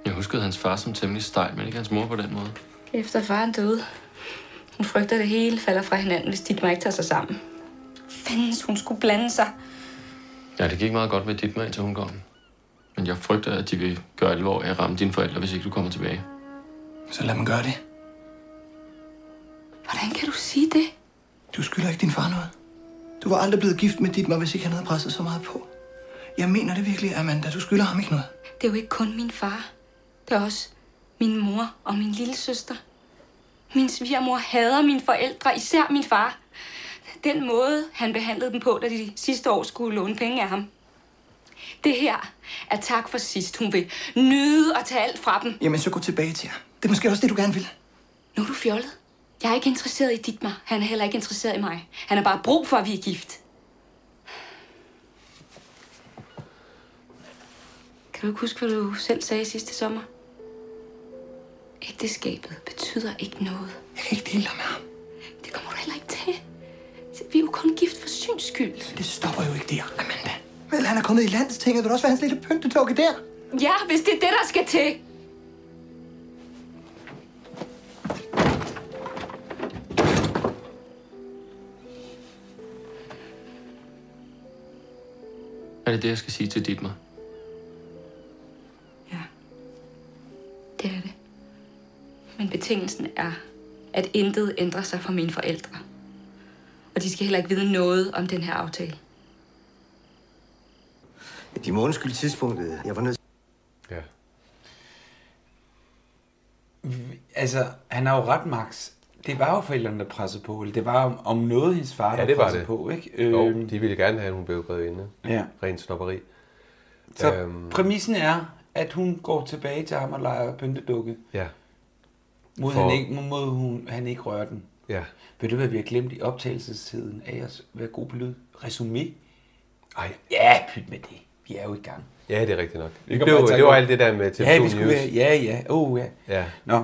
Speaker 11: Jeg huskede hans far som temmelig stejl, men ikke hans mor på den måde.
Speaker 12: Efter faren døde. Hun frygter det hele, falder fra hinanden, hvis Dietmar ikke tager sig sammen. Fandens, hun skulle blande sig.
Speaker 11: Ja, det gik meget godt med dit med, indtil hun kom. Men jeg frygter, at de vil gøre alvor af at ramme dine forældre, hvis ikke du kommer tilbage.
Speaker 9: Så lad mig gøre det.
Speaker 12: Hvordan kan du sige det?
Speaker 9: Du skylder ikke din far noget.
Speaker 7: Du var aldrig blevet gift med Dietmar, hvis ikke han havde presset så meget på. Jeg mener det virkelig, Amanda. Du skylder ham ikke noget.
Speaker 12: Det er jo ikke kun min far. Det er også min mor og min lille søster. Min svigermor hader mine forældre, især min far. Den måde, han behandlede dem på, da de sidste år skulle låne penge af ham. Det her er tak for sidst. Hun vil nyde og tage alt fra dem.
Speaker 9: Jamen, så gå tilbage til jer. Det er måske også det, du gerne vil.
Speaker 12: Nu er du fjollet. Jeg er ikke interesseret i Dietmar. Han er heller ikke interesseret i mig. Han har bare brug for, at vi er gift. Kan du ikke huske, hvad du selv sagde sidste sommer? Ægteskabet betyder ikke noget. Jeg kan ikke dele dig med ham. Det kommer du heller ikke til. Vi er jo kun gift for syns skyld.
Speaker 9: Det stopper jo ikke der, Amanda.
Speaker 7: Vel, han er kommet i landstinget. Vil du også være hans lille pyntetukke der?
Speaker 12: Ja, hvis det er det, der skal til.
Speaker 11: Er det det, jeg skal sige til Dietmar?
Speaker 12: Det er det. Men betingelsen er, at intet ændrer sig for mine forældre. Og de skal heller ikke vide noget om den her aftale.
Speaker 7: De må undskylde tidspunktet. Jeg var nødt
Speaker 1: Ja.
Speaker 2: Altså, han har jo ret, Max. Det var jo forældrene, der pressede på. Eller det var om, om noget, hendes far,
Speaker 1: Ja,
Speaker 2: der
Speaker 1: det var
Speaker 2: pressede
Speaker 1: det.
Speaker 2: på. Ikke?
Speaker 1: Jo,
Speaker 2: Øhm,
Speaker 1: de ville gerne have, at hun blev grebet inde.
Speaker 2: Ja.
Speaker 1: Ren snopperi.
Speaker 2: Så øhm. præmissen er, at hun går tilbage til ham og leger pyntedukke.
Speaker 1: Ja.
Speaker 2: Mod,
Speaker 1: For-
Speaker 2: han ikke, mod hun, han ikke rører den.
Speaker 1: Ja.
Speaker 2: Ved du, hvad vi har glemt i optagelsestiden af at være god på lyd? Resumé?
Speaker 1: Ej.
Speaker 2: Ja, pyt med det. Vi er jo i gang.
Speaker 1: Ja, det er rigtigt nok.
Speaker 2: Vi
Speaker 1: Det,
Speaker 2: kan
Speaker 1: blev,
Speaker 2: bare tage
Speaker 1: det var
Speaker 2: op.
Speaker 1: alt det der med TV2
Speaker 2: Ja, vi skulle
Speaker 1: News.
Speaker 2: være, ja, ja, oh ja.
Speaker 1: Ja.
Speaker 2: Nå.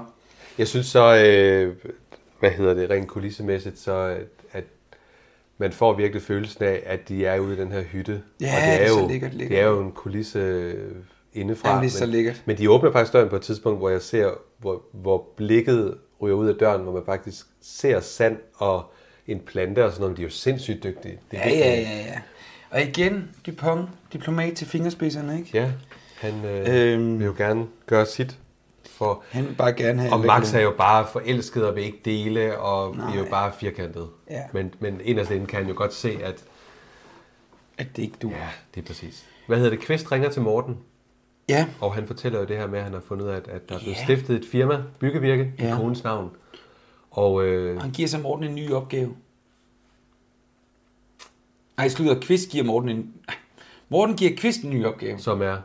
Speaker 1: Jeg synes så, øh, hvad hedder det, rent kulissemæssigt, så at, at man får virkelig følelsen af, at de er ude i den her hytte.
Speaker 2: Ja,
Speaker 1: og
Speaker 2: det
Speaker 1: det
Speaker 2: er
Speaker 1: er,
Speaker 2: så
Speaker 1: jo,
Speaker 2: lækkert, lækkert.
Speaker 1: Det er jo en kulisse øh, indefra.
Speaker 2: Jamen, det er så
Speaker 1: men,
Speaker 2: lækkert.
Speaker 1: Men de åbner faktisk døren på et tidspunkt, hvor jeg ser, hvor, hvor blikket ryger ud af døren, hvor man faktisk ser sand og en plante og sådan noget. men De er jo sindssygt dygtige. Det er
Speaker 2: Ja,
Speaker 1: virkelig-
Speaker 2: ja, ja, ja. Og igen, Dupont, diplomat til fingerspidserne, ikke?
Speaker 1: Ja, han øh, øhm, vil jo gerne gøre sit. For,
Speaker 2: han vil bare gerne have
Speaker 1: Og
Speaker 2: alle
Speaker 1: Max er
Speaker 2: kanoner.
Speaker 1: jo bare forelsket og vil ikke dele, og Nej. er jo
Speaker 2: Nej.
Speaker 1: bare firkantet.
Speaker 2: Ja.
Speaker 1: Men, men inderst inde kan han jo godt se, at...
Speaker 2: At det ikke du.
Speaker 1: Ja, det er præcis. Hvad hedder det? Kvist ringer til Morten.
Speaker 2: Ja.
Speaker 1: Og han fortæller jo det her med, at han har fundet ud af, at, at der er blevet
Speaker 2: Ja.
Speaker 1: stiftet et firma, Byggevirke, ja.
Speaker 2: Ja.
Speaker 1: i konens navn. Og øh,
Speaker 2: Han giver så Morten en ny opgave. Nej, slutter. Kvist giver Morten en... Ej, Morten giver Kvist en ny opgave.
Speaker 1: Som er?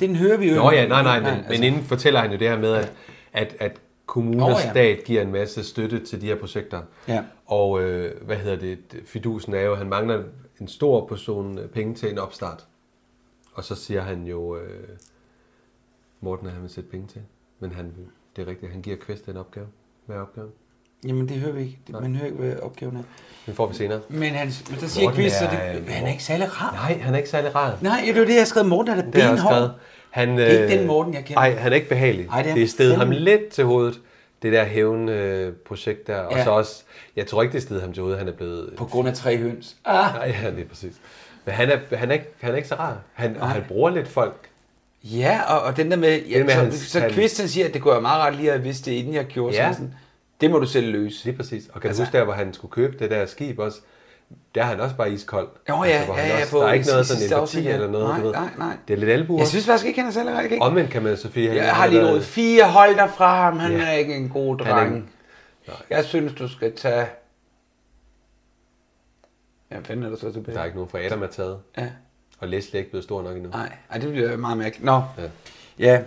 Speaker 2: Den hører vi jo.
Speaker 1: Nå ja, nej, nej, men,
Speaker 2: altså-
Speaker 1: men inden fortæller han jo det her med, at, at, at kommune
Speaker 2: Nå,
Speaker 1: og
Speaker 2: ja.
Speaker 1: stat giver en masse støtte til de her projekter.
Speaker 2: Ja.
Speaker 1: Og øh, hvad hedder det, fidusen er jo, at han mangler en stor portion øh, penge til en opstart. Og så siger han jo, øh, Morten, at han vil sætte penge til. Men han, det er rigtigt, han giver Kvist en opgave. Hvad er opgaven?
Speaker 2: Jamen, det hører vi ikke. Det-
Speaker 1: Nej.
Speaker 2: Man hører ikke, hvad opgaven er.
Speaker 1: Den får vi senere.
Speaker 2: Men han, men der siger
Speaker 1: Morten
Speaker 2: Kvist, så
Speaker 1: er-
Speaker 2: det, han er ikke særlig rar.
Speaker 1: Nej, han er ikke særlig rar.
Speaker 2: Nej, det er jo det, jeg har skrevet. Morten er da
Speaker 1: Det har jeg også
Speaker 2: benhård.
Speaker 1: skrevet. Han,
Speaker 2: Det er ikke den Morten, jeg kender.
Speaker 1: Nej, han er ikke behagelig.
Speaker 2: Ej, det er
Speaker 1: det er stedet ham
Speaker 2: fandme-
Speaker 1: lidt til hovedet, det der hævn-projekt der. Og
Speaker 2: Ja.
Speaker 1: så også, jeg tror ikke, det er stedet ham til hovedet, han er blevet...
Speaker 2: På grund af tre høns.
Speaker 1: Ah.
Speaker 2: Ah.
Speaker 1: Nej, ja, det er præcis. Men han er, han er, ikke, han er ikke så rar. Han, og
Speaker 2: Nej.
Speaker 1: han bruger lidt folk.
Speaker 2: Ja, og, og den der med... Ja,
Speaker 1: Den med
Speaker 2: så,
Speaker 1: hans-
Speaker 2: så
Speaker 1: han-
Speaker 2: Kvist han siger, at det kunne være meget rart lige at have vidst det, inden jeg gjorde
Speaker 1: Ja.
Speaker 2: ja. sådan. Det må du selv løse.
Speaker 1: Lige præcis. Og kan altså, du huske der, hvor han skulle købe det der skib også? Der er han også bare iskold.
Speaker 2: Nå ja,
Speaker 1: hvor
Speaker 2: ja,
Speaker 1: han
Speaker 2: ja,
Speaker 1: også,
Speaker 2: på
Speaker 1: Der er ikke
Speaker 2: sidste-
Speaker 1: noget sådan
Speaker 2: sidste
Speaker 1: empati
Speaker 2: afsnit, ja.
Speaker 1: eller noget.
Speaker 2: Nej,
Speaker 1: du ved.
Speaker 2: nej, nej.
Speaker 1: Det er lidt albuer.
Speaker 2: Jeg synes faktisk ikke, han er særlig rar. Ikke?
Speaker 1: Omvendt kan man Sofie... han-
Speaker 2: Jeg har lige
Speaker 1: han er-
Speaker 2: nået fire hold dig fra ham. Han
Speaker 1: Ja.
Speaker 2: er ikke en god
Speaker 1: Han er ikke-
Speaker 2: dreng. Jeg synes, du skal tage... Ja, hvad fanden er der så tilbage?
Speaker 1: Der er ikke nogen fra Adam er taget.
Speaker 2: Ja.
Speaker 1: Og Leslie er ikke blevet stor nok endnu.
Speaker 2: Nej, ej, det bliver meget mærkeligt. Nå.
Speaker 1: Ja.
Speaker 2: ja.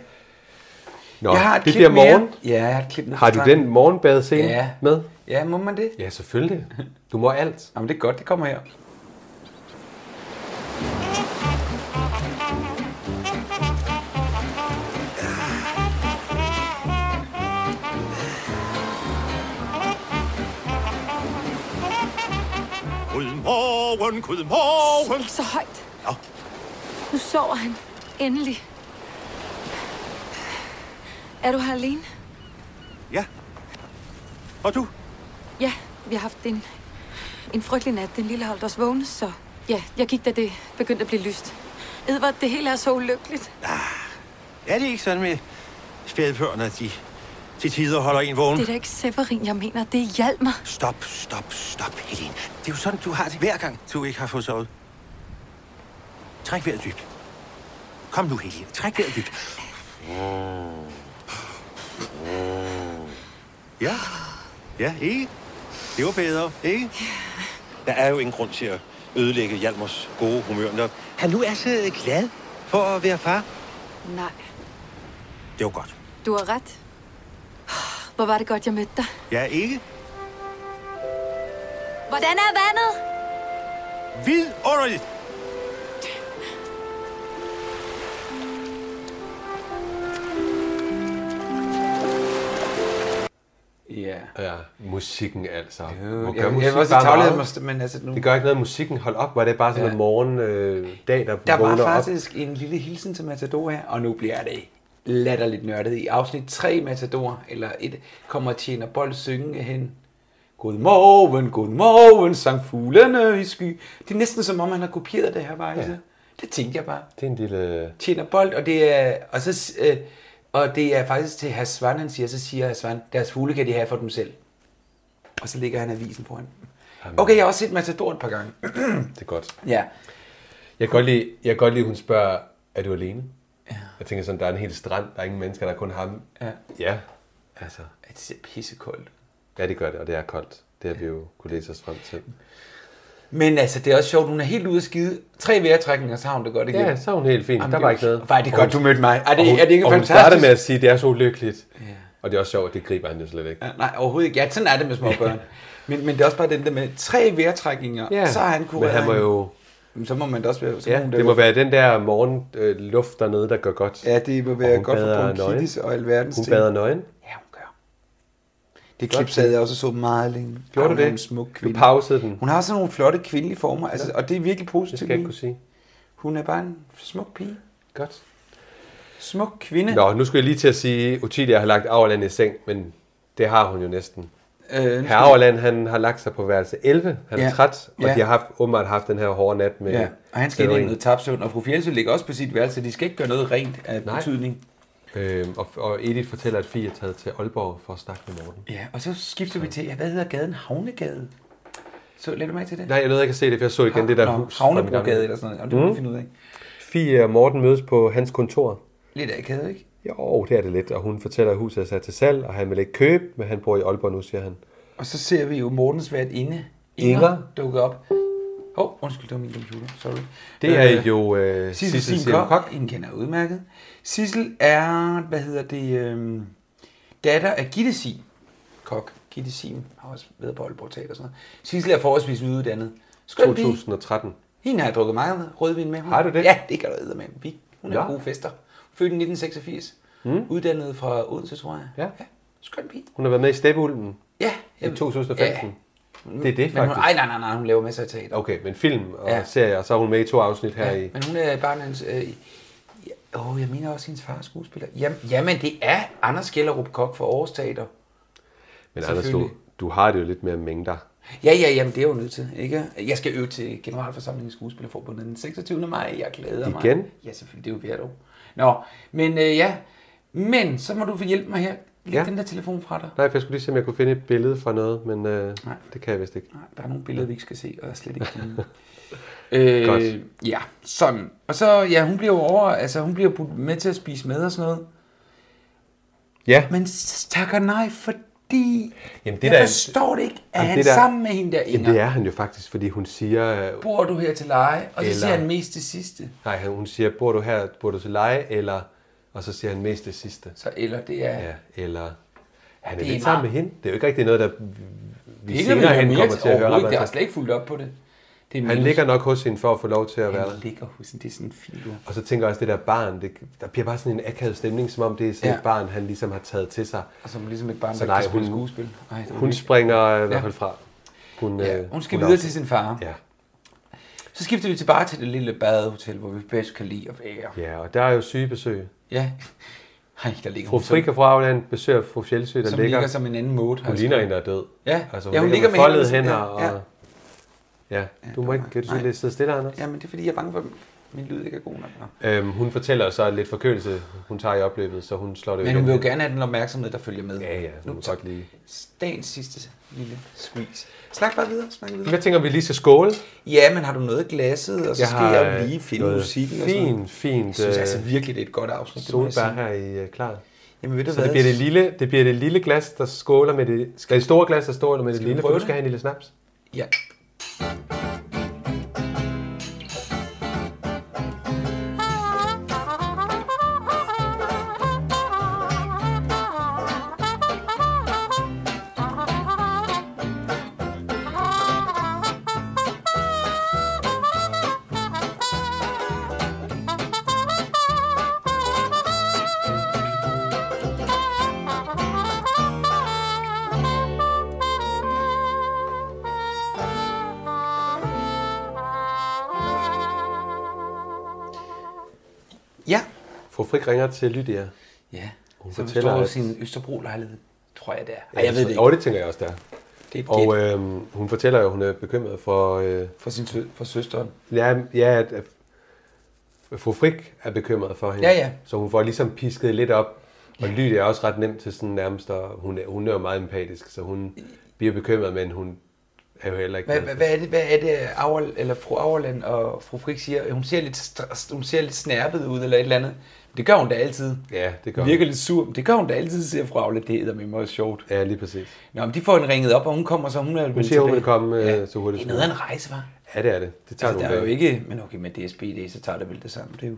Speaker 1: Nå,
Speaker 2: jeg har et
Speaker 1: det
Speaker 2: klip
Speaker 1: bliver morgen.
Speaker 2: Mere. Ja, jeg har et klip mere
Speaker 1: Har du
Speaker 2: fra
Speaker 1: den
Speaker 2: starten.
Speaker 1: morgenbade scene
Speaker 2: Ja.
Speaker 1: med?
Speaker 2: Ja, må man det?
Speaker 1: Ja, selvfølgelig. Du må alt.
Speaker 2: Jamen, det er godt, det kommer her.
Speaker 13: Godmorgen, godmorgen.
Speaker 8: Ikke så højt.
Speaker 13: Nå.
Speaker 8: Nu sover han. Endelig. Er du her alene?
Speaker 13: Ja. Og du?
Speaker 8: Ja, vi har haft en, en frygtelig nat. Den lille holdt os vågne, så ja, jeg gik, da det begyndte at blive lyst. Edvard, det hele er så ulykkeligt.
Speaker 13: Er det ikke sådan med spædbørn, at de til tider holder en vågen?
Speaker 8: Det er da ikke Severin, jeg mener. Det er Hjalmar.
Speaker 13: Stop, stop, stop, Helene. Det er jo sådan, du har det hver gang, du ikke har fået sovet. Træk vejret dybt. Kom nu, Helene. Træk vejret dybt. Ja, ja, ikke? Det var bedre, ikke? Der er jo ingen grund til at ødelægge Hjalmers gode humør. Når han nu er så glad for at være far.
Speaker 8: Nej,
Speaker 13: Det var godt.
Speaker 8: du har ret. Hvor var det godt, jeg mødte dig.
Speaker 13: Ja, ikke?
Speaker 8: Hvordan er vandet?
Speaker 13: Vidunderligt!
Speaker 2: Ja.
Speaker 1: Ja, musikken altså. Hvor
Speaker 2: jeg- jeg vil også sige, tavlighed måske- men altså nu-
Speaker 1: Det gør ikke noget, musikken holdt op. Var det bare sådan
Speaker 2: Ja.
Speaker 1: en morgen, øh, dag, der,
Speaker 2: Der var
Speaker 1: vågner op?
Speaker 2: faktisk en lille hilsen til Matador her, og nu bliver det latterligt nørdet. I afsnit 3 Matador, eller 1, kommer Tjener Bold synge hen. Godmorgen, godmorgen, sang fuglene i sky. Det er næsten som om, han har kopieret det her, Vejse.
Speaker 1: Ja.
Speaker 2: Ja. Det tænkte jeg bare.
Speaker 1: Det er en lille...
Speaker 2: Tjener Bold, og det er, og så, øh, og det er faktisk til Hasvan, han siger, så siger Hasvan, deres fugle kan de have for dem selv. Og så ligger han avisen foran. Okay, jeg har også set Matador et par gange.
Speaker 1: Det er godt.
Speaker 2: Ja.
Speaker 1: Jeg kan godt lide, jeg kan godt lide hun spørger, er du alene? Ja. Jeg tænker sådan, der er en hel strand, der er ingen mennesker, der er kun ham.
Speaker 2: Ja.
Speaker 1: Ja, altså.
Speaker 2: Det ser pissekoldt.
Speaker 1: Ja, det gør det, og det er koldt. Det har vi jo kunne læse os frem til.
Speaker 2: Men altså, det er også sjovt, hun er helt ude at skide. Tre vejrtrækninger, så har hun det godt igen.
Speaker 1: Ja, så er hun helt fin.
Speaker 2: Jamen,
Speaker 1: der
Speaker 2: det
Speaker 1: var
Speaker 2: er-
Speaker 1: ikke noget.
Speaker 2: Ej, det er
Speaker 1: Og
Speaker 2: godt, du
Speaker 1: hun-
Speaker 2: mødte mig. Ej, det,
Speaker 1: og hun-
Speaker 2: er det ikke
Speaker 1: og hun
Speaker 2: fantastisk?
Speaker 1: startede med at sige, at det er så ulykkeligt. Og det er også sjovt, at det griber han jo slet ikke.
Speaker 2: Ja, nej, overhovedet ikke. Ja, sådan er det med små børn. men, men det er også bare den der med tre vejrtrækninger,
Speaker 1: Ja,
Speaker 2: så er han
Speaker 1: men
Speaker 2: kureret.
Speaker 1: han må jo-
Speaker 2: Jamen, så må man da også være... Så
Speaker 1: Ja,
Speaker 2: man da
Speaker 1: det må
Speaker 2: være-
Speaker 1: være den der morgenluft dernede, der gør godt.
Speaker 2: Ja, det må være godt for bronkitis og alverdens
Speaker 1: Hun
Speaker 2: ting.
Speaker 1: bader nøgen.
Speaker 2: Det
Speaker 1: Godt
Speaker 2: klip sad jeg også og så meget længe.
Speaker 1: Gjorde
Speaker 2: Ej,
Speaker 1: du
Speaker 2: hun er
Speaker 1: det?
Speaker 2: En smuk
Speaker 1: Du
Speaker 2: kvinde.
Speaker 1: pausede den.
Speaker 2: Hun har sådan nogle flotte kvindelige former, altså,
Speaker 1: Ja.
Speaker 2: og det er virkelig positivt.
Speaker 1: Det skal jeg kunne sige.
Speaker 2: Hun er bare en smuk pige.
Speaker 1: Godt.
Speaker 2: Smuk kvinde.
Speaker 1: Nå, nu skulle jeg lige til at sige, Utilia har lagt Auerland i seng, men det har hun jo næsten.
Speaker 2: Øh, nu skal-
Speaker 1: Herre Auerland, han har lagt sig på værelse 11. Han er
Speaker 2: Ja.
Speaker 1: træt, og
Speaker 2: Ja.
Speaker 1: de har haft, åbenbart haft den her hårde nat med...
Speaker 2: Ja, og han skal ind i noget tabsøvn, og fru Fjeldsø ligger også på sit værelse. De skal ikke gøre noget rent af
Speaker 1: Nej.
Speaker 2: betydning.
Speaker 1: Øhm, og, og Edith fortæller, at Fie er taget til Aalborg for at snakke med Morten.
Speaker 2: Ja, og så skifter vi til, ja, hvad hedder gaden? Havnegade? Så lad du mærke til det?
Speaker 1: Nej, jeg nåede ikke at se det, for jeg så igen det der
Speaker 2: Nå,
Speaker 1: hus. Mm.
Speaker 2: Havnebrogade eller sådan noget. Jamen, det må vi finde ud af.
Speaker 1: Fie og Morten mødes på hans kontor.
Speaker 2: Lidt akavet, ikke?
Speaker 1: Jo, det er det lidt, og hun fortæller, at huset er sat til salg, og han vil ikke købe, men han bor i Aalborg nu, siger han.
Speaker 2: Og så ser vi jo Mortens vært inde.
Speaker 1: Inger.
Speaker 2: dukker op. Åh, oh, undskyld, det var min computer. Sorry.
Speaker 1: Det er jo, øh,
Speaker 2: Sissel
Speaker 1: Sissel
Speaker 2: Sien
Speaker 1: Siem
Speaker 2: Kok. Ingen kender udmærket. Sissel er, hvad hedder det, øh, datter af Gitte Sien Kok. Gitte Sien har også været på Aalborg Teater og sådan noget. Sissel er forholdsvis uddannet. Skøn pige.
Speaker 1: 2013.
Speaker 2: Hende har jeg drukket meget rødvin med. Hun,
Speaker 1: Har du det?
Speaker 2: Ja, det kan du med. Vi, hun er
Speaker 1: Nå.
Speaker 2: ja. gode fester. Født i 1986.
Speaker 1: Mm.
Speaker 2: Uddannet fra Odense, tror jeg.
Speaker 1: Ja.
Speaker 2: Skøn pige.
Speaker 1: Hun har været med i Steppeulven.
Speaker 2: Ja.
Speaker 1: I 2015. Det er det,
Speaker 2: Men hun,
Speaker 1: faktisk.
Speaker 2: ej, nej, nej, nej, hun laver masser af teater.
Speaker 1: Okay, men film og
Speaker 2: Ja.
Speaker 1: ja. serie, og så er hun med i to afsnit her
Speaker 2: Ja,
Speaker 1: i...
Speaker 2: men hun er bare hans... Øh, ja, åh, jeg mener også hendes far er skuespiller. Jamen, jamen det er Anders Gellerup Kok for Aarhus Teater.
Speaker 1: Men Anders, du,
Speaker 2: Selvfølgelig.
Speaker 1: du har det jo lidt mere mængder.
Speaker 2: Ja, ja, jamen det er jeg jo nødt til, ikke? Jeg skal øve til Generalforsamlingen i Skuespillerforbundet den 26. maj. Jeg glæder mig.
Speaker 1: Igen?
Speaker 2: Ja, selvfølgelig. Det er jo hvert år. Nå, men øh, ja. Men så må du få hjælpe mig her. Læg ja.
Speaker 1: Ja.
Speaker 2: den der telefon fra dig.
Speaker 1: Nej, for jeg skulle lige se, om jeg kunne finde et billede fra noget, men øh, det kan jeg vist ikke.
Speaker 2: Nej, der er nogle billeder, vi ikke skal se, og jeg er slet ikke
Speaker 1: øh, Godt.
Speaker 2: Ja, sådan. Og så, ja, hun bliver jo over, altså hun bliver budt med til at spise med og sådan noget.
Speaker 1: Ja.
Speaker 2: Men s- takker nej, fordi
Speaker 1: Jamen, det
Speaker 2: jeg
Speaker 1: der er-
Speaker 2: forstår det ikke, er
Speaker 1: Jamen,
Speaker 2: han
Speaker 1: det der-
Speaker 2: sammen med hende der Inger?
Speaker 1: Jamen, det er han jo faktisk, fordi hun siger... Øh,
Speaker 2: Bor du her til leje? Og så
Speaker 1: Eller-
Speaker 2: siger han mest det sidste.
Speaker 1: nej, hun siger, bor du her, bor du til leje, eller... Og så siger han mest det sidste.
Speaker 2: Så eller det er...
Speaker 1: Ja, eller... Han er,
Speaker 2: Det
Speaker 1: er
Speaker 2: er
Speaker 1: lidt sammen med
Speaker 2: meget-
Speaker 1: hende. Det er jo ikke rigtig noget, der vi
Speaker 2: Det er ikke
Speaker 1: senere
Speaker 2: noget, vi
Speaker 1: hen
Speaker 2: mere
Speaker 1: kommer til at høre. ret
Speaker 2: overhovedet.
Speaker 1: meget
Speaker 2: Jeg har
Speaker 1: til.
Speaker 2: slet ikke fulgt op på det. det
Speaker 1: Han ligger nok hos hende for at få lov til at
Speaker 2: Han
Speaker 1: være der.
Speaker 2: ligger hos hende. Det er sådan en fin du.
Speaker 1: Og så tænker jeg også, det der barn, det, der bliver bare sådan en akavet stemning, som om det er sådan
Speaker 2: Ja.
Speaker 1: ja. et barn, han ligesom har taget til sig.
Speaker 2: Og som ligesom et barn,
Speaker 1: så
Speaker 2: der
Speaker 1: nej,
Speaker 2: kan spille
Speaker 1: hun,
Speaker 2: skuespil. Ej,
Speaker 1: Ej,
Speaker 2: det er
Speaker 1: hun
Speaker 2: ikke-
Speaker 1: springer i
Speaker 2: Ja.
Speaker 1: hvert fald fra. Hun,
Speaker 2: Ja,
Speaker 1: øh,
Speaker 2: hun skal
Speaker 1: er
Speaker 2: videre
Speaker 1: også-
Speaker 2: til sin far.
Speaker 1: Ja.
Speaker 2: Så skifter vi tilbage til det lille badehotel, hvor vi bedst kan lide at være.
Speaker 1: ja, og der er jo sygebesøg.
Speaker 2: Ja. Ej, der ligger
Speaker 1: Fru
Speaker 2: hun som-
Speaker 1: Frik og fru Auland besøger fru Fjeldsø, der
Speaker 2: Som
Speaker 1: ligger,
Speaker 2: ligger som en anden måde, har
Speaker 1: Hun
Speaker 2: jeg
Speaker 1: ligner en,
Speaker 2: skrevet.
Speaker 1: der er død.
Speaker 2: Ja.
Speaker 1: altså, hun,
Speaker 2: Ja, hun
Speaker 1: ligger med foldede hænder.
Speaker 2: hænderne sådan, ja,
Speaker 1: og, ja. du må ikke, kan du
Speaker 2: nej.
Speaker 1: sige lidt sidde stille, Anders?
Speaker 2: Jamen, det er fordi, jeg er bange for, at min lyd ikke er god nok. Nå.
Speaker 1: Øhm, hun fortæller så lidt forkølelse, hun tager i opløbet, så hun slår det
Speaker 2: Men
Speaker 1: igen.
Speaker 2: hun vil jo gerne have den opmærksomhed, der følger med.
Speaker 1: Ja, ja, hun
Speaker 2: Nu
Speaker 1: vil godt lige.
Speaker 2: Dagens sidste lille squeeze. Snak bare videre, snak videre.
Speaker 1: Jeg tænker, vi lige skal skåle.
Speaker 2: Ja, men har du noget i glasset, og så
Speaker 1: Jeg
Speaker 2: skal
Speaker 1: har,
Speaker 2: jeg jo
Speaker 1: øh,
Speaker 2: lige finde
Speaker 1: noget
Speaker 2: musikken. og
Speaker 1: fint,
Speaker 2: sådan noget.
Speaker 1: fint,
Speaker 2: Jeg synes
Speaker 1: øh,
Speaker 2: altså virkelig, det er et godt afsnit. det må jeg
Speaker 1: Solbær
Speaker 2: sige.
Speaker 1: her i uh, klar.
Speaker 2: Jamen, ved du
Speaker 1: så det
Speaker 2: hvad?
Speaker 1: bliver det, lille, det bliver det lille glas, der skåler med det... Skal det store glas, der står med det
Speaker 2: vi
Speaker 1: lille, for
Speaker 2: prøve
Speaker 1: du
Speaker 2: det?
Speaker 1: skal have en lille snaps.
Speaker 2: Ja. Ja.
Speaker 1: Fru Frik ringer til Lydia.
Speaker 2: Ja,
Speaker 1: Hun
Speaker 2: så
Speaker 1: fortæller,
Speaker 2: fortæller
Speaker 1: at-
Speaker 2: sin Østerbro-lejlighed, tror jeg, det er.
Speaker 1: Ja, jeg ved det ikke. Og det tænker jeg også, der.
Speaker 2: Det er et
Speaker 1: og øhm, hun fortæller jo, at hun er bekymret for... Øh,
Speaker 2: for sin sø- for søsteren.
Speaker 1: Ja, ja at, at fru Frik er bekymret for hende.
Speaker 2: Ja, ja.
Speaker 1: Så hun får ligesom pisket lidt op. Og Lydia er også ret nem til sådan nærmest, og hun, er- hun er jo meget empatisk, så hun bliver bekymret, men hun er jo heller ikke...
Speaker 2: Hvad, hvad, hvad er det, hvad er det Auer, eller fru Auerland og fru Frik siger? Hun ser, lidt str- hun ser lidt snærpet ud eller et eller andet. Det gør hun da altid.
Speaker 1: Ja, det gør hun.
Speaker 2: Virker lidt sur. men Det gør hun da altid, siger fru Auerland. Det er med mig sjovt.
Speaker 1: Ja, lige præcis.
Speaker 2: Nå, men de får hende ringet op, og hun kommer så. Hun, er
Speaker 1: Hun siger, hun vil komme ja. så hurtigt
Speaker 2: Det er noget af en rejse, var.
Speaker 1: Ja, det er det. Det tager
Speaker 2: altså, der
Speaker 1: nogle
Speaker 2: er jo
Speaker 1: dage.
Speaker 2: ikke, men okay, med DSB, det, så tager det vel det samme. Det er jo.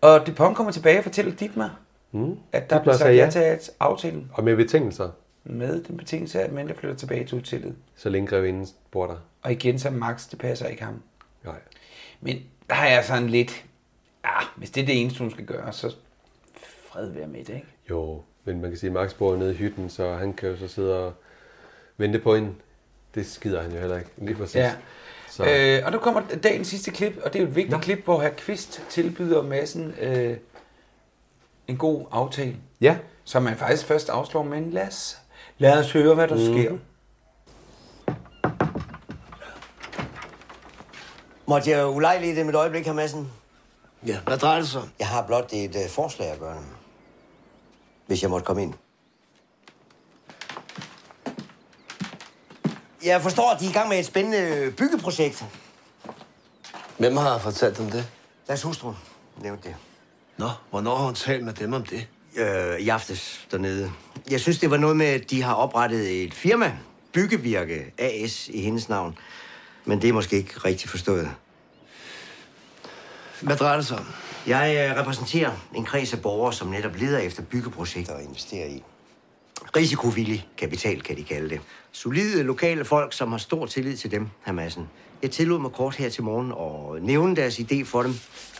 Speaker 2: Og Dupont kommer tilbage og fortæller Dietmar,
Speaker 1: Mm.
Speaker 2: At der blev sagt ja til aftalen.
Speaker 1: Og med betingelser,
Speaker 2: Med den betingelse, at Amanda flytter tilbage til hotellet.
Speaker 1: så længe grevinden bor der.
Speaker 2: Og igen så Max, det passer ikke ham.
Speaker 1: Nej.
Speaker 2: Men der har jeg sådan lidt, ah, hvis det er det eneste, hun skal gøre, så fred være med det, ikke?
Speaker 1: Jo, men man kan sige, at Max bor nede i hytten, så han kan jo så sidde og vente på hende. Det skider han jo heller ikke, lige præcis.
Speaker 2: Ja.
Speaker 1: Så, øh,
Speaker 2: Øh, og nu kommer dagens sidste klip, og det er jo et vigtigt klip, hvor herr Kvist tilbyder massen øh, en god aftale.
Speaker 1: Ja.
Speaker 2: Som man faktisk først afslår, men lad os, lad os høre, hvad der
Speaker 1: Mhm.
Speaker 2: sker.
Speaker 7: Måtte jeg ulejlige det med et øjeblik, her Madsen? Ja, hvad drejer det sig Jeg har blot et øh, forslag at gøre. med. Hvis jeg måtte komme ind. Jeg forstår, at de er i gang med et spændende øh, byggeprojekt.
Speaker 6: Hvem har fortalt dem det?
Speaker 7: Deres hustru nævnte det.
Speaker 6: Nå, hvornår har hun talt med dem om det?
Speaker 7: Øh, I aftes dernede. Jeg synes, det var noget med, at de har oprettet et firma. Byggevirke AS i hendes navn. Men det er måske ikke rigtig forstået. Hvad drejer det sig om? Jeg øh, repræsenterer en kreds af borgere, som netop leder efter byggeprojekter at investere i. Risikovillig kapital, kan de kalde det. Solide lokale folk, som har stor tillid til dem, her Madsen. Jeg tillod mig kort her til morgen og nævne deres idé for dem.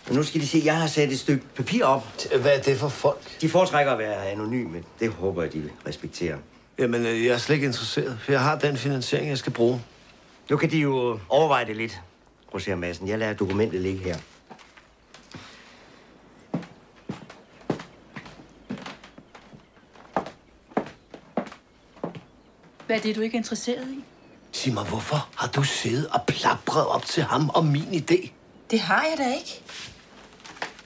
Speaker 7: Og nu skal de se, at jeg har sat et stykke papir op. Hvad er det for folk? De foretrækker at være anonyme. Det håber jeg, de vil respektere.
Speaker 6: Jamen, øh, jeg er slet ikke interesseret, for jeg har den finansiering, jeg skal bruge.
Speaker 7: Nu kan de jo overveje det lidt, Roser Madsen. Jeg lader dokumentet ligge her.
Speaker 5: Hvad er det, du ikke er interesseret i?
Speaker 6: Sig mig, hvorfor har du siddet og plapret op til ham om min idé?
Speaker 5: Det har jeg da ikke.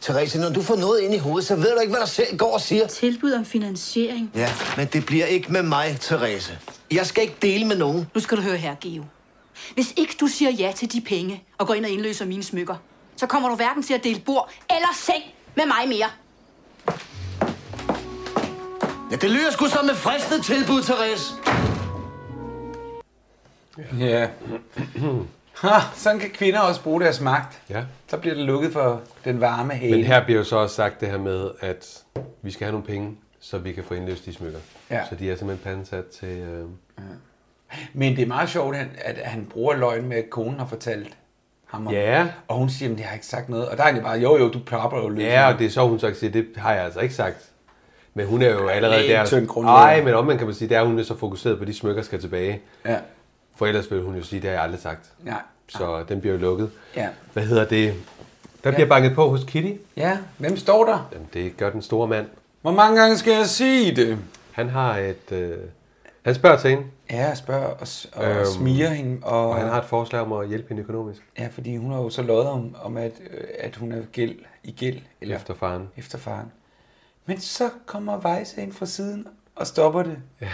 Speaker 6: Therese, når du får noget ind i hovedet, så ved du ikke, hvad der selv går og siger.
Speaker 5: Tilbud om finansiering.
Speaker 6: Ja, men det bliver ikke med mig, Therese. Jeg skal ikke dele med nogen.
Speaker 5: Nu skal du høre her, Geo. Hvis ikke du siger ja til de penge og går ind og indløser mine smykker, så kommer du hverken til at dele bord eller seng med mig mere.
Speaker 6: Ja, det lyder sgu som et fristet tilbud, Therese.
Speaker 2: Ja. ha, sådan kan kvinder også bruge deres magt.
Speaker 1: Ja.
Speaker 2: Så bliver det lukket for den varme hale.
Speaker 1: men her bliver jo så også sagt det her med, at vi skal have nogle penge, så vi kan få indløst de smykker.
Speaker 2: Ja.
Speaker 1: Så de er simpelthen pansat til... Øh...
Speaker 2: Men det er meget sjovt, han- at han bruger løgn med, at konen har fortalt ham om.
Speaker 1: Ja.
Speaker 2: Og hun siger, at jeg har ikke sagt noget. Og der er egentlig bare, jo jo, du plapper jo løs.
Speaker 1: Ja, og det er så, hun så kan sige, det har jeg altså ikke sagt. Men hun er jo allerede
Speaker 2: det er en tynd
Speaker 1: der.
Speaker 2: grundlag.
Speaker 1: Nej, men omvendt kan man sige, der er hun jo så fokuseret på, at de smykker skal tilbage.
Speaker 2: Ja.
Speaker 1: For ellers ville hun jo sige, det har jeg aldrig sagt.
Speaker 2: Nej.
Speaker 1: Så den bliver jo lukket.
Speaker 2: Ja.
Speaker 1: Hvad hedder det? Der
Speaker 2: Ja.
Speaker 1: bliver banket på hos Kitty.
Speaker 2: Ja, hvem står der?
Speaker 1: Jamen, det gør den store mand.
Speaker 2: Hvor mange gange skal jeg sige det?
Speaker 1: Han har et... Øh... Han spørger til hende.
Speaker 2: Ja, jeg spørger og, s- og øhm, smiger hende. Og,
Speaker 1: og han har et forslag om at hjælpe hende økonomisk.
Speaker 2: Ja, fordi hun har jo så løjet om, om at, øh, at hun er gæld, i gæld.
Speaker 1: Efter faren.
Speaker 2: Efter faren. Men så kommer Vejse ind fra siden og stopper det. Ja.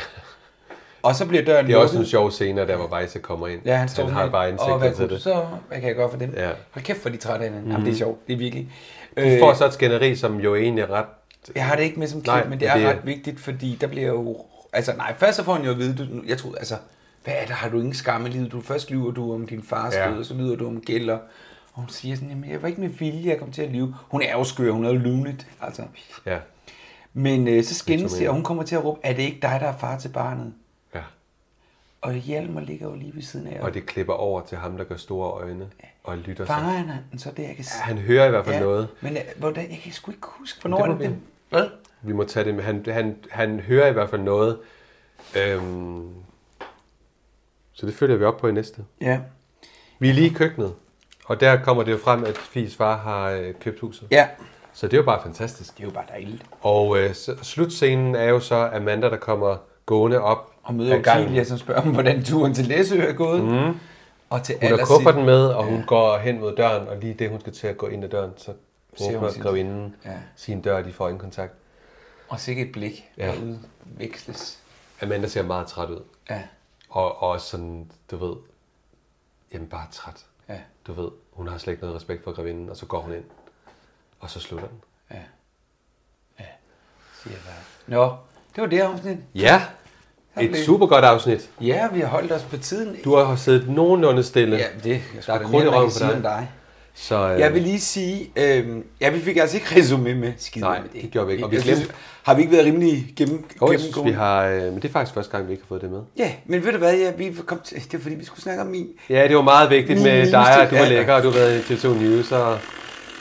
Speaker 2: Og så bliver døren
Speaker 1: Det er også
Speaker 2: lukket.
Speaker 1: nogle sjove scener, der hvor Weisse kommer ind.
Speaker 2: Ja, han står
Speaker 1: han
Speaker 2: sådan
Speaker 1: har
Speaker 2: lidt,
Speaker 1: bare
Speaker 2: "Åh, hvad
Speaker 1: indsigtet til
Speaker 2: kunne du
Speaker 1: det.
Speaker 2: Så, hvad kan jeg gøre for dem?
Speaker 1: Ja.
Speaker 2: Hold kæft, hvor de er trætte af hinanden.
Speaker 1: Mhm.
Speaker 2: Jamen, det er sjovt. Det er virkelig. Øh,
Speaker 1: De får så et skænderi, som jo egentlig er ret...
Speaker 2: Jeg har det ikke med som klip,
Speaker 1: Nej,
Speaker 2: men det er ret vigtigt, fordi der bliver jo... Altså, nej, først så får han jo at vide, du, jeg troede, altså, hvad er det, har du ingen skam i livet? Du, først lyver du om din fars
Speaker 1: Ja.
Speaker 2: ja. død, og så lyder du om gælder. Og hun siger sådan, jamen, jeg var ikke med vilje, jeg kom til at lyve. Hun er jo skør, hun er jo lyvnet, altså.
Speaker 1: Ja.
Speaker 2: Men øh, så skændes
Speaker 1: Det er
Speaker 2: de, og hun kommer til at råbe, er det ikke dig, der er far til barnet?
Speaker 1: Ja.
Speaker 2: Og Hjalmar ligger jo lige ved siden af.
Speaker 1: Og det klipper over til ham, der gør store øjne og lytter sig.
Speaker 2: Fanger han den, så det jeg kan se.
Speaker 1: han hører i hvert fald noget.
Speaker 2: Men øh, hvordan, jeg kan sgu ikke huske,
Speaker 1: Men
Speaker 2: hvornår
Speaker 1: det
Speaker 2: det
Speaker 1: må
Speaker 2: er det.
Speaker 1: vi-
Speaker 2: Hvad?
Speaker 1: Vi må tage det med. Han, han, han hører i hvert fald noget. Øhm, så det følger vi op på i næste.
Speaker 2: Ja.
Speaker 1: Vi er lige i køkkenet, og der kommer det jo frem, at Fies far har øh, købt huset.
Speaker 2: Ja.
Speaker 1: Så det er jo bare fantastisk.
Speaker 2: Det er jo bare dejligt.
Speaker 1: Og øh, så, slutscenen er jo så Amanda, der kommer gående op
Speaker 2: Og møder
Speaker 1: ad gangen.
Speaker 2: Ophelia, som spørger dem, hvordan turen til Læsø er gået.
Speaker 1: Mhm.
Speaker 2: Og til
Speaker 1: Hun har
Speaker 2: allersidst-
Speaker 1: kufferten med, og hun ja. går hen mod døren, og lige det, hun skal til at gå ind ad døren, så
Speaker 2: Ser hun
Speaker 1: åbner
Speaker 2: sin-
Speaker 1: grevinden ja.
Speaker 2: Ja.
Speaker 1: sin dør, og de får øjenkontakt.
Speaker 2: Og sikkert et blik,
Speaker 1: Ja.
Speaker 2: ja. der udveksles.
Speaker 1: Amanda ser meget træt ud.
Speaker 2: Ja.
Speaker 1: Og, og også sådan, du ved, jamen bare træt.
Speaker 2: Ja.
Speaker 1: Du ved, hun har slet ikke noget respekt for grevinden, og så går hun ind, og så slutter den.
Speaker 2: Siger jeg bare. Nå, det var det afsnit.
Speaker 1: Ja,
Speaker 2: Der
Speaker 1: et
Speaker 2: blev-
Speaker 1: super godt afsnit.
Speaker 2: Ja, vi har holdt os på tiden.
Speaker 1: Du har siddet nogenlunde stille.
Speaker 2: Ja, det jeg
Speaker 1: der
Speaker 2: skulle
Speaker 1: er
Speaker 2: da
Speaker 1: krudt i
Speaker 2: mere, man
Speaker 1: røven
Speaker 2: kan
Speaker 1: på
Speaker 2: sige
Speaker 1: dig.
Speaker 2: om dig.
Speaker 1: Så, øh,
Speaker 2: Jeg vil lige sige,
Speaker 1: øhm,
Speaker 2: øh, ja, vi fik altså ikke resumé med skide
Speaker 1: Nej,
Speaker 2: med det.
Speaker 1: det gjorde vi ikke, og vi
Speaker 2: Jeg synes,
Speaker 1: glemte-
Speaker 2: Har vi ikke været rimelig gennem,
Speaker 1: Jo, jeg synes,
Speaker 2: gennemgående?
Speaker 1: vi har, øh, men det er faktisk første gang, vi ikke har fået det med.
Speaker 2: Ja, men ved du hvad, ja, vi kom til, det var fordi, vi skulle snakke om min.
Speaker 1: Ja, det var meget vigtigt
Speaker 2: Min
Speaker 1: med
Speaker 2: mineste-
Speaker 1: dig, og du var
Speaker 2: Ja.
Speaker 1: lækker, og du har været i TV2 News, og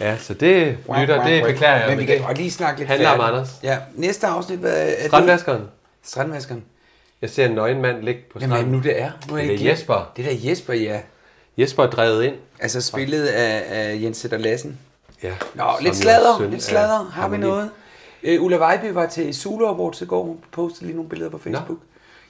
Speaker 1: ja, så det
Speaker 2: Wow,
Speaker 1: lytter,
Speaker 2: wow,
Speaker 1: det
Speaker 2: wow.
Speaker 1: beklager jeg.
Speaker 2: Men vi
Speaker 1: det
Speaker 2: kan godt lige snakke lidt
Speaker 1: Handler om
Speaker 2: færdigt.
Speaker 1: Anders.
Speaker 2: Ja, næste afsnit var... er Øh, det-
Speaker 1: Strandvaskeren.
Speaker 2: Strandvaskeren.
Speaker 1: Jeg ser en nøgen mand ligge på
Speaker 2: Hvem er
Speaker 1: stranden.
Speaker 2: det nu, det er? Nu er jeg
Speaker 1: det er
Speaker 2: ikke-
Speaker 1: Jesper.
Speaker 2: Det der Jesper, ja.
Speaker 1: Jesper er drevet ind.
Speaker 2: Altså spillet af, af Jens Sætter Lassen.
Speaker 1: Ja.
Speaker 2: Nå,
Speaker 1: som
Speaker 2: lidt
Speaker 1: jo er
Speaker 2: sladder,
Speaker 1: søn
Speaker 2: lidt sladder.
Speaker 1: af
Speaker 2: Har vi
Speaker 1: Harmoni.
Speaker 2: noget? Øh, Ulla Vejby var til Zulu Awards i går. Hun postede lige nogle billeder på Facebook.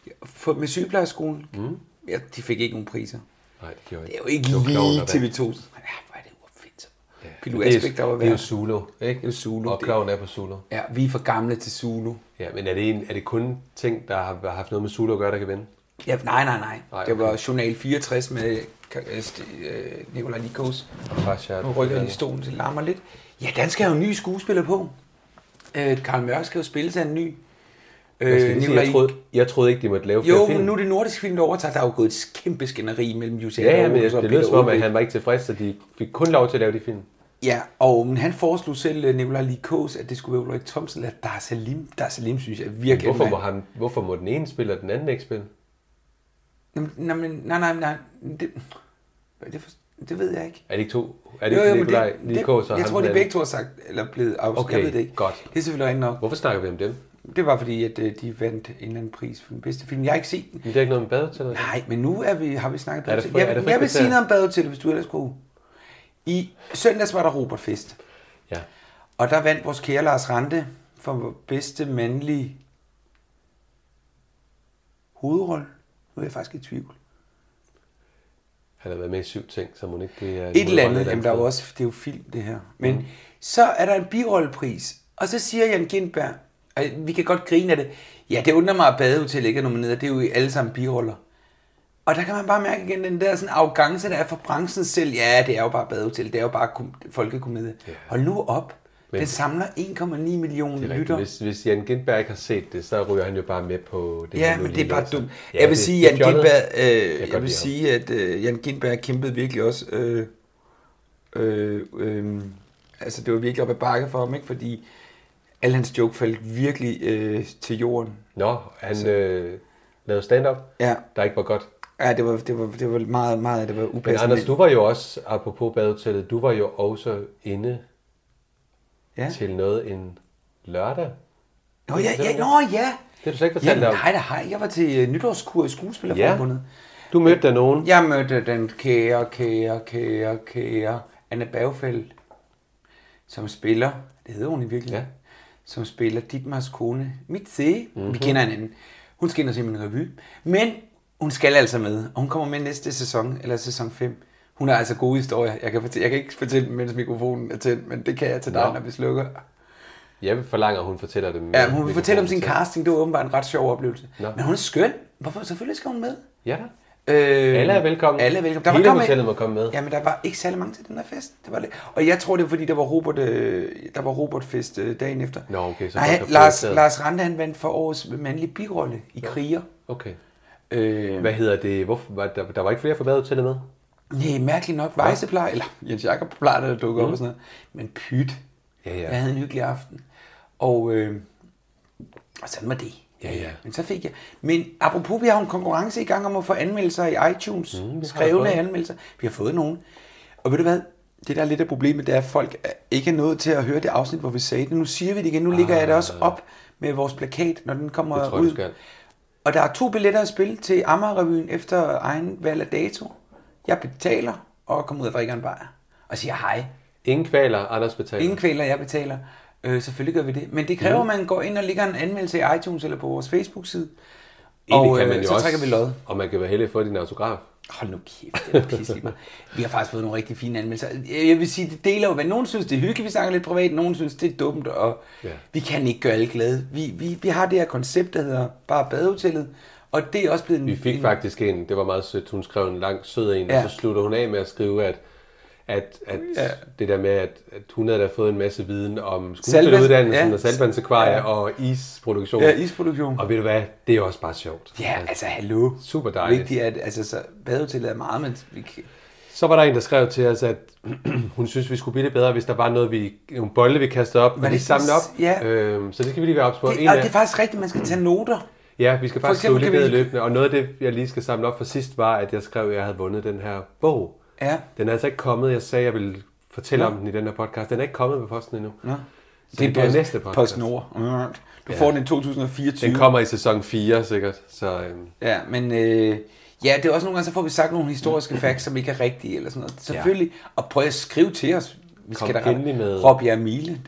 Speaker 2: Ja, For, med sygeplejerskolen.
Speaker 1: Mm.
Speaker 2: Ja, de fik ikke nogen priser.
Speaker 1: Nej, det gjorde
Speaker 2: Det er jo
Speaker 1: ikke.
Speaker 2: ikke
Speaker 1: Det var
Speaker 2: lige
Speaker 1: klovn, der
Speaker 2: TV2. Ja, hvor er det uopfindsomt. Ja. Pilu
Speaker 1: Men det er-
Speaker 2: Asbæk, der var
Speaker 1: det er jo
Speaker 2: værd.
Speaker 1: Zulu, ikke?
Speaker 2: Det er Zulu.
Speaker 1: Og
Speaker 2: Det-
Speaker 1: kloven er på Zulu.
Speaker 2: Ja, vi er for gamle til Zulu.
Speaker 1: Ja, men er det, en, er det kun ting, der har har haft noget med Zulu at gøre, der kan vinde?
Speaker 2: Ja, nej, nej, nej.
Speaker 1: Nej,
Speaker 2: Det
Speaker 1: okay.
Speaker 2: var Journal 64 med øh, St- øh, Nikolaj Likos.
Speaker 1: Rashad.
Speaker 2: Nu rykker jeg i stolen, så det larmer lidt. Ja, den skal jo en ny skuespiller på. Øh, Karl Mørk skal jo spille sig en ny. øh,
Speaker 1: Jeg, skal lige sige, jeg, troede, jeg troede ikke, de måtte lave flere
Speaker 2: Jo,
Speaker 1: film.
Speaker 2: men nu er det nordiske film, der overtager. Der er jo gået et kæmpe skænderi mellem Jussi
Speaker 1: Ja, ja, men
Speaker 2: Adler-Olsen og
Speaker 1: det lød
Speaker 2: Peter
Speaker 1: som om, at
Speaker 2: Olbæk.
Speaker 1: han var ikke tilfreds, så de fik kun lov til at lave de film.
Speaker 2: Ja, og men han foreslog selv øh, Nikolaj Likos, at det skulle være Ulrik Thomsen, eller Dar Salim. Dar Salim synes jeg virkelig...
Speaker 1: Hvorfor
Speaker 2: man-
Speaker 1: må, han, hvorfor må den ene spille, og den anden ikke spille?
Speaker 2: Jamen, nej, men- nej, nej, nej. Det, hvad er det, for, det ved jeg ikke.
Speaker 1: Er det ikke to? Er det ikke
Speaker 2: men
Speaker 1: Nikolaj
Speaker 2: det-
Speaker 1: Likos
Speaker 2: det-
Speaker 1: og
Speaker 2: Jeg
Speaker 1: ham
Speaker 2: tror, de
Speaker 1: den
Speaker 2: begge
Speaker 1: anden?
Speaker 2: to har sagt, eller blevet afs-
Speaker 1: Okay,
Speaker 2: jeg ved det ikke.
Speaker 1: godt.
Speaker 2: Det er selvfølgelig ikke nok.
Speaker 1: Hvorfor snakker vi om dem?
Speaker 2: Det var fordi, at øh, de vandt en eller anden pris for den bedste film. Jeg har ikke set den.
Speaker 1: Men det er ikke noget med badehotellet?
Speaker 2: Nej, men nu er vi, har vi snakket
Speaker 1: Er det
Speaker 2: badehotellet.
Speaker 1: fri-
Speaker 2: Jeg,
Speaker 1: er det
Speaker 2: vil-
Speaker 1: fri
Speaker 2: jeg vil
Speaker 1: kvarter?
Speaker 2: sige noget om badehotellet, hvis du ellers kunne. I søndags var der Robertfest.
Speaker 1: Ja.
Speaker 2: Og der vandt vores kære Lars Rante for bedste mandlige hovedrolle. Nu er jeg faktisk i tvivl.
Speaker 1: Han har været med i syv ting, så må ikke det er...
Speaker 2: Et eller andet, jamen der er jo også, det er jo film det her. Men mm. så er der en birollepris, og så siger Jan Gindberg, og vi kan godt grine af det, ja, det undrer mig, at badehotel ikke er nomineret, det er jo alle sammen biroller. Og der kan man bare mærke igen den der sådan arrogance, der er fra branchen selv. Ja, det er jo bare badehotel, det er jo bare kom- folkekomedie. Yeah. Hold nu op.
Speaker 1: Men-
Speaker 2: Men, den samler 1,9 millioner
Speaker 1: Rigtigt.
Speaker 2: lytter.
Speaker 1: Hvis, hvis Jan Gindberg ikke har set det, så ryger han jo bare med på det.
Speaker 2: Ja,
Speaker 1: han nu
Speaker 2: men det
Speaker 1: lige
Speaker 2: er bare
Speaker 1: læser.
Speaker 2: dumt.
Speaker 1: Ja,
Speaker 2: Ja, jeg vil
Speaker 1: det-
Speaker 2: sige,
Speaker 1: det
Speaker 2: Jan
Speaker 1: er fjollet.
Speaker 2: Gindberg,
Speaker 1: kan
Speaker 2: øh,
Speaker 1: godt
Speaker 2: jeg, jeg vil
Speaker 1: lide ham.
Speaker 2: sige, at øh, Jan Gindberg kæmpede virkelig også. Øh, øh, øh, altså, det var virkelig op ad bakke for ham, ikke? Fordi alle hans joke faldt virkelig øh, til jorden. Altså-
Speaker 1: Nå, han øh, lavede stand-up,
Speaker 2: ja.
Speaker 1: der ikke var godt.
Speaker 2: Ja, det var, det var, det var meget, meget, det var
Speaker 1: Men
Speaker 2: upassende.
Speaker 1: Anders, du var jo også, apropos badehotellet, du var jo også inde
Speaker 2: Ja.
Speaker 1: til noget en lørdag.
Speaker 2: Nå
Speaker 1: Det
Speaker 2: ja,
Speaker 1: fortæller
Speaker 2: ja,
Speaker 1: du.
Speaker 2: nå, ja.
Speaker 1: Det har du slet ikke fortalt
Speaker 2: ja,
Speaker 1: om.
Speaker 2: Nej, da har jeg. Jeg var til øh, nytårskur i Skuespillerforbundet.
Speaker 1: Ja. Du mødte der nogen.
Speaker 2: Jeg mødte den kære, kære, kære, kære Anne Bagfeldt, som spiller, det hedder hun i virkeligheden, ja. som spiller Ditmars kone, Mitse.
Speaker 1: Mhm.
Speaker 2: Mm-hmm. Vi kender hinanden. Hun skal ind og se min revy. Men hun skal altså med, og hun kommer med næste sæson, eller sæson 5. Hun har altså gode historier. Jeg kan, fortælle, jeg kan ikke fortælle, dem, mens mikrofonen er tændt, men det kan jeg til dig,
Speaker 1: Nå.
Speaker 2: når vi slukker.
Speaker 1: Jeg forlanger, at hun fortæller det. med
Speaker 2: Ja, men hun vil fortælle om sin
Speaker 1: mikrofonen
Speaker 2: casting. Det var åbenbart en ret sjov oplevelse.
Speaker 1: Nå.
Speaker 2: Men hun er skøn. Hvorfor? Selvfølgelig skal hun med.
Speaker 1: Ja.
Speaker 2: Øh,
Speaker 1: Alle er velkommen.
Speaker 2: Alle er velkommen. Der var
Speaker 1: Hele
Speaker 2: kommet-
Speaker 1: hotellet må komme med.
Speaker 2: Ja, men der var ikke særlig mange til den her fest. Det var lidt. Og jeg tror, det er fordi, der var Robert, øh, der var Robert fest øh, dagen efter.
Speaker 1: Nå, okay, så
Speaker 2: Nej,
Speaker 1: folk har
Speaker 2: Lars,
Speaker 1: prioriteret.
Speaker 2: Lars Rande, han vandt for årets mandlige birolle i Kriger.
Speaker 1: Okay.
Speaker 2: Øh,
Speaker 1: Hvad hedder det? Hvorfor, var der, der var ikke flere fra badehotellet med?
Speaker 2: Nej, mærkeligt nok. Vejseplejer, eller Jens Jakob plejer det at dukke op
Speaker 1: Mm.
Speaker 2: og sådan noget. Men pyt.
Speaker 1: Ja, ja.
Speaker 2: Jeg havde en hyggelig aften. Og, øh, og sådan var det.
Speaker 1: Ja, ja.
Speaker 2: Men så fik jeg... Men apropos, vi har jo en konkurrence i gang om at få anmeldelser i iTunes. Mm,
Speaker 1: vi
Speaker 2: skrevne
Speaker 1: fået.
Speaker 2: anmeldelser. Vi har fået nogen. Og ved du hvad? Det, der er lidt af problemet, det er, at folk er- ikke er nået til at høre det afsnit, hvor vi sagde det. Nu siger vi det igen. Nu ligger jeg det også op med vores plakat, når den kommer
Speaker 1: Ah. Det tror jeg,
Speaker 2: ud.
Speaker 1: du skal.
Speaker 2: Og der er to billetter at spille til Amagerrevyen efter egen valg af dato. Jeg betaler og kommer ud og drikker en bajer. Og siger hej.
Speaker 1: Ingen kvaler, Anders betaler.
Speaker 2: Ingen kvaler, jeg betaler. Øh, selvfølgelig gør vi det. Men det kræver,
Speaker 1: Mm.
Speaker 2: mm. at man går ind og lægger en anmeldelse i iTunes eller på vores Facebook-side.
Speaker 1: Egentlig
Speaker 2: og øh,
Speaker 1: kan man jo
Speaker 2: så
Speaker 1: også,
Speaker 2: trækker vi lod.
Speaker 1: Og man kan være heldig at få din autograf.
Speaker 2: Hold nu kæft, det er pisseligt, mand. Vi har faktisk fået nogle rigtig fine anmeldelser. Øh, Jeg vil sige, det deler jo, hvad nogen synes, det er hyggeligt, vi snakker lidt privat, nogen synes, det er dumt, og
Speaker 1: Ja.
Speaker 2: ja. vi kan ikke gøre alle glade. Vi, vi, vi har det her koncept, der hedder bare badehotellet, og det er også blevet en...
Speaker 1: Vi fik
Speaker 2: en,
Speaker 1: faktisk en, det var meget sødt, hun skrev en lang sød en, ja.
Speaker 2: Ja.
Speaker 1: og så slutter hun af med at skrive, at, at, at ja.
Speaker 2: Ja.
Speaker 1: det der med, at, at hun havde da fået en masse viden om
Speaker 2: Saltvand-
Speaker 1: skuespilleruddannelsen ja.
Speaker 2: ja.
Speaker 1: og salgvandsekvarier ja.
Speaker 2: Ja.
Speaker 1: og isproduktion.
Speaker 2: Ja, isproduktion.
Speaker 1: Og ved du hvad, det er også bare sjovt.
Speaker 2: Ja, altså, hallo.
Speaker 1: Super dejligt.
Speaker 2: Vigtigt, at altså, så, badehotellet er meget, men vi kan...
Speaker 1: Så var der en, der skrev til os, at hun synes, vi skulle blive lidt bedre, hvis der var noget, vi, nogle bolde, vi kastede op, og
Speaker 2: det
Speaker 1: vi
Speaker 2: ikke
Speaker 1: samlede
Speaker 2: det,
Speaker 1: op. Ja. Øhm, så det skal vi lige være ops på.
Speaker 2: Det,
Speaker 1: En
Speaker 2: og
Speaker 1: af-
Speaker 2: det er faktisk rigtigt, man skal tage noter.
Speaker 1: Ja, vi skal
Speaker 2: For
Speaker 1: faktisk
Speaker 2: eksempel
Speaker 1: skrive lidt
Speaker 2: kan
Speaker 1: ned
Speaker 2: vi-
Speaker 1: løbende, og noget af det, jeg lige skal samle op for sidst, var, at jeg skrev, at jeg havde vundet den her bog.
Speaker 2: Ja.
Speaker 1: Den er altså ikke kommet, jeg sagde, jeg ville fortælle
Speaker 2: Nå.
Speaker 1: om den i den her podcast. Den er ikke kommet på posten endnu.
Speaker 2: Nå.
Speaker 1: Så
Speaker 2: Det er
Speaker 1: det, det er
Speaker 2: post-
Speaker 1: næste podcast.
Speaker 2: PostNord. Mm. Du får den i 2024.
Speaker 1: Den kommer i sæson 4, sikkert. Så, øhm.
Speaker 2: Ja, men øh, ja, det er også nogle gange, så får vi sagt nogle historiske facts, som ikke er rigtige eller sådan noget. Selvfølgelig. Og prøv at skrive til os. Vi
Speaker 1: Kom
Speaker 2: skal da
Speaker 1: endelig med-
Speaker 2: Rob Jamile.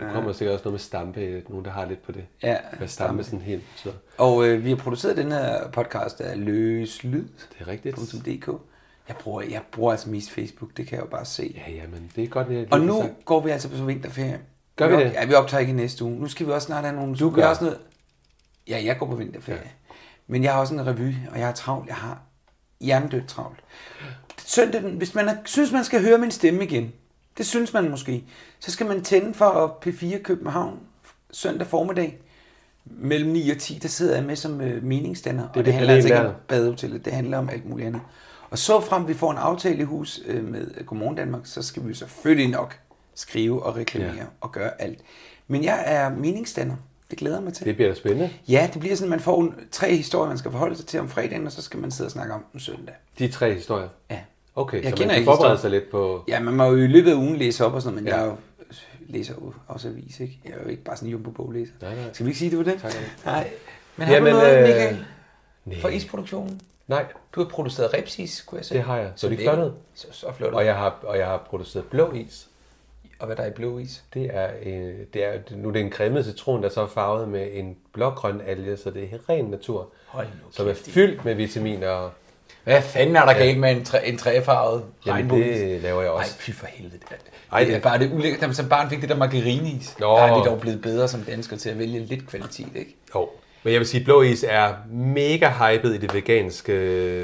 Speaker 1: Der kommer sikkert også noget med stampe, nogen der har lidt på det.
Speaker 2: Ja,
Speaker 1: Hvad
Speaker 2: stampe.
Speaker 1: stampe sådan helt betyder.
Speaker 2: Og øh, vi har produceret den her podcast af Løs Lyd. Det
Speaker 1: er rigtigt.
Speaker 2: .dk. Jeg bruger, jeg bruger altså mest Facebook, det kan jeg jo bare se.
Speaker 1: Ja, ja, men det er godt. Jeg
Speaker 2: Og nu går vi altså på så vinterferie.
Speaker 1: Gør vi
Speaker 2: op-
Speaker 1: det?
Speaker 2: Ja, vi optager ikke i næste uge. Nu skal vi også snart have nogle...
Speaker 1: Du
Speaker 2: vi
Speaker 1: gør.
Speaker 2: har Også noget... Ja, jeg går på vinterferie. Ja. Men jeg har også en revy, og jeg har travlt. Jeg har hjernedødt travlt. Søndag, den- hvis man har, synes, man skal høre min stemme igen, det synes man måske, så skal man tænde for P4 København søndag formiddag mellem 9 og 10, der sidder jeg med som øh, meningsdanner. Det, og det
Speaker 1: det
Speaker 2: handler altså
Speaker 1: panel
Speaker 2: ikke om
Speaker 1: der.
Speaker 2: badehotellet, det handler om alt muligt andet. Og så frem vi får en aftale i hus øh, med Godmorgen Danmark, så skal vi jo selvfølgelig nok skrive og reklamere ja.
Speaker 1: Ja.
Speaker 2: og gøre alt. Men jeg er meningsdanner. Det glæder jeg mig til.
Speaker 1: Det bliver da spændende.
Speaker 2: Ja, det bliver sådan, at man får en- tre historier, man skal forholde sig til om fredagen, og så skal man sidde og snakke om dem søndag.
Speaker 1: De tre historier?
Speaker 2: Ja.
Speaker 1: Okay,
Speaker 2: Jeg
Speaker 1: jeg så
Speaker 2: kender
Speaker 1: man kan
Speaker 2: ikke
Speaker 1: forberede sig
Speaker 2: historien.
Speaker 1: lidt på...
Speaker 2: Ja, man må jo i løbet af ugen læse op og sådan noget, men ja.
Speaker 1: Ja.
Speaker 2: jeg er jo læser jo også avis, ikke? Jeg er jo ikke bare sådan en jumbo-boglæser. Skal vi ikke sige, det var det? Tak, nej. Men har
Speaker 1: Jamen,
Speaker 2: du noget,
Speaker 1: øh,
Speaker 2: Michael?
Speaker 1: nej.
Speaker 2: For isproduktionen?
Speaker 1: Nej.
Speaker 2: Du har produceret repsis, kunne jeg se.
Speaker 1: Det har jeg. Så det er
Speaker 2: lækkert.
Speaker 1: flottet.
Speaker 2: Så, så flottet.
Speaker 1: Og jeg har, og jeg har produceret blå is.
Speaker 2: Og hvad der er i blå is?
Speaker 1: Det er, øh, det er, nu er det en cremet citron, der så er farvet med en blågrøn alge, så det er ren natur.
Speaker 2: Hold nu
Speaker 1: som er fyldt med vitaminer. og-
Speaker 2: Hvad fanden er der
Speaker 1: Ja.
Speaker 2: galt med en, træ, en træfarvet
Speaker 1: Jamen,
Speaker 2: regnbueis?
Speaker 1: det laver jeg også.
Speaker 2: Nej, fy for helvede. Det, er-
Speaker 1: Ej,
Speaker 2: det er
Speaker 1: det-
Speaker 2: bare det ulækkert. Jamen, Som barn fik det der margarinis. Nå.
Speaker 1: Nå.
Speaker 2: Der er vi dog blevet bedre som danskere til at vælge lidt kvalitet, ikke?
Speaker 1: Jo. Men jeg vil sige, at blå is er mega hyped i det veganske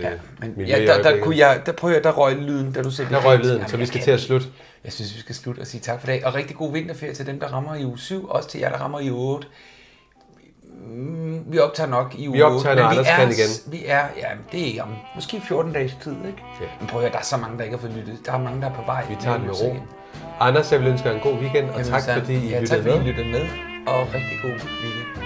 Speaker 1: ja,
Speaker 2: Men,
Speaker 1: Øh, miljø.
Speaker 2: ja,
Speaker 1: i
Speaker 2: der, der,
Speaker 1: øjeblikket.
Speaker 2: kunne jeg, der prøver jeg, der røg lyden, da du sagde
Speaker 1: Der
Speaker 2: vegansk.
Speaker 1: røg lyden, så
Speaker 2: Jamen,
Speaker 1: vi
Speaker 2: jeg
Speaker 1: skal
Speaker 2: kan
Speaker 1: til at
Speaker 2: ikke.
Speaker 1: slutte.
Speaker 2: Jeg synes, vi skal slutte og sige tak for i dag. Og rigtig god vinterferie til dem, der rammer i uge 7, også til jer, der rammer i uge 8. Mm, Vi optager nok i uge
Speaker 1: Vi optager,
Speaker 2: otte,
Speaker 1: når
Speaker 2: men vi
Speaker 1: Anders
Speaker 2: er,
Speaker 1: kan igen.
Speaker 2: Vi er, ja, men det er om måske 14 dages tid, ikke? Ja. Men prøv at høre, der er så mange, der ikke har fået lyttet. Der er mange, der er på vej.
Speaker 1: Vi tager den med ro.
Speaker 2: musikken.
Speaker 1: Anders, jeg vil ønske jer en god weekend, og
Speaker 2: Jamen,
Speaker 1: tak
Speaker 2: sandt.
Speaker 1: fordi I
Speaker 2: ja, tak,
Speaker 1: lyttede
Speaker 2: fordi I
Speaker 1: med.
Speaker 2: lyttede med. Og rigtig god weekend.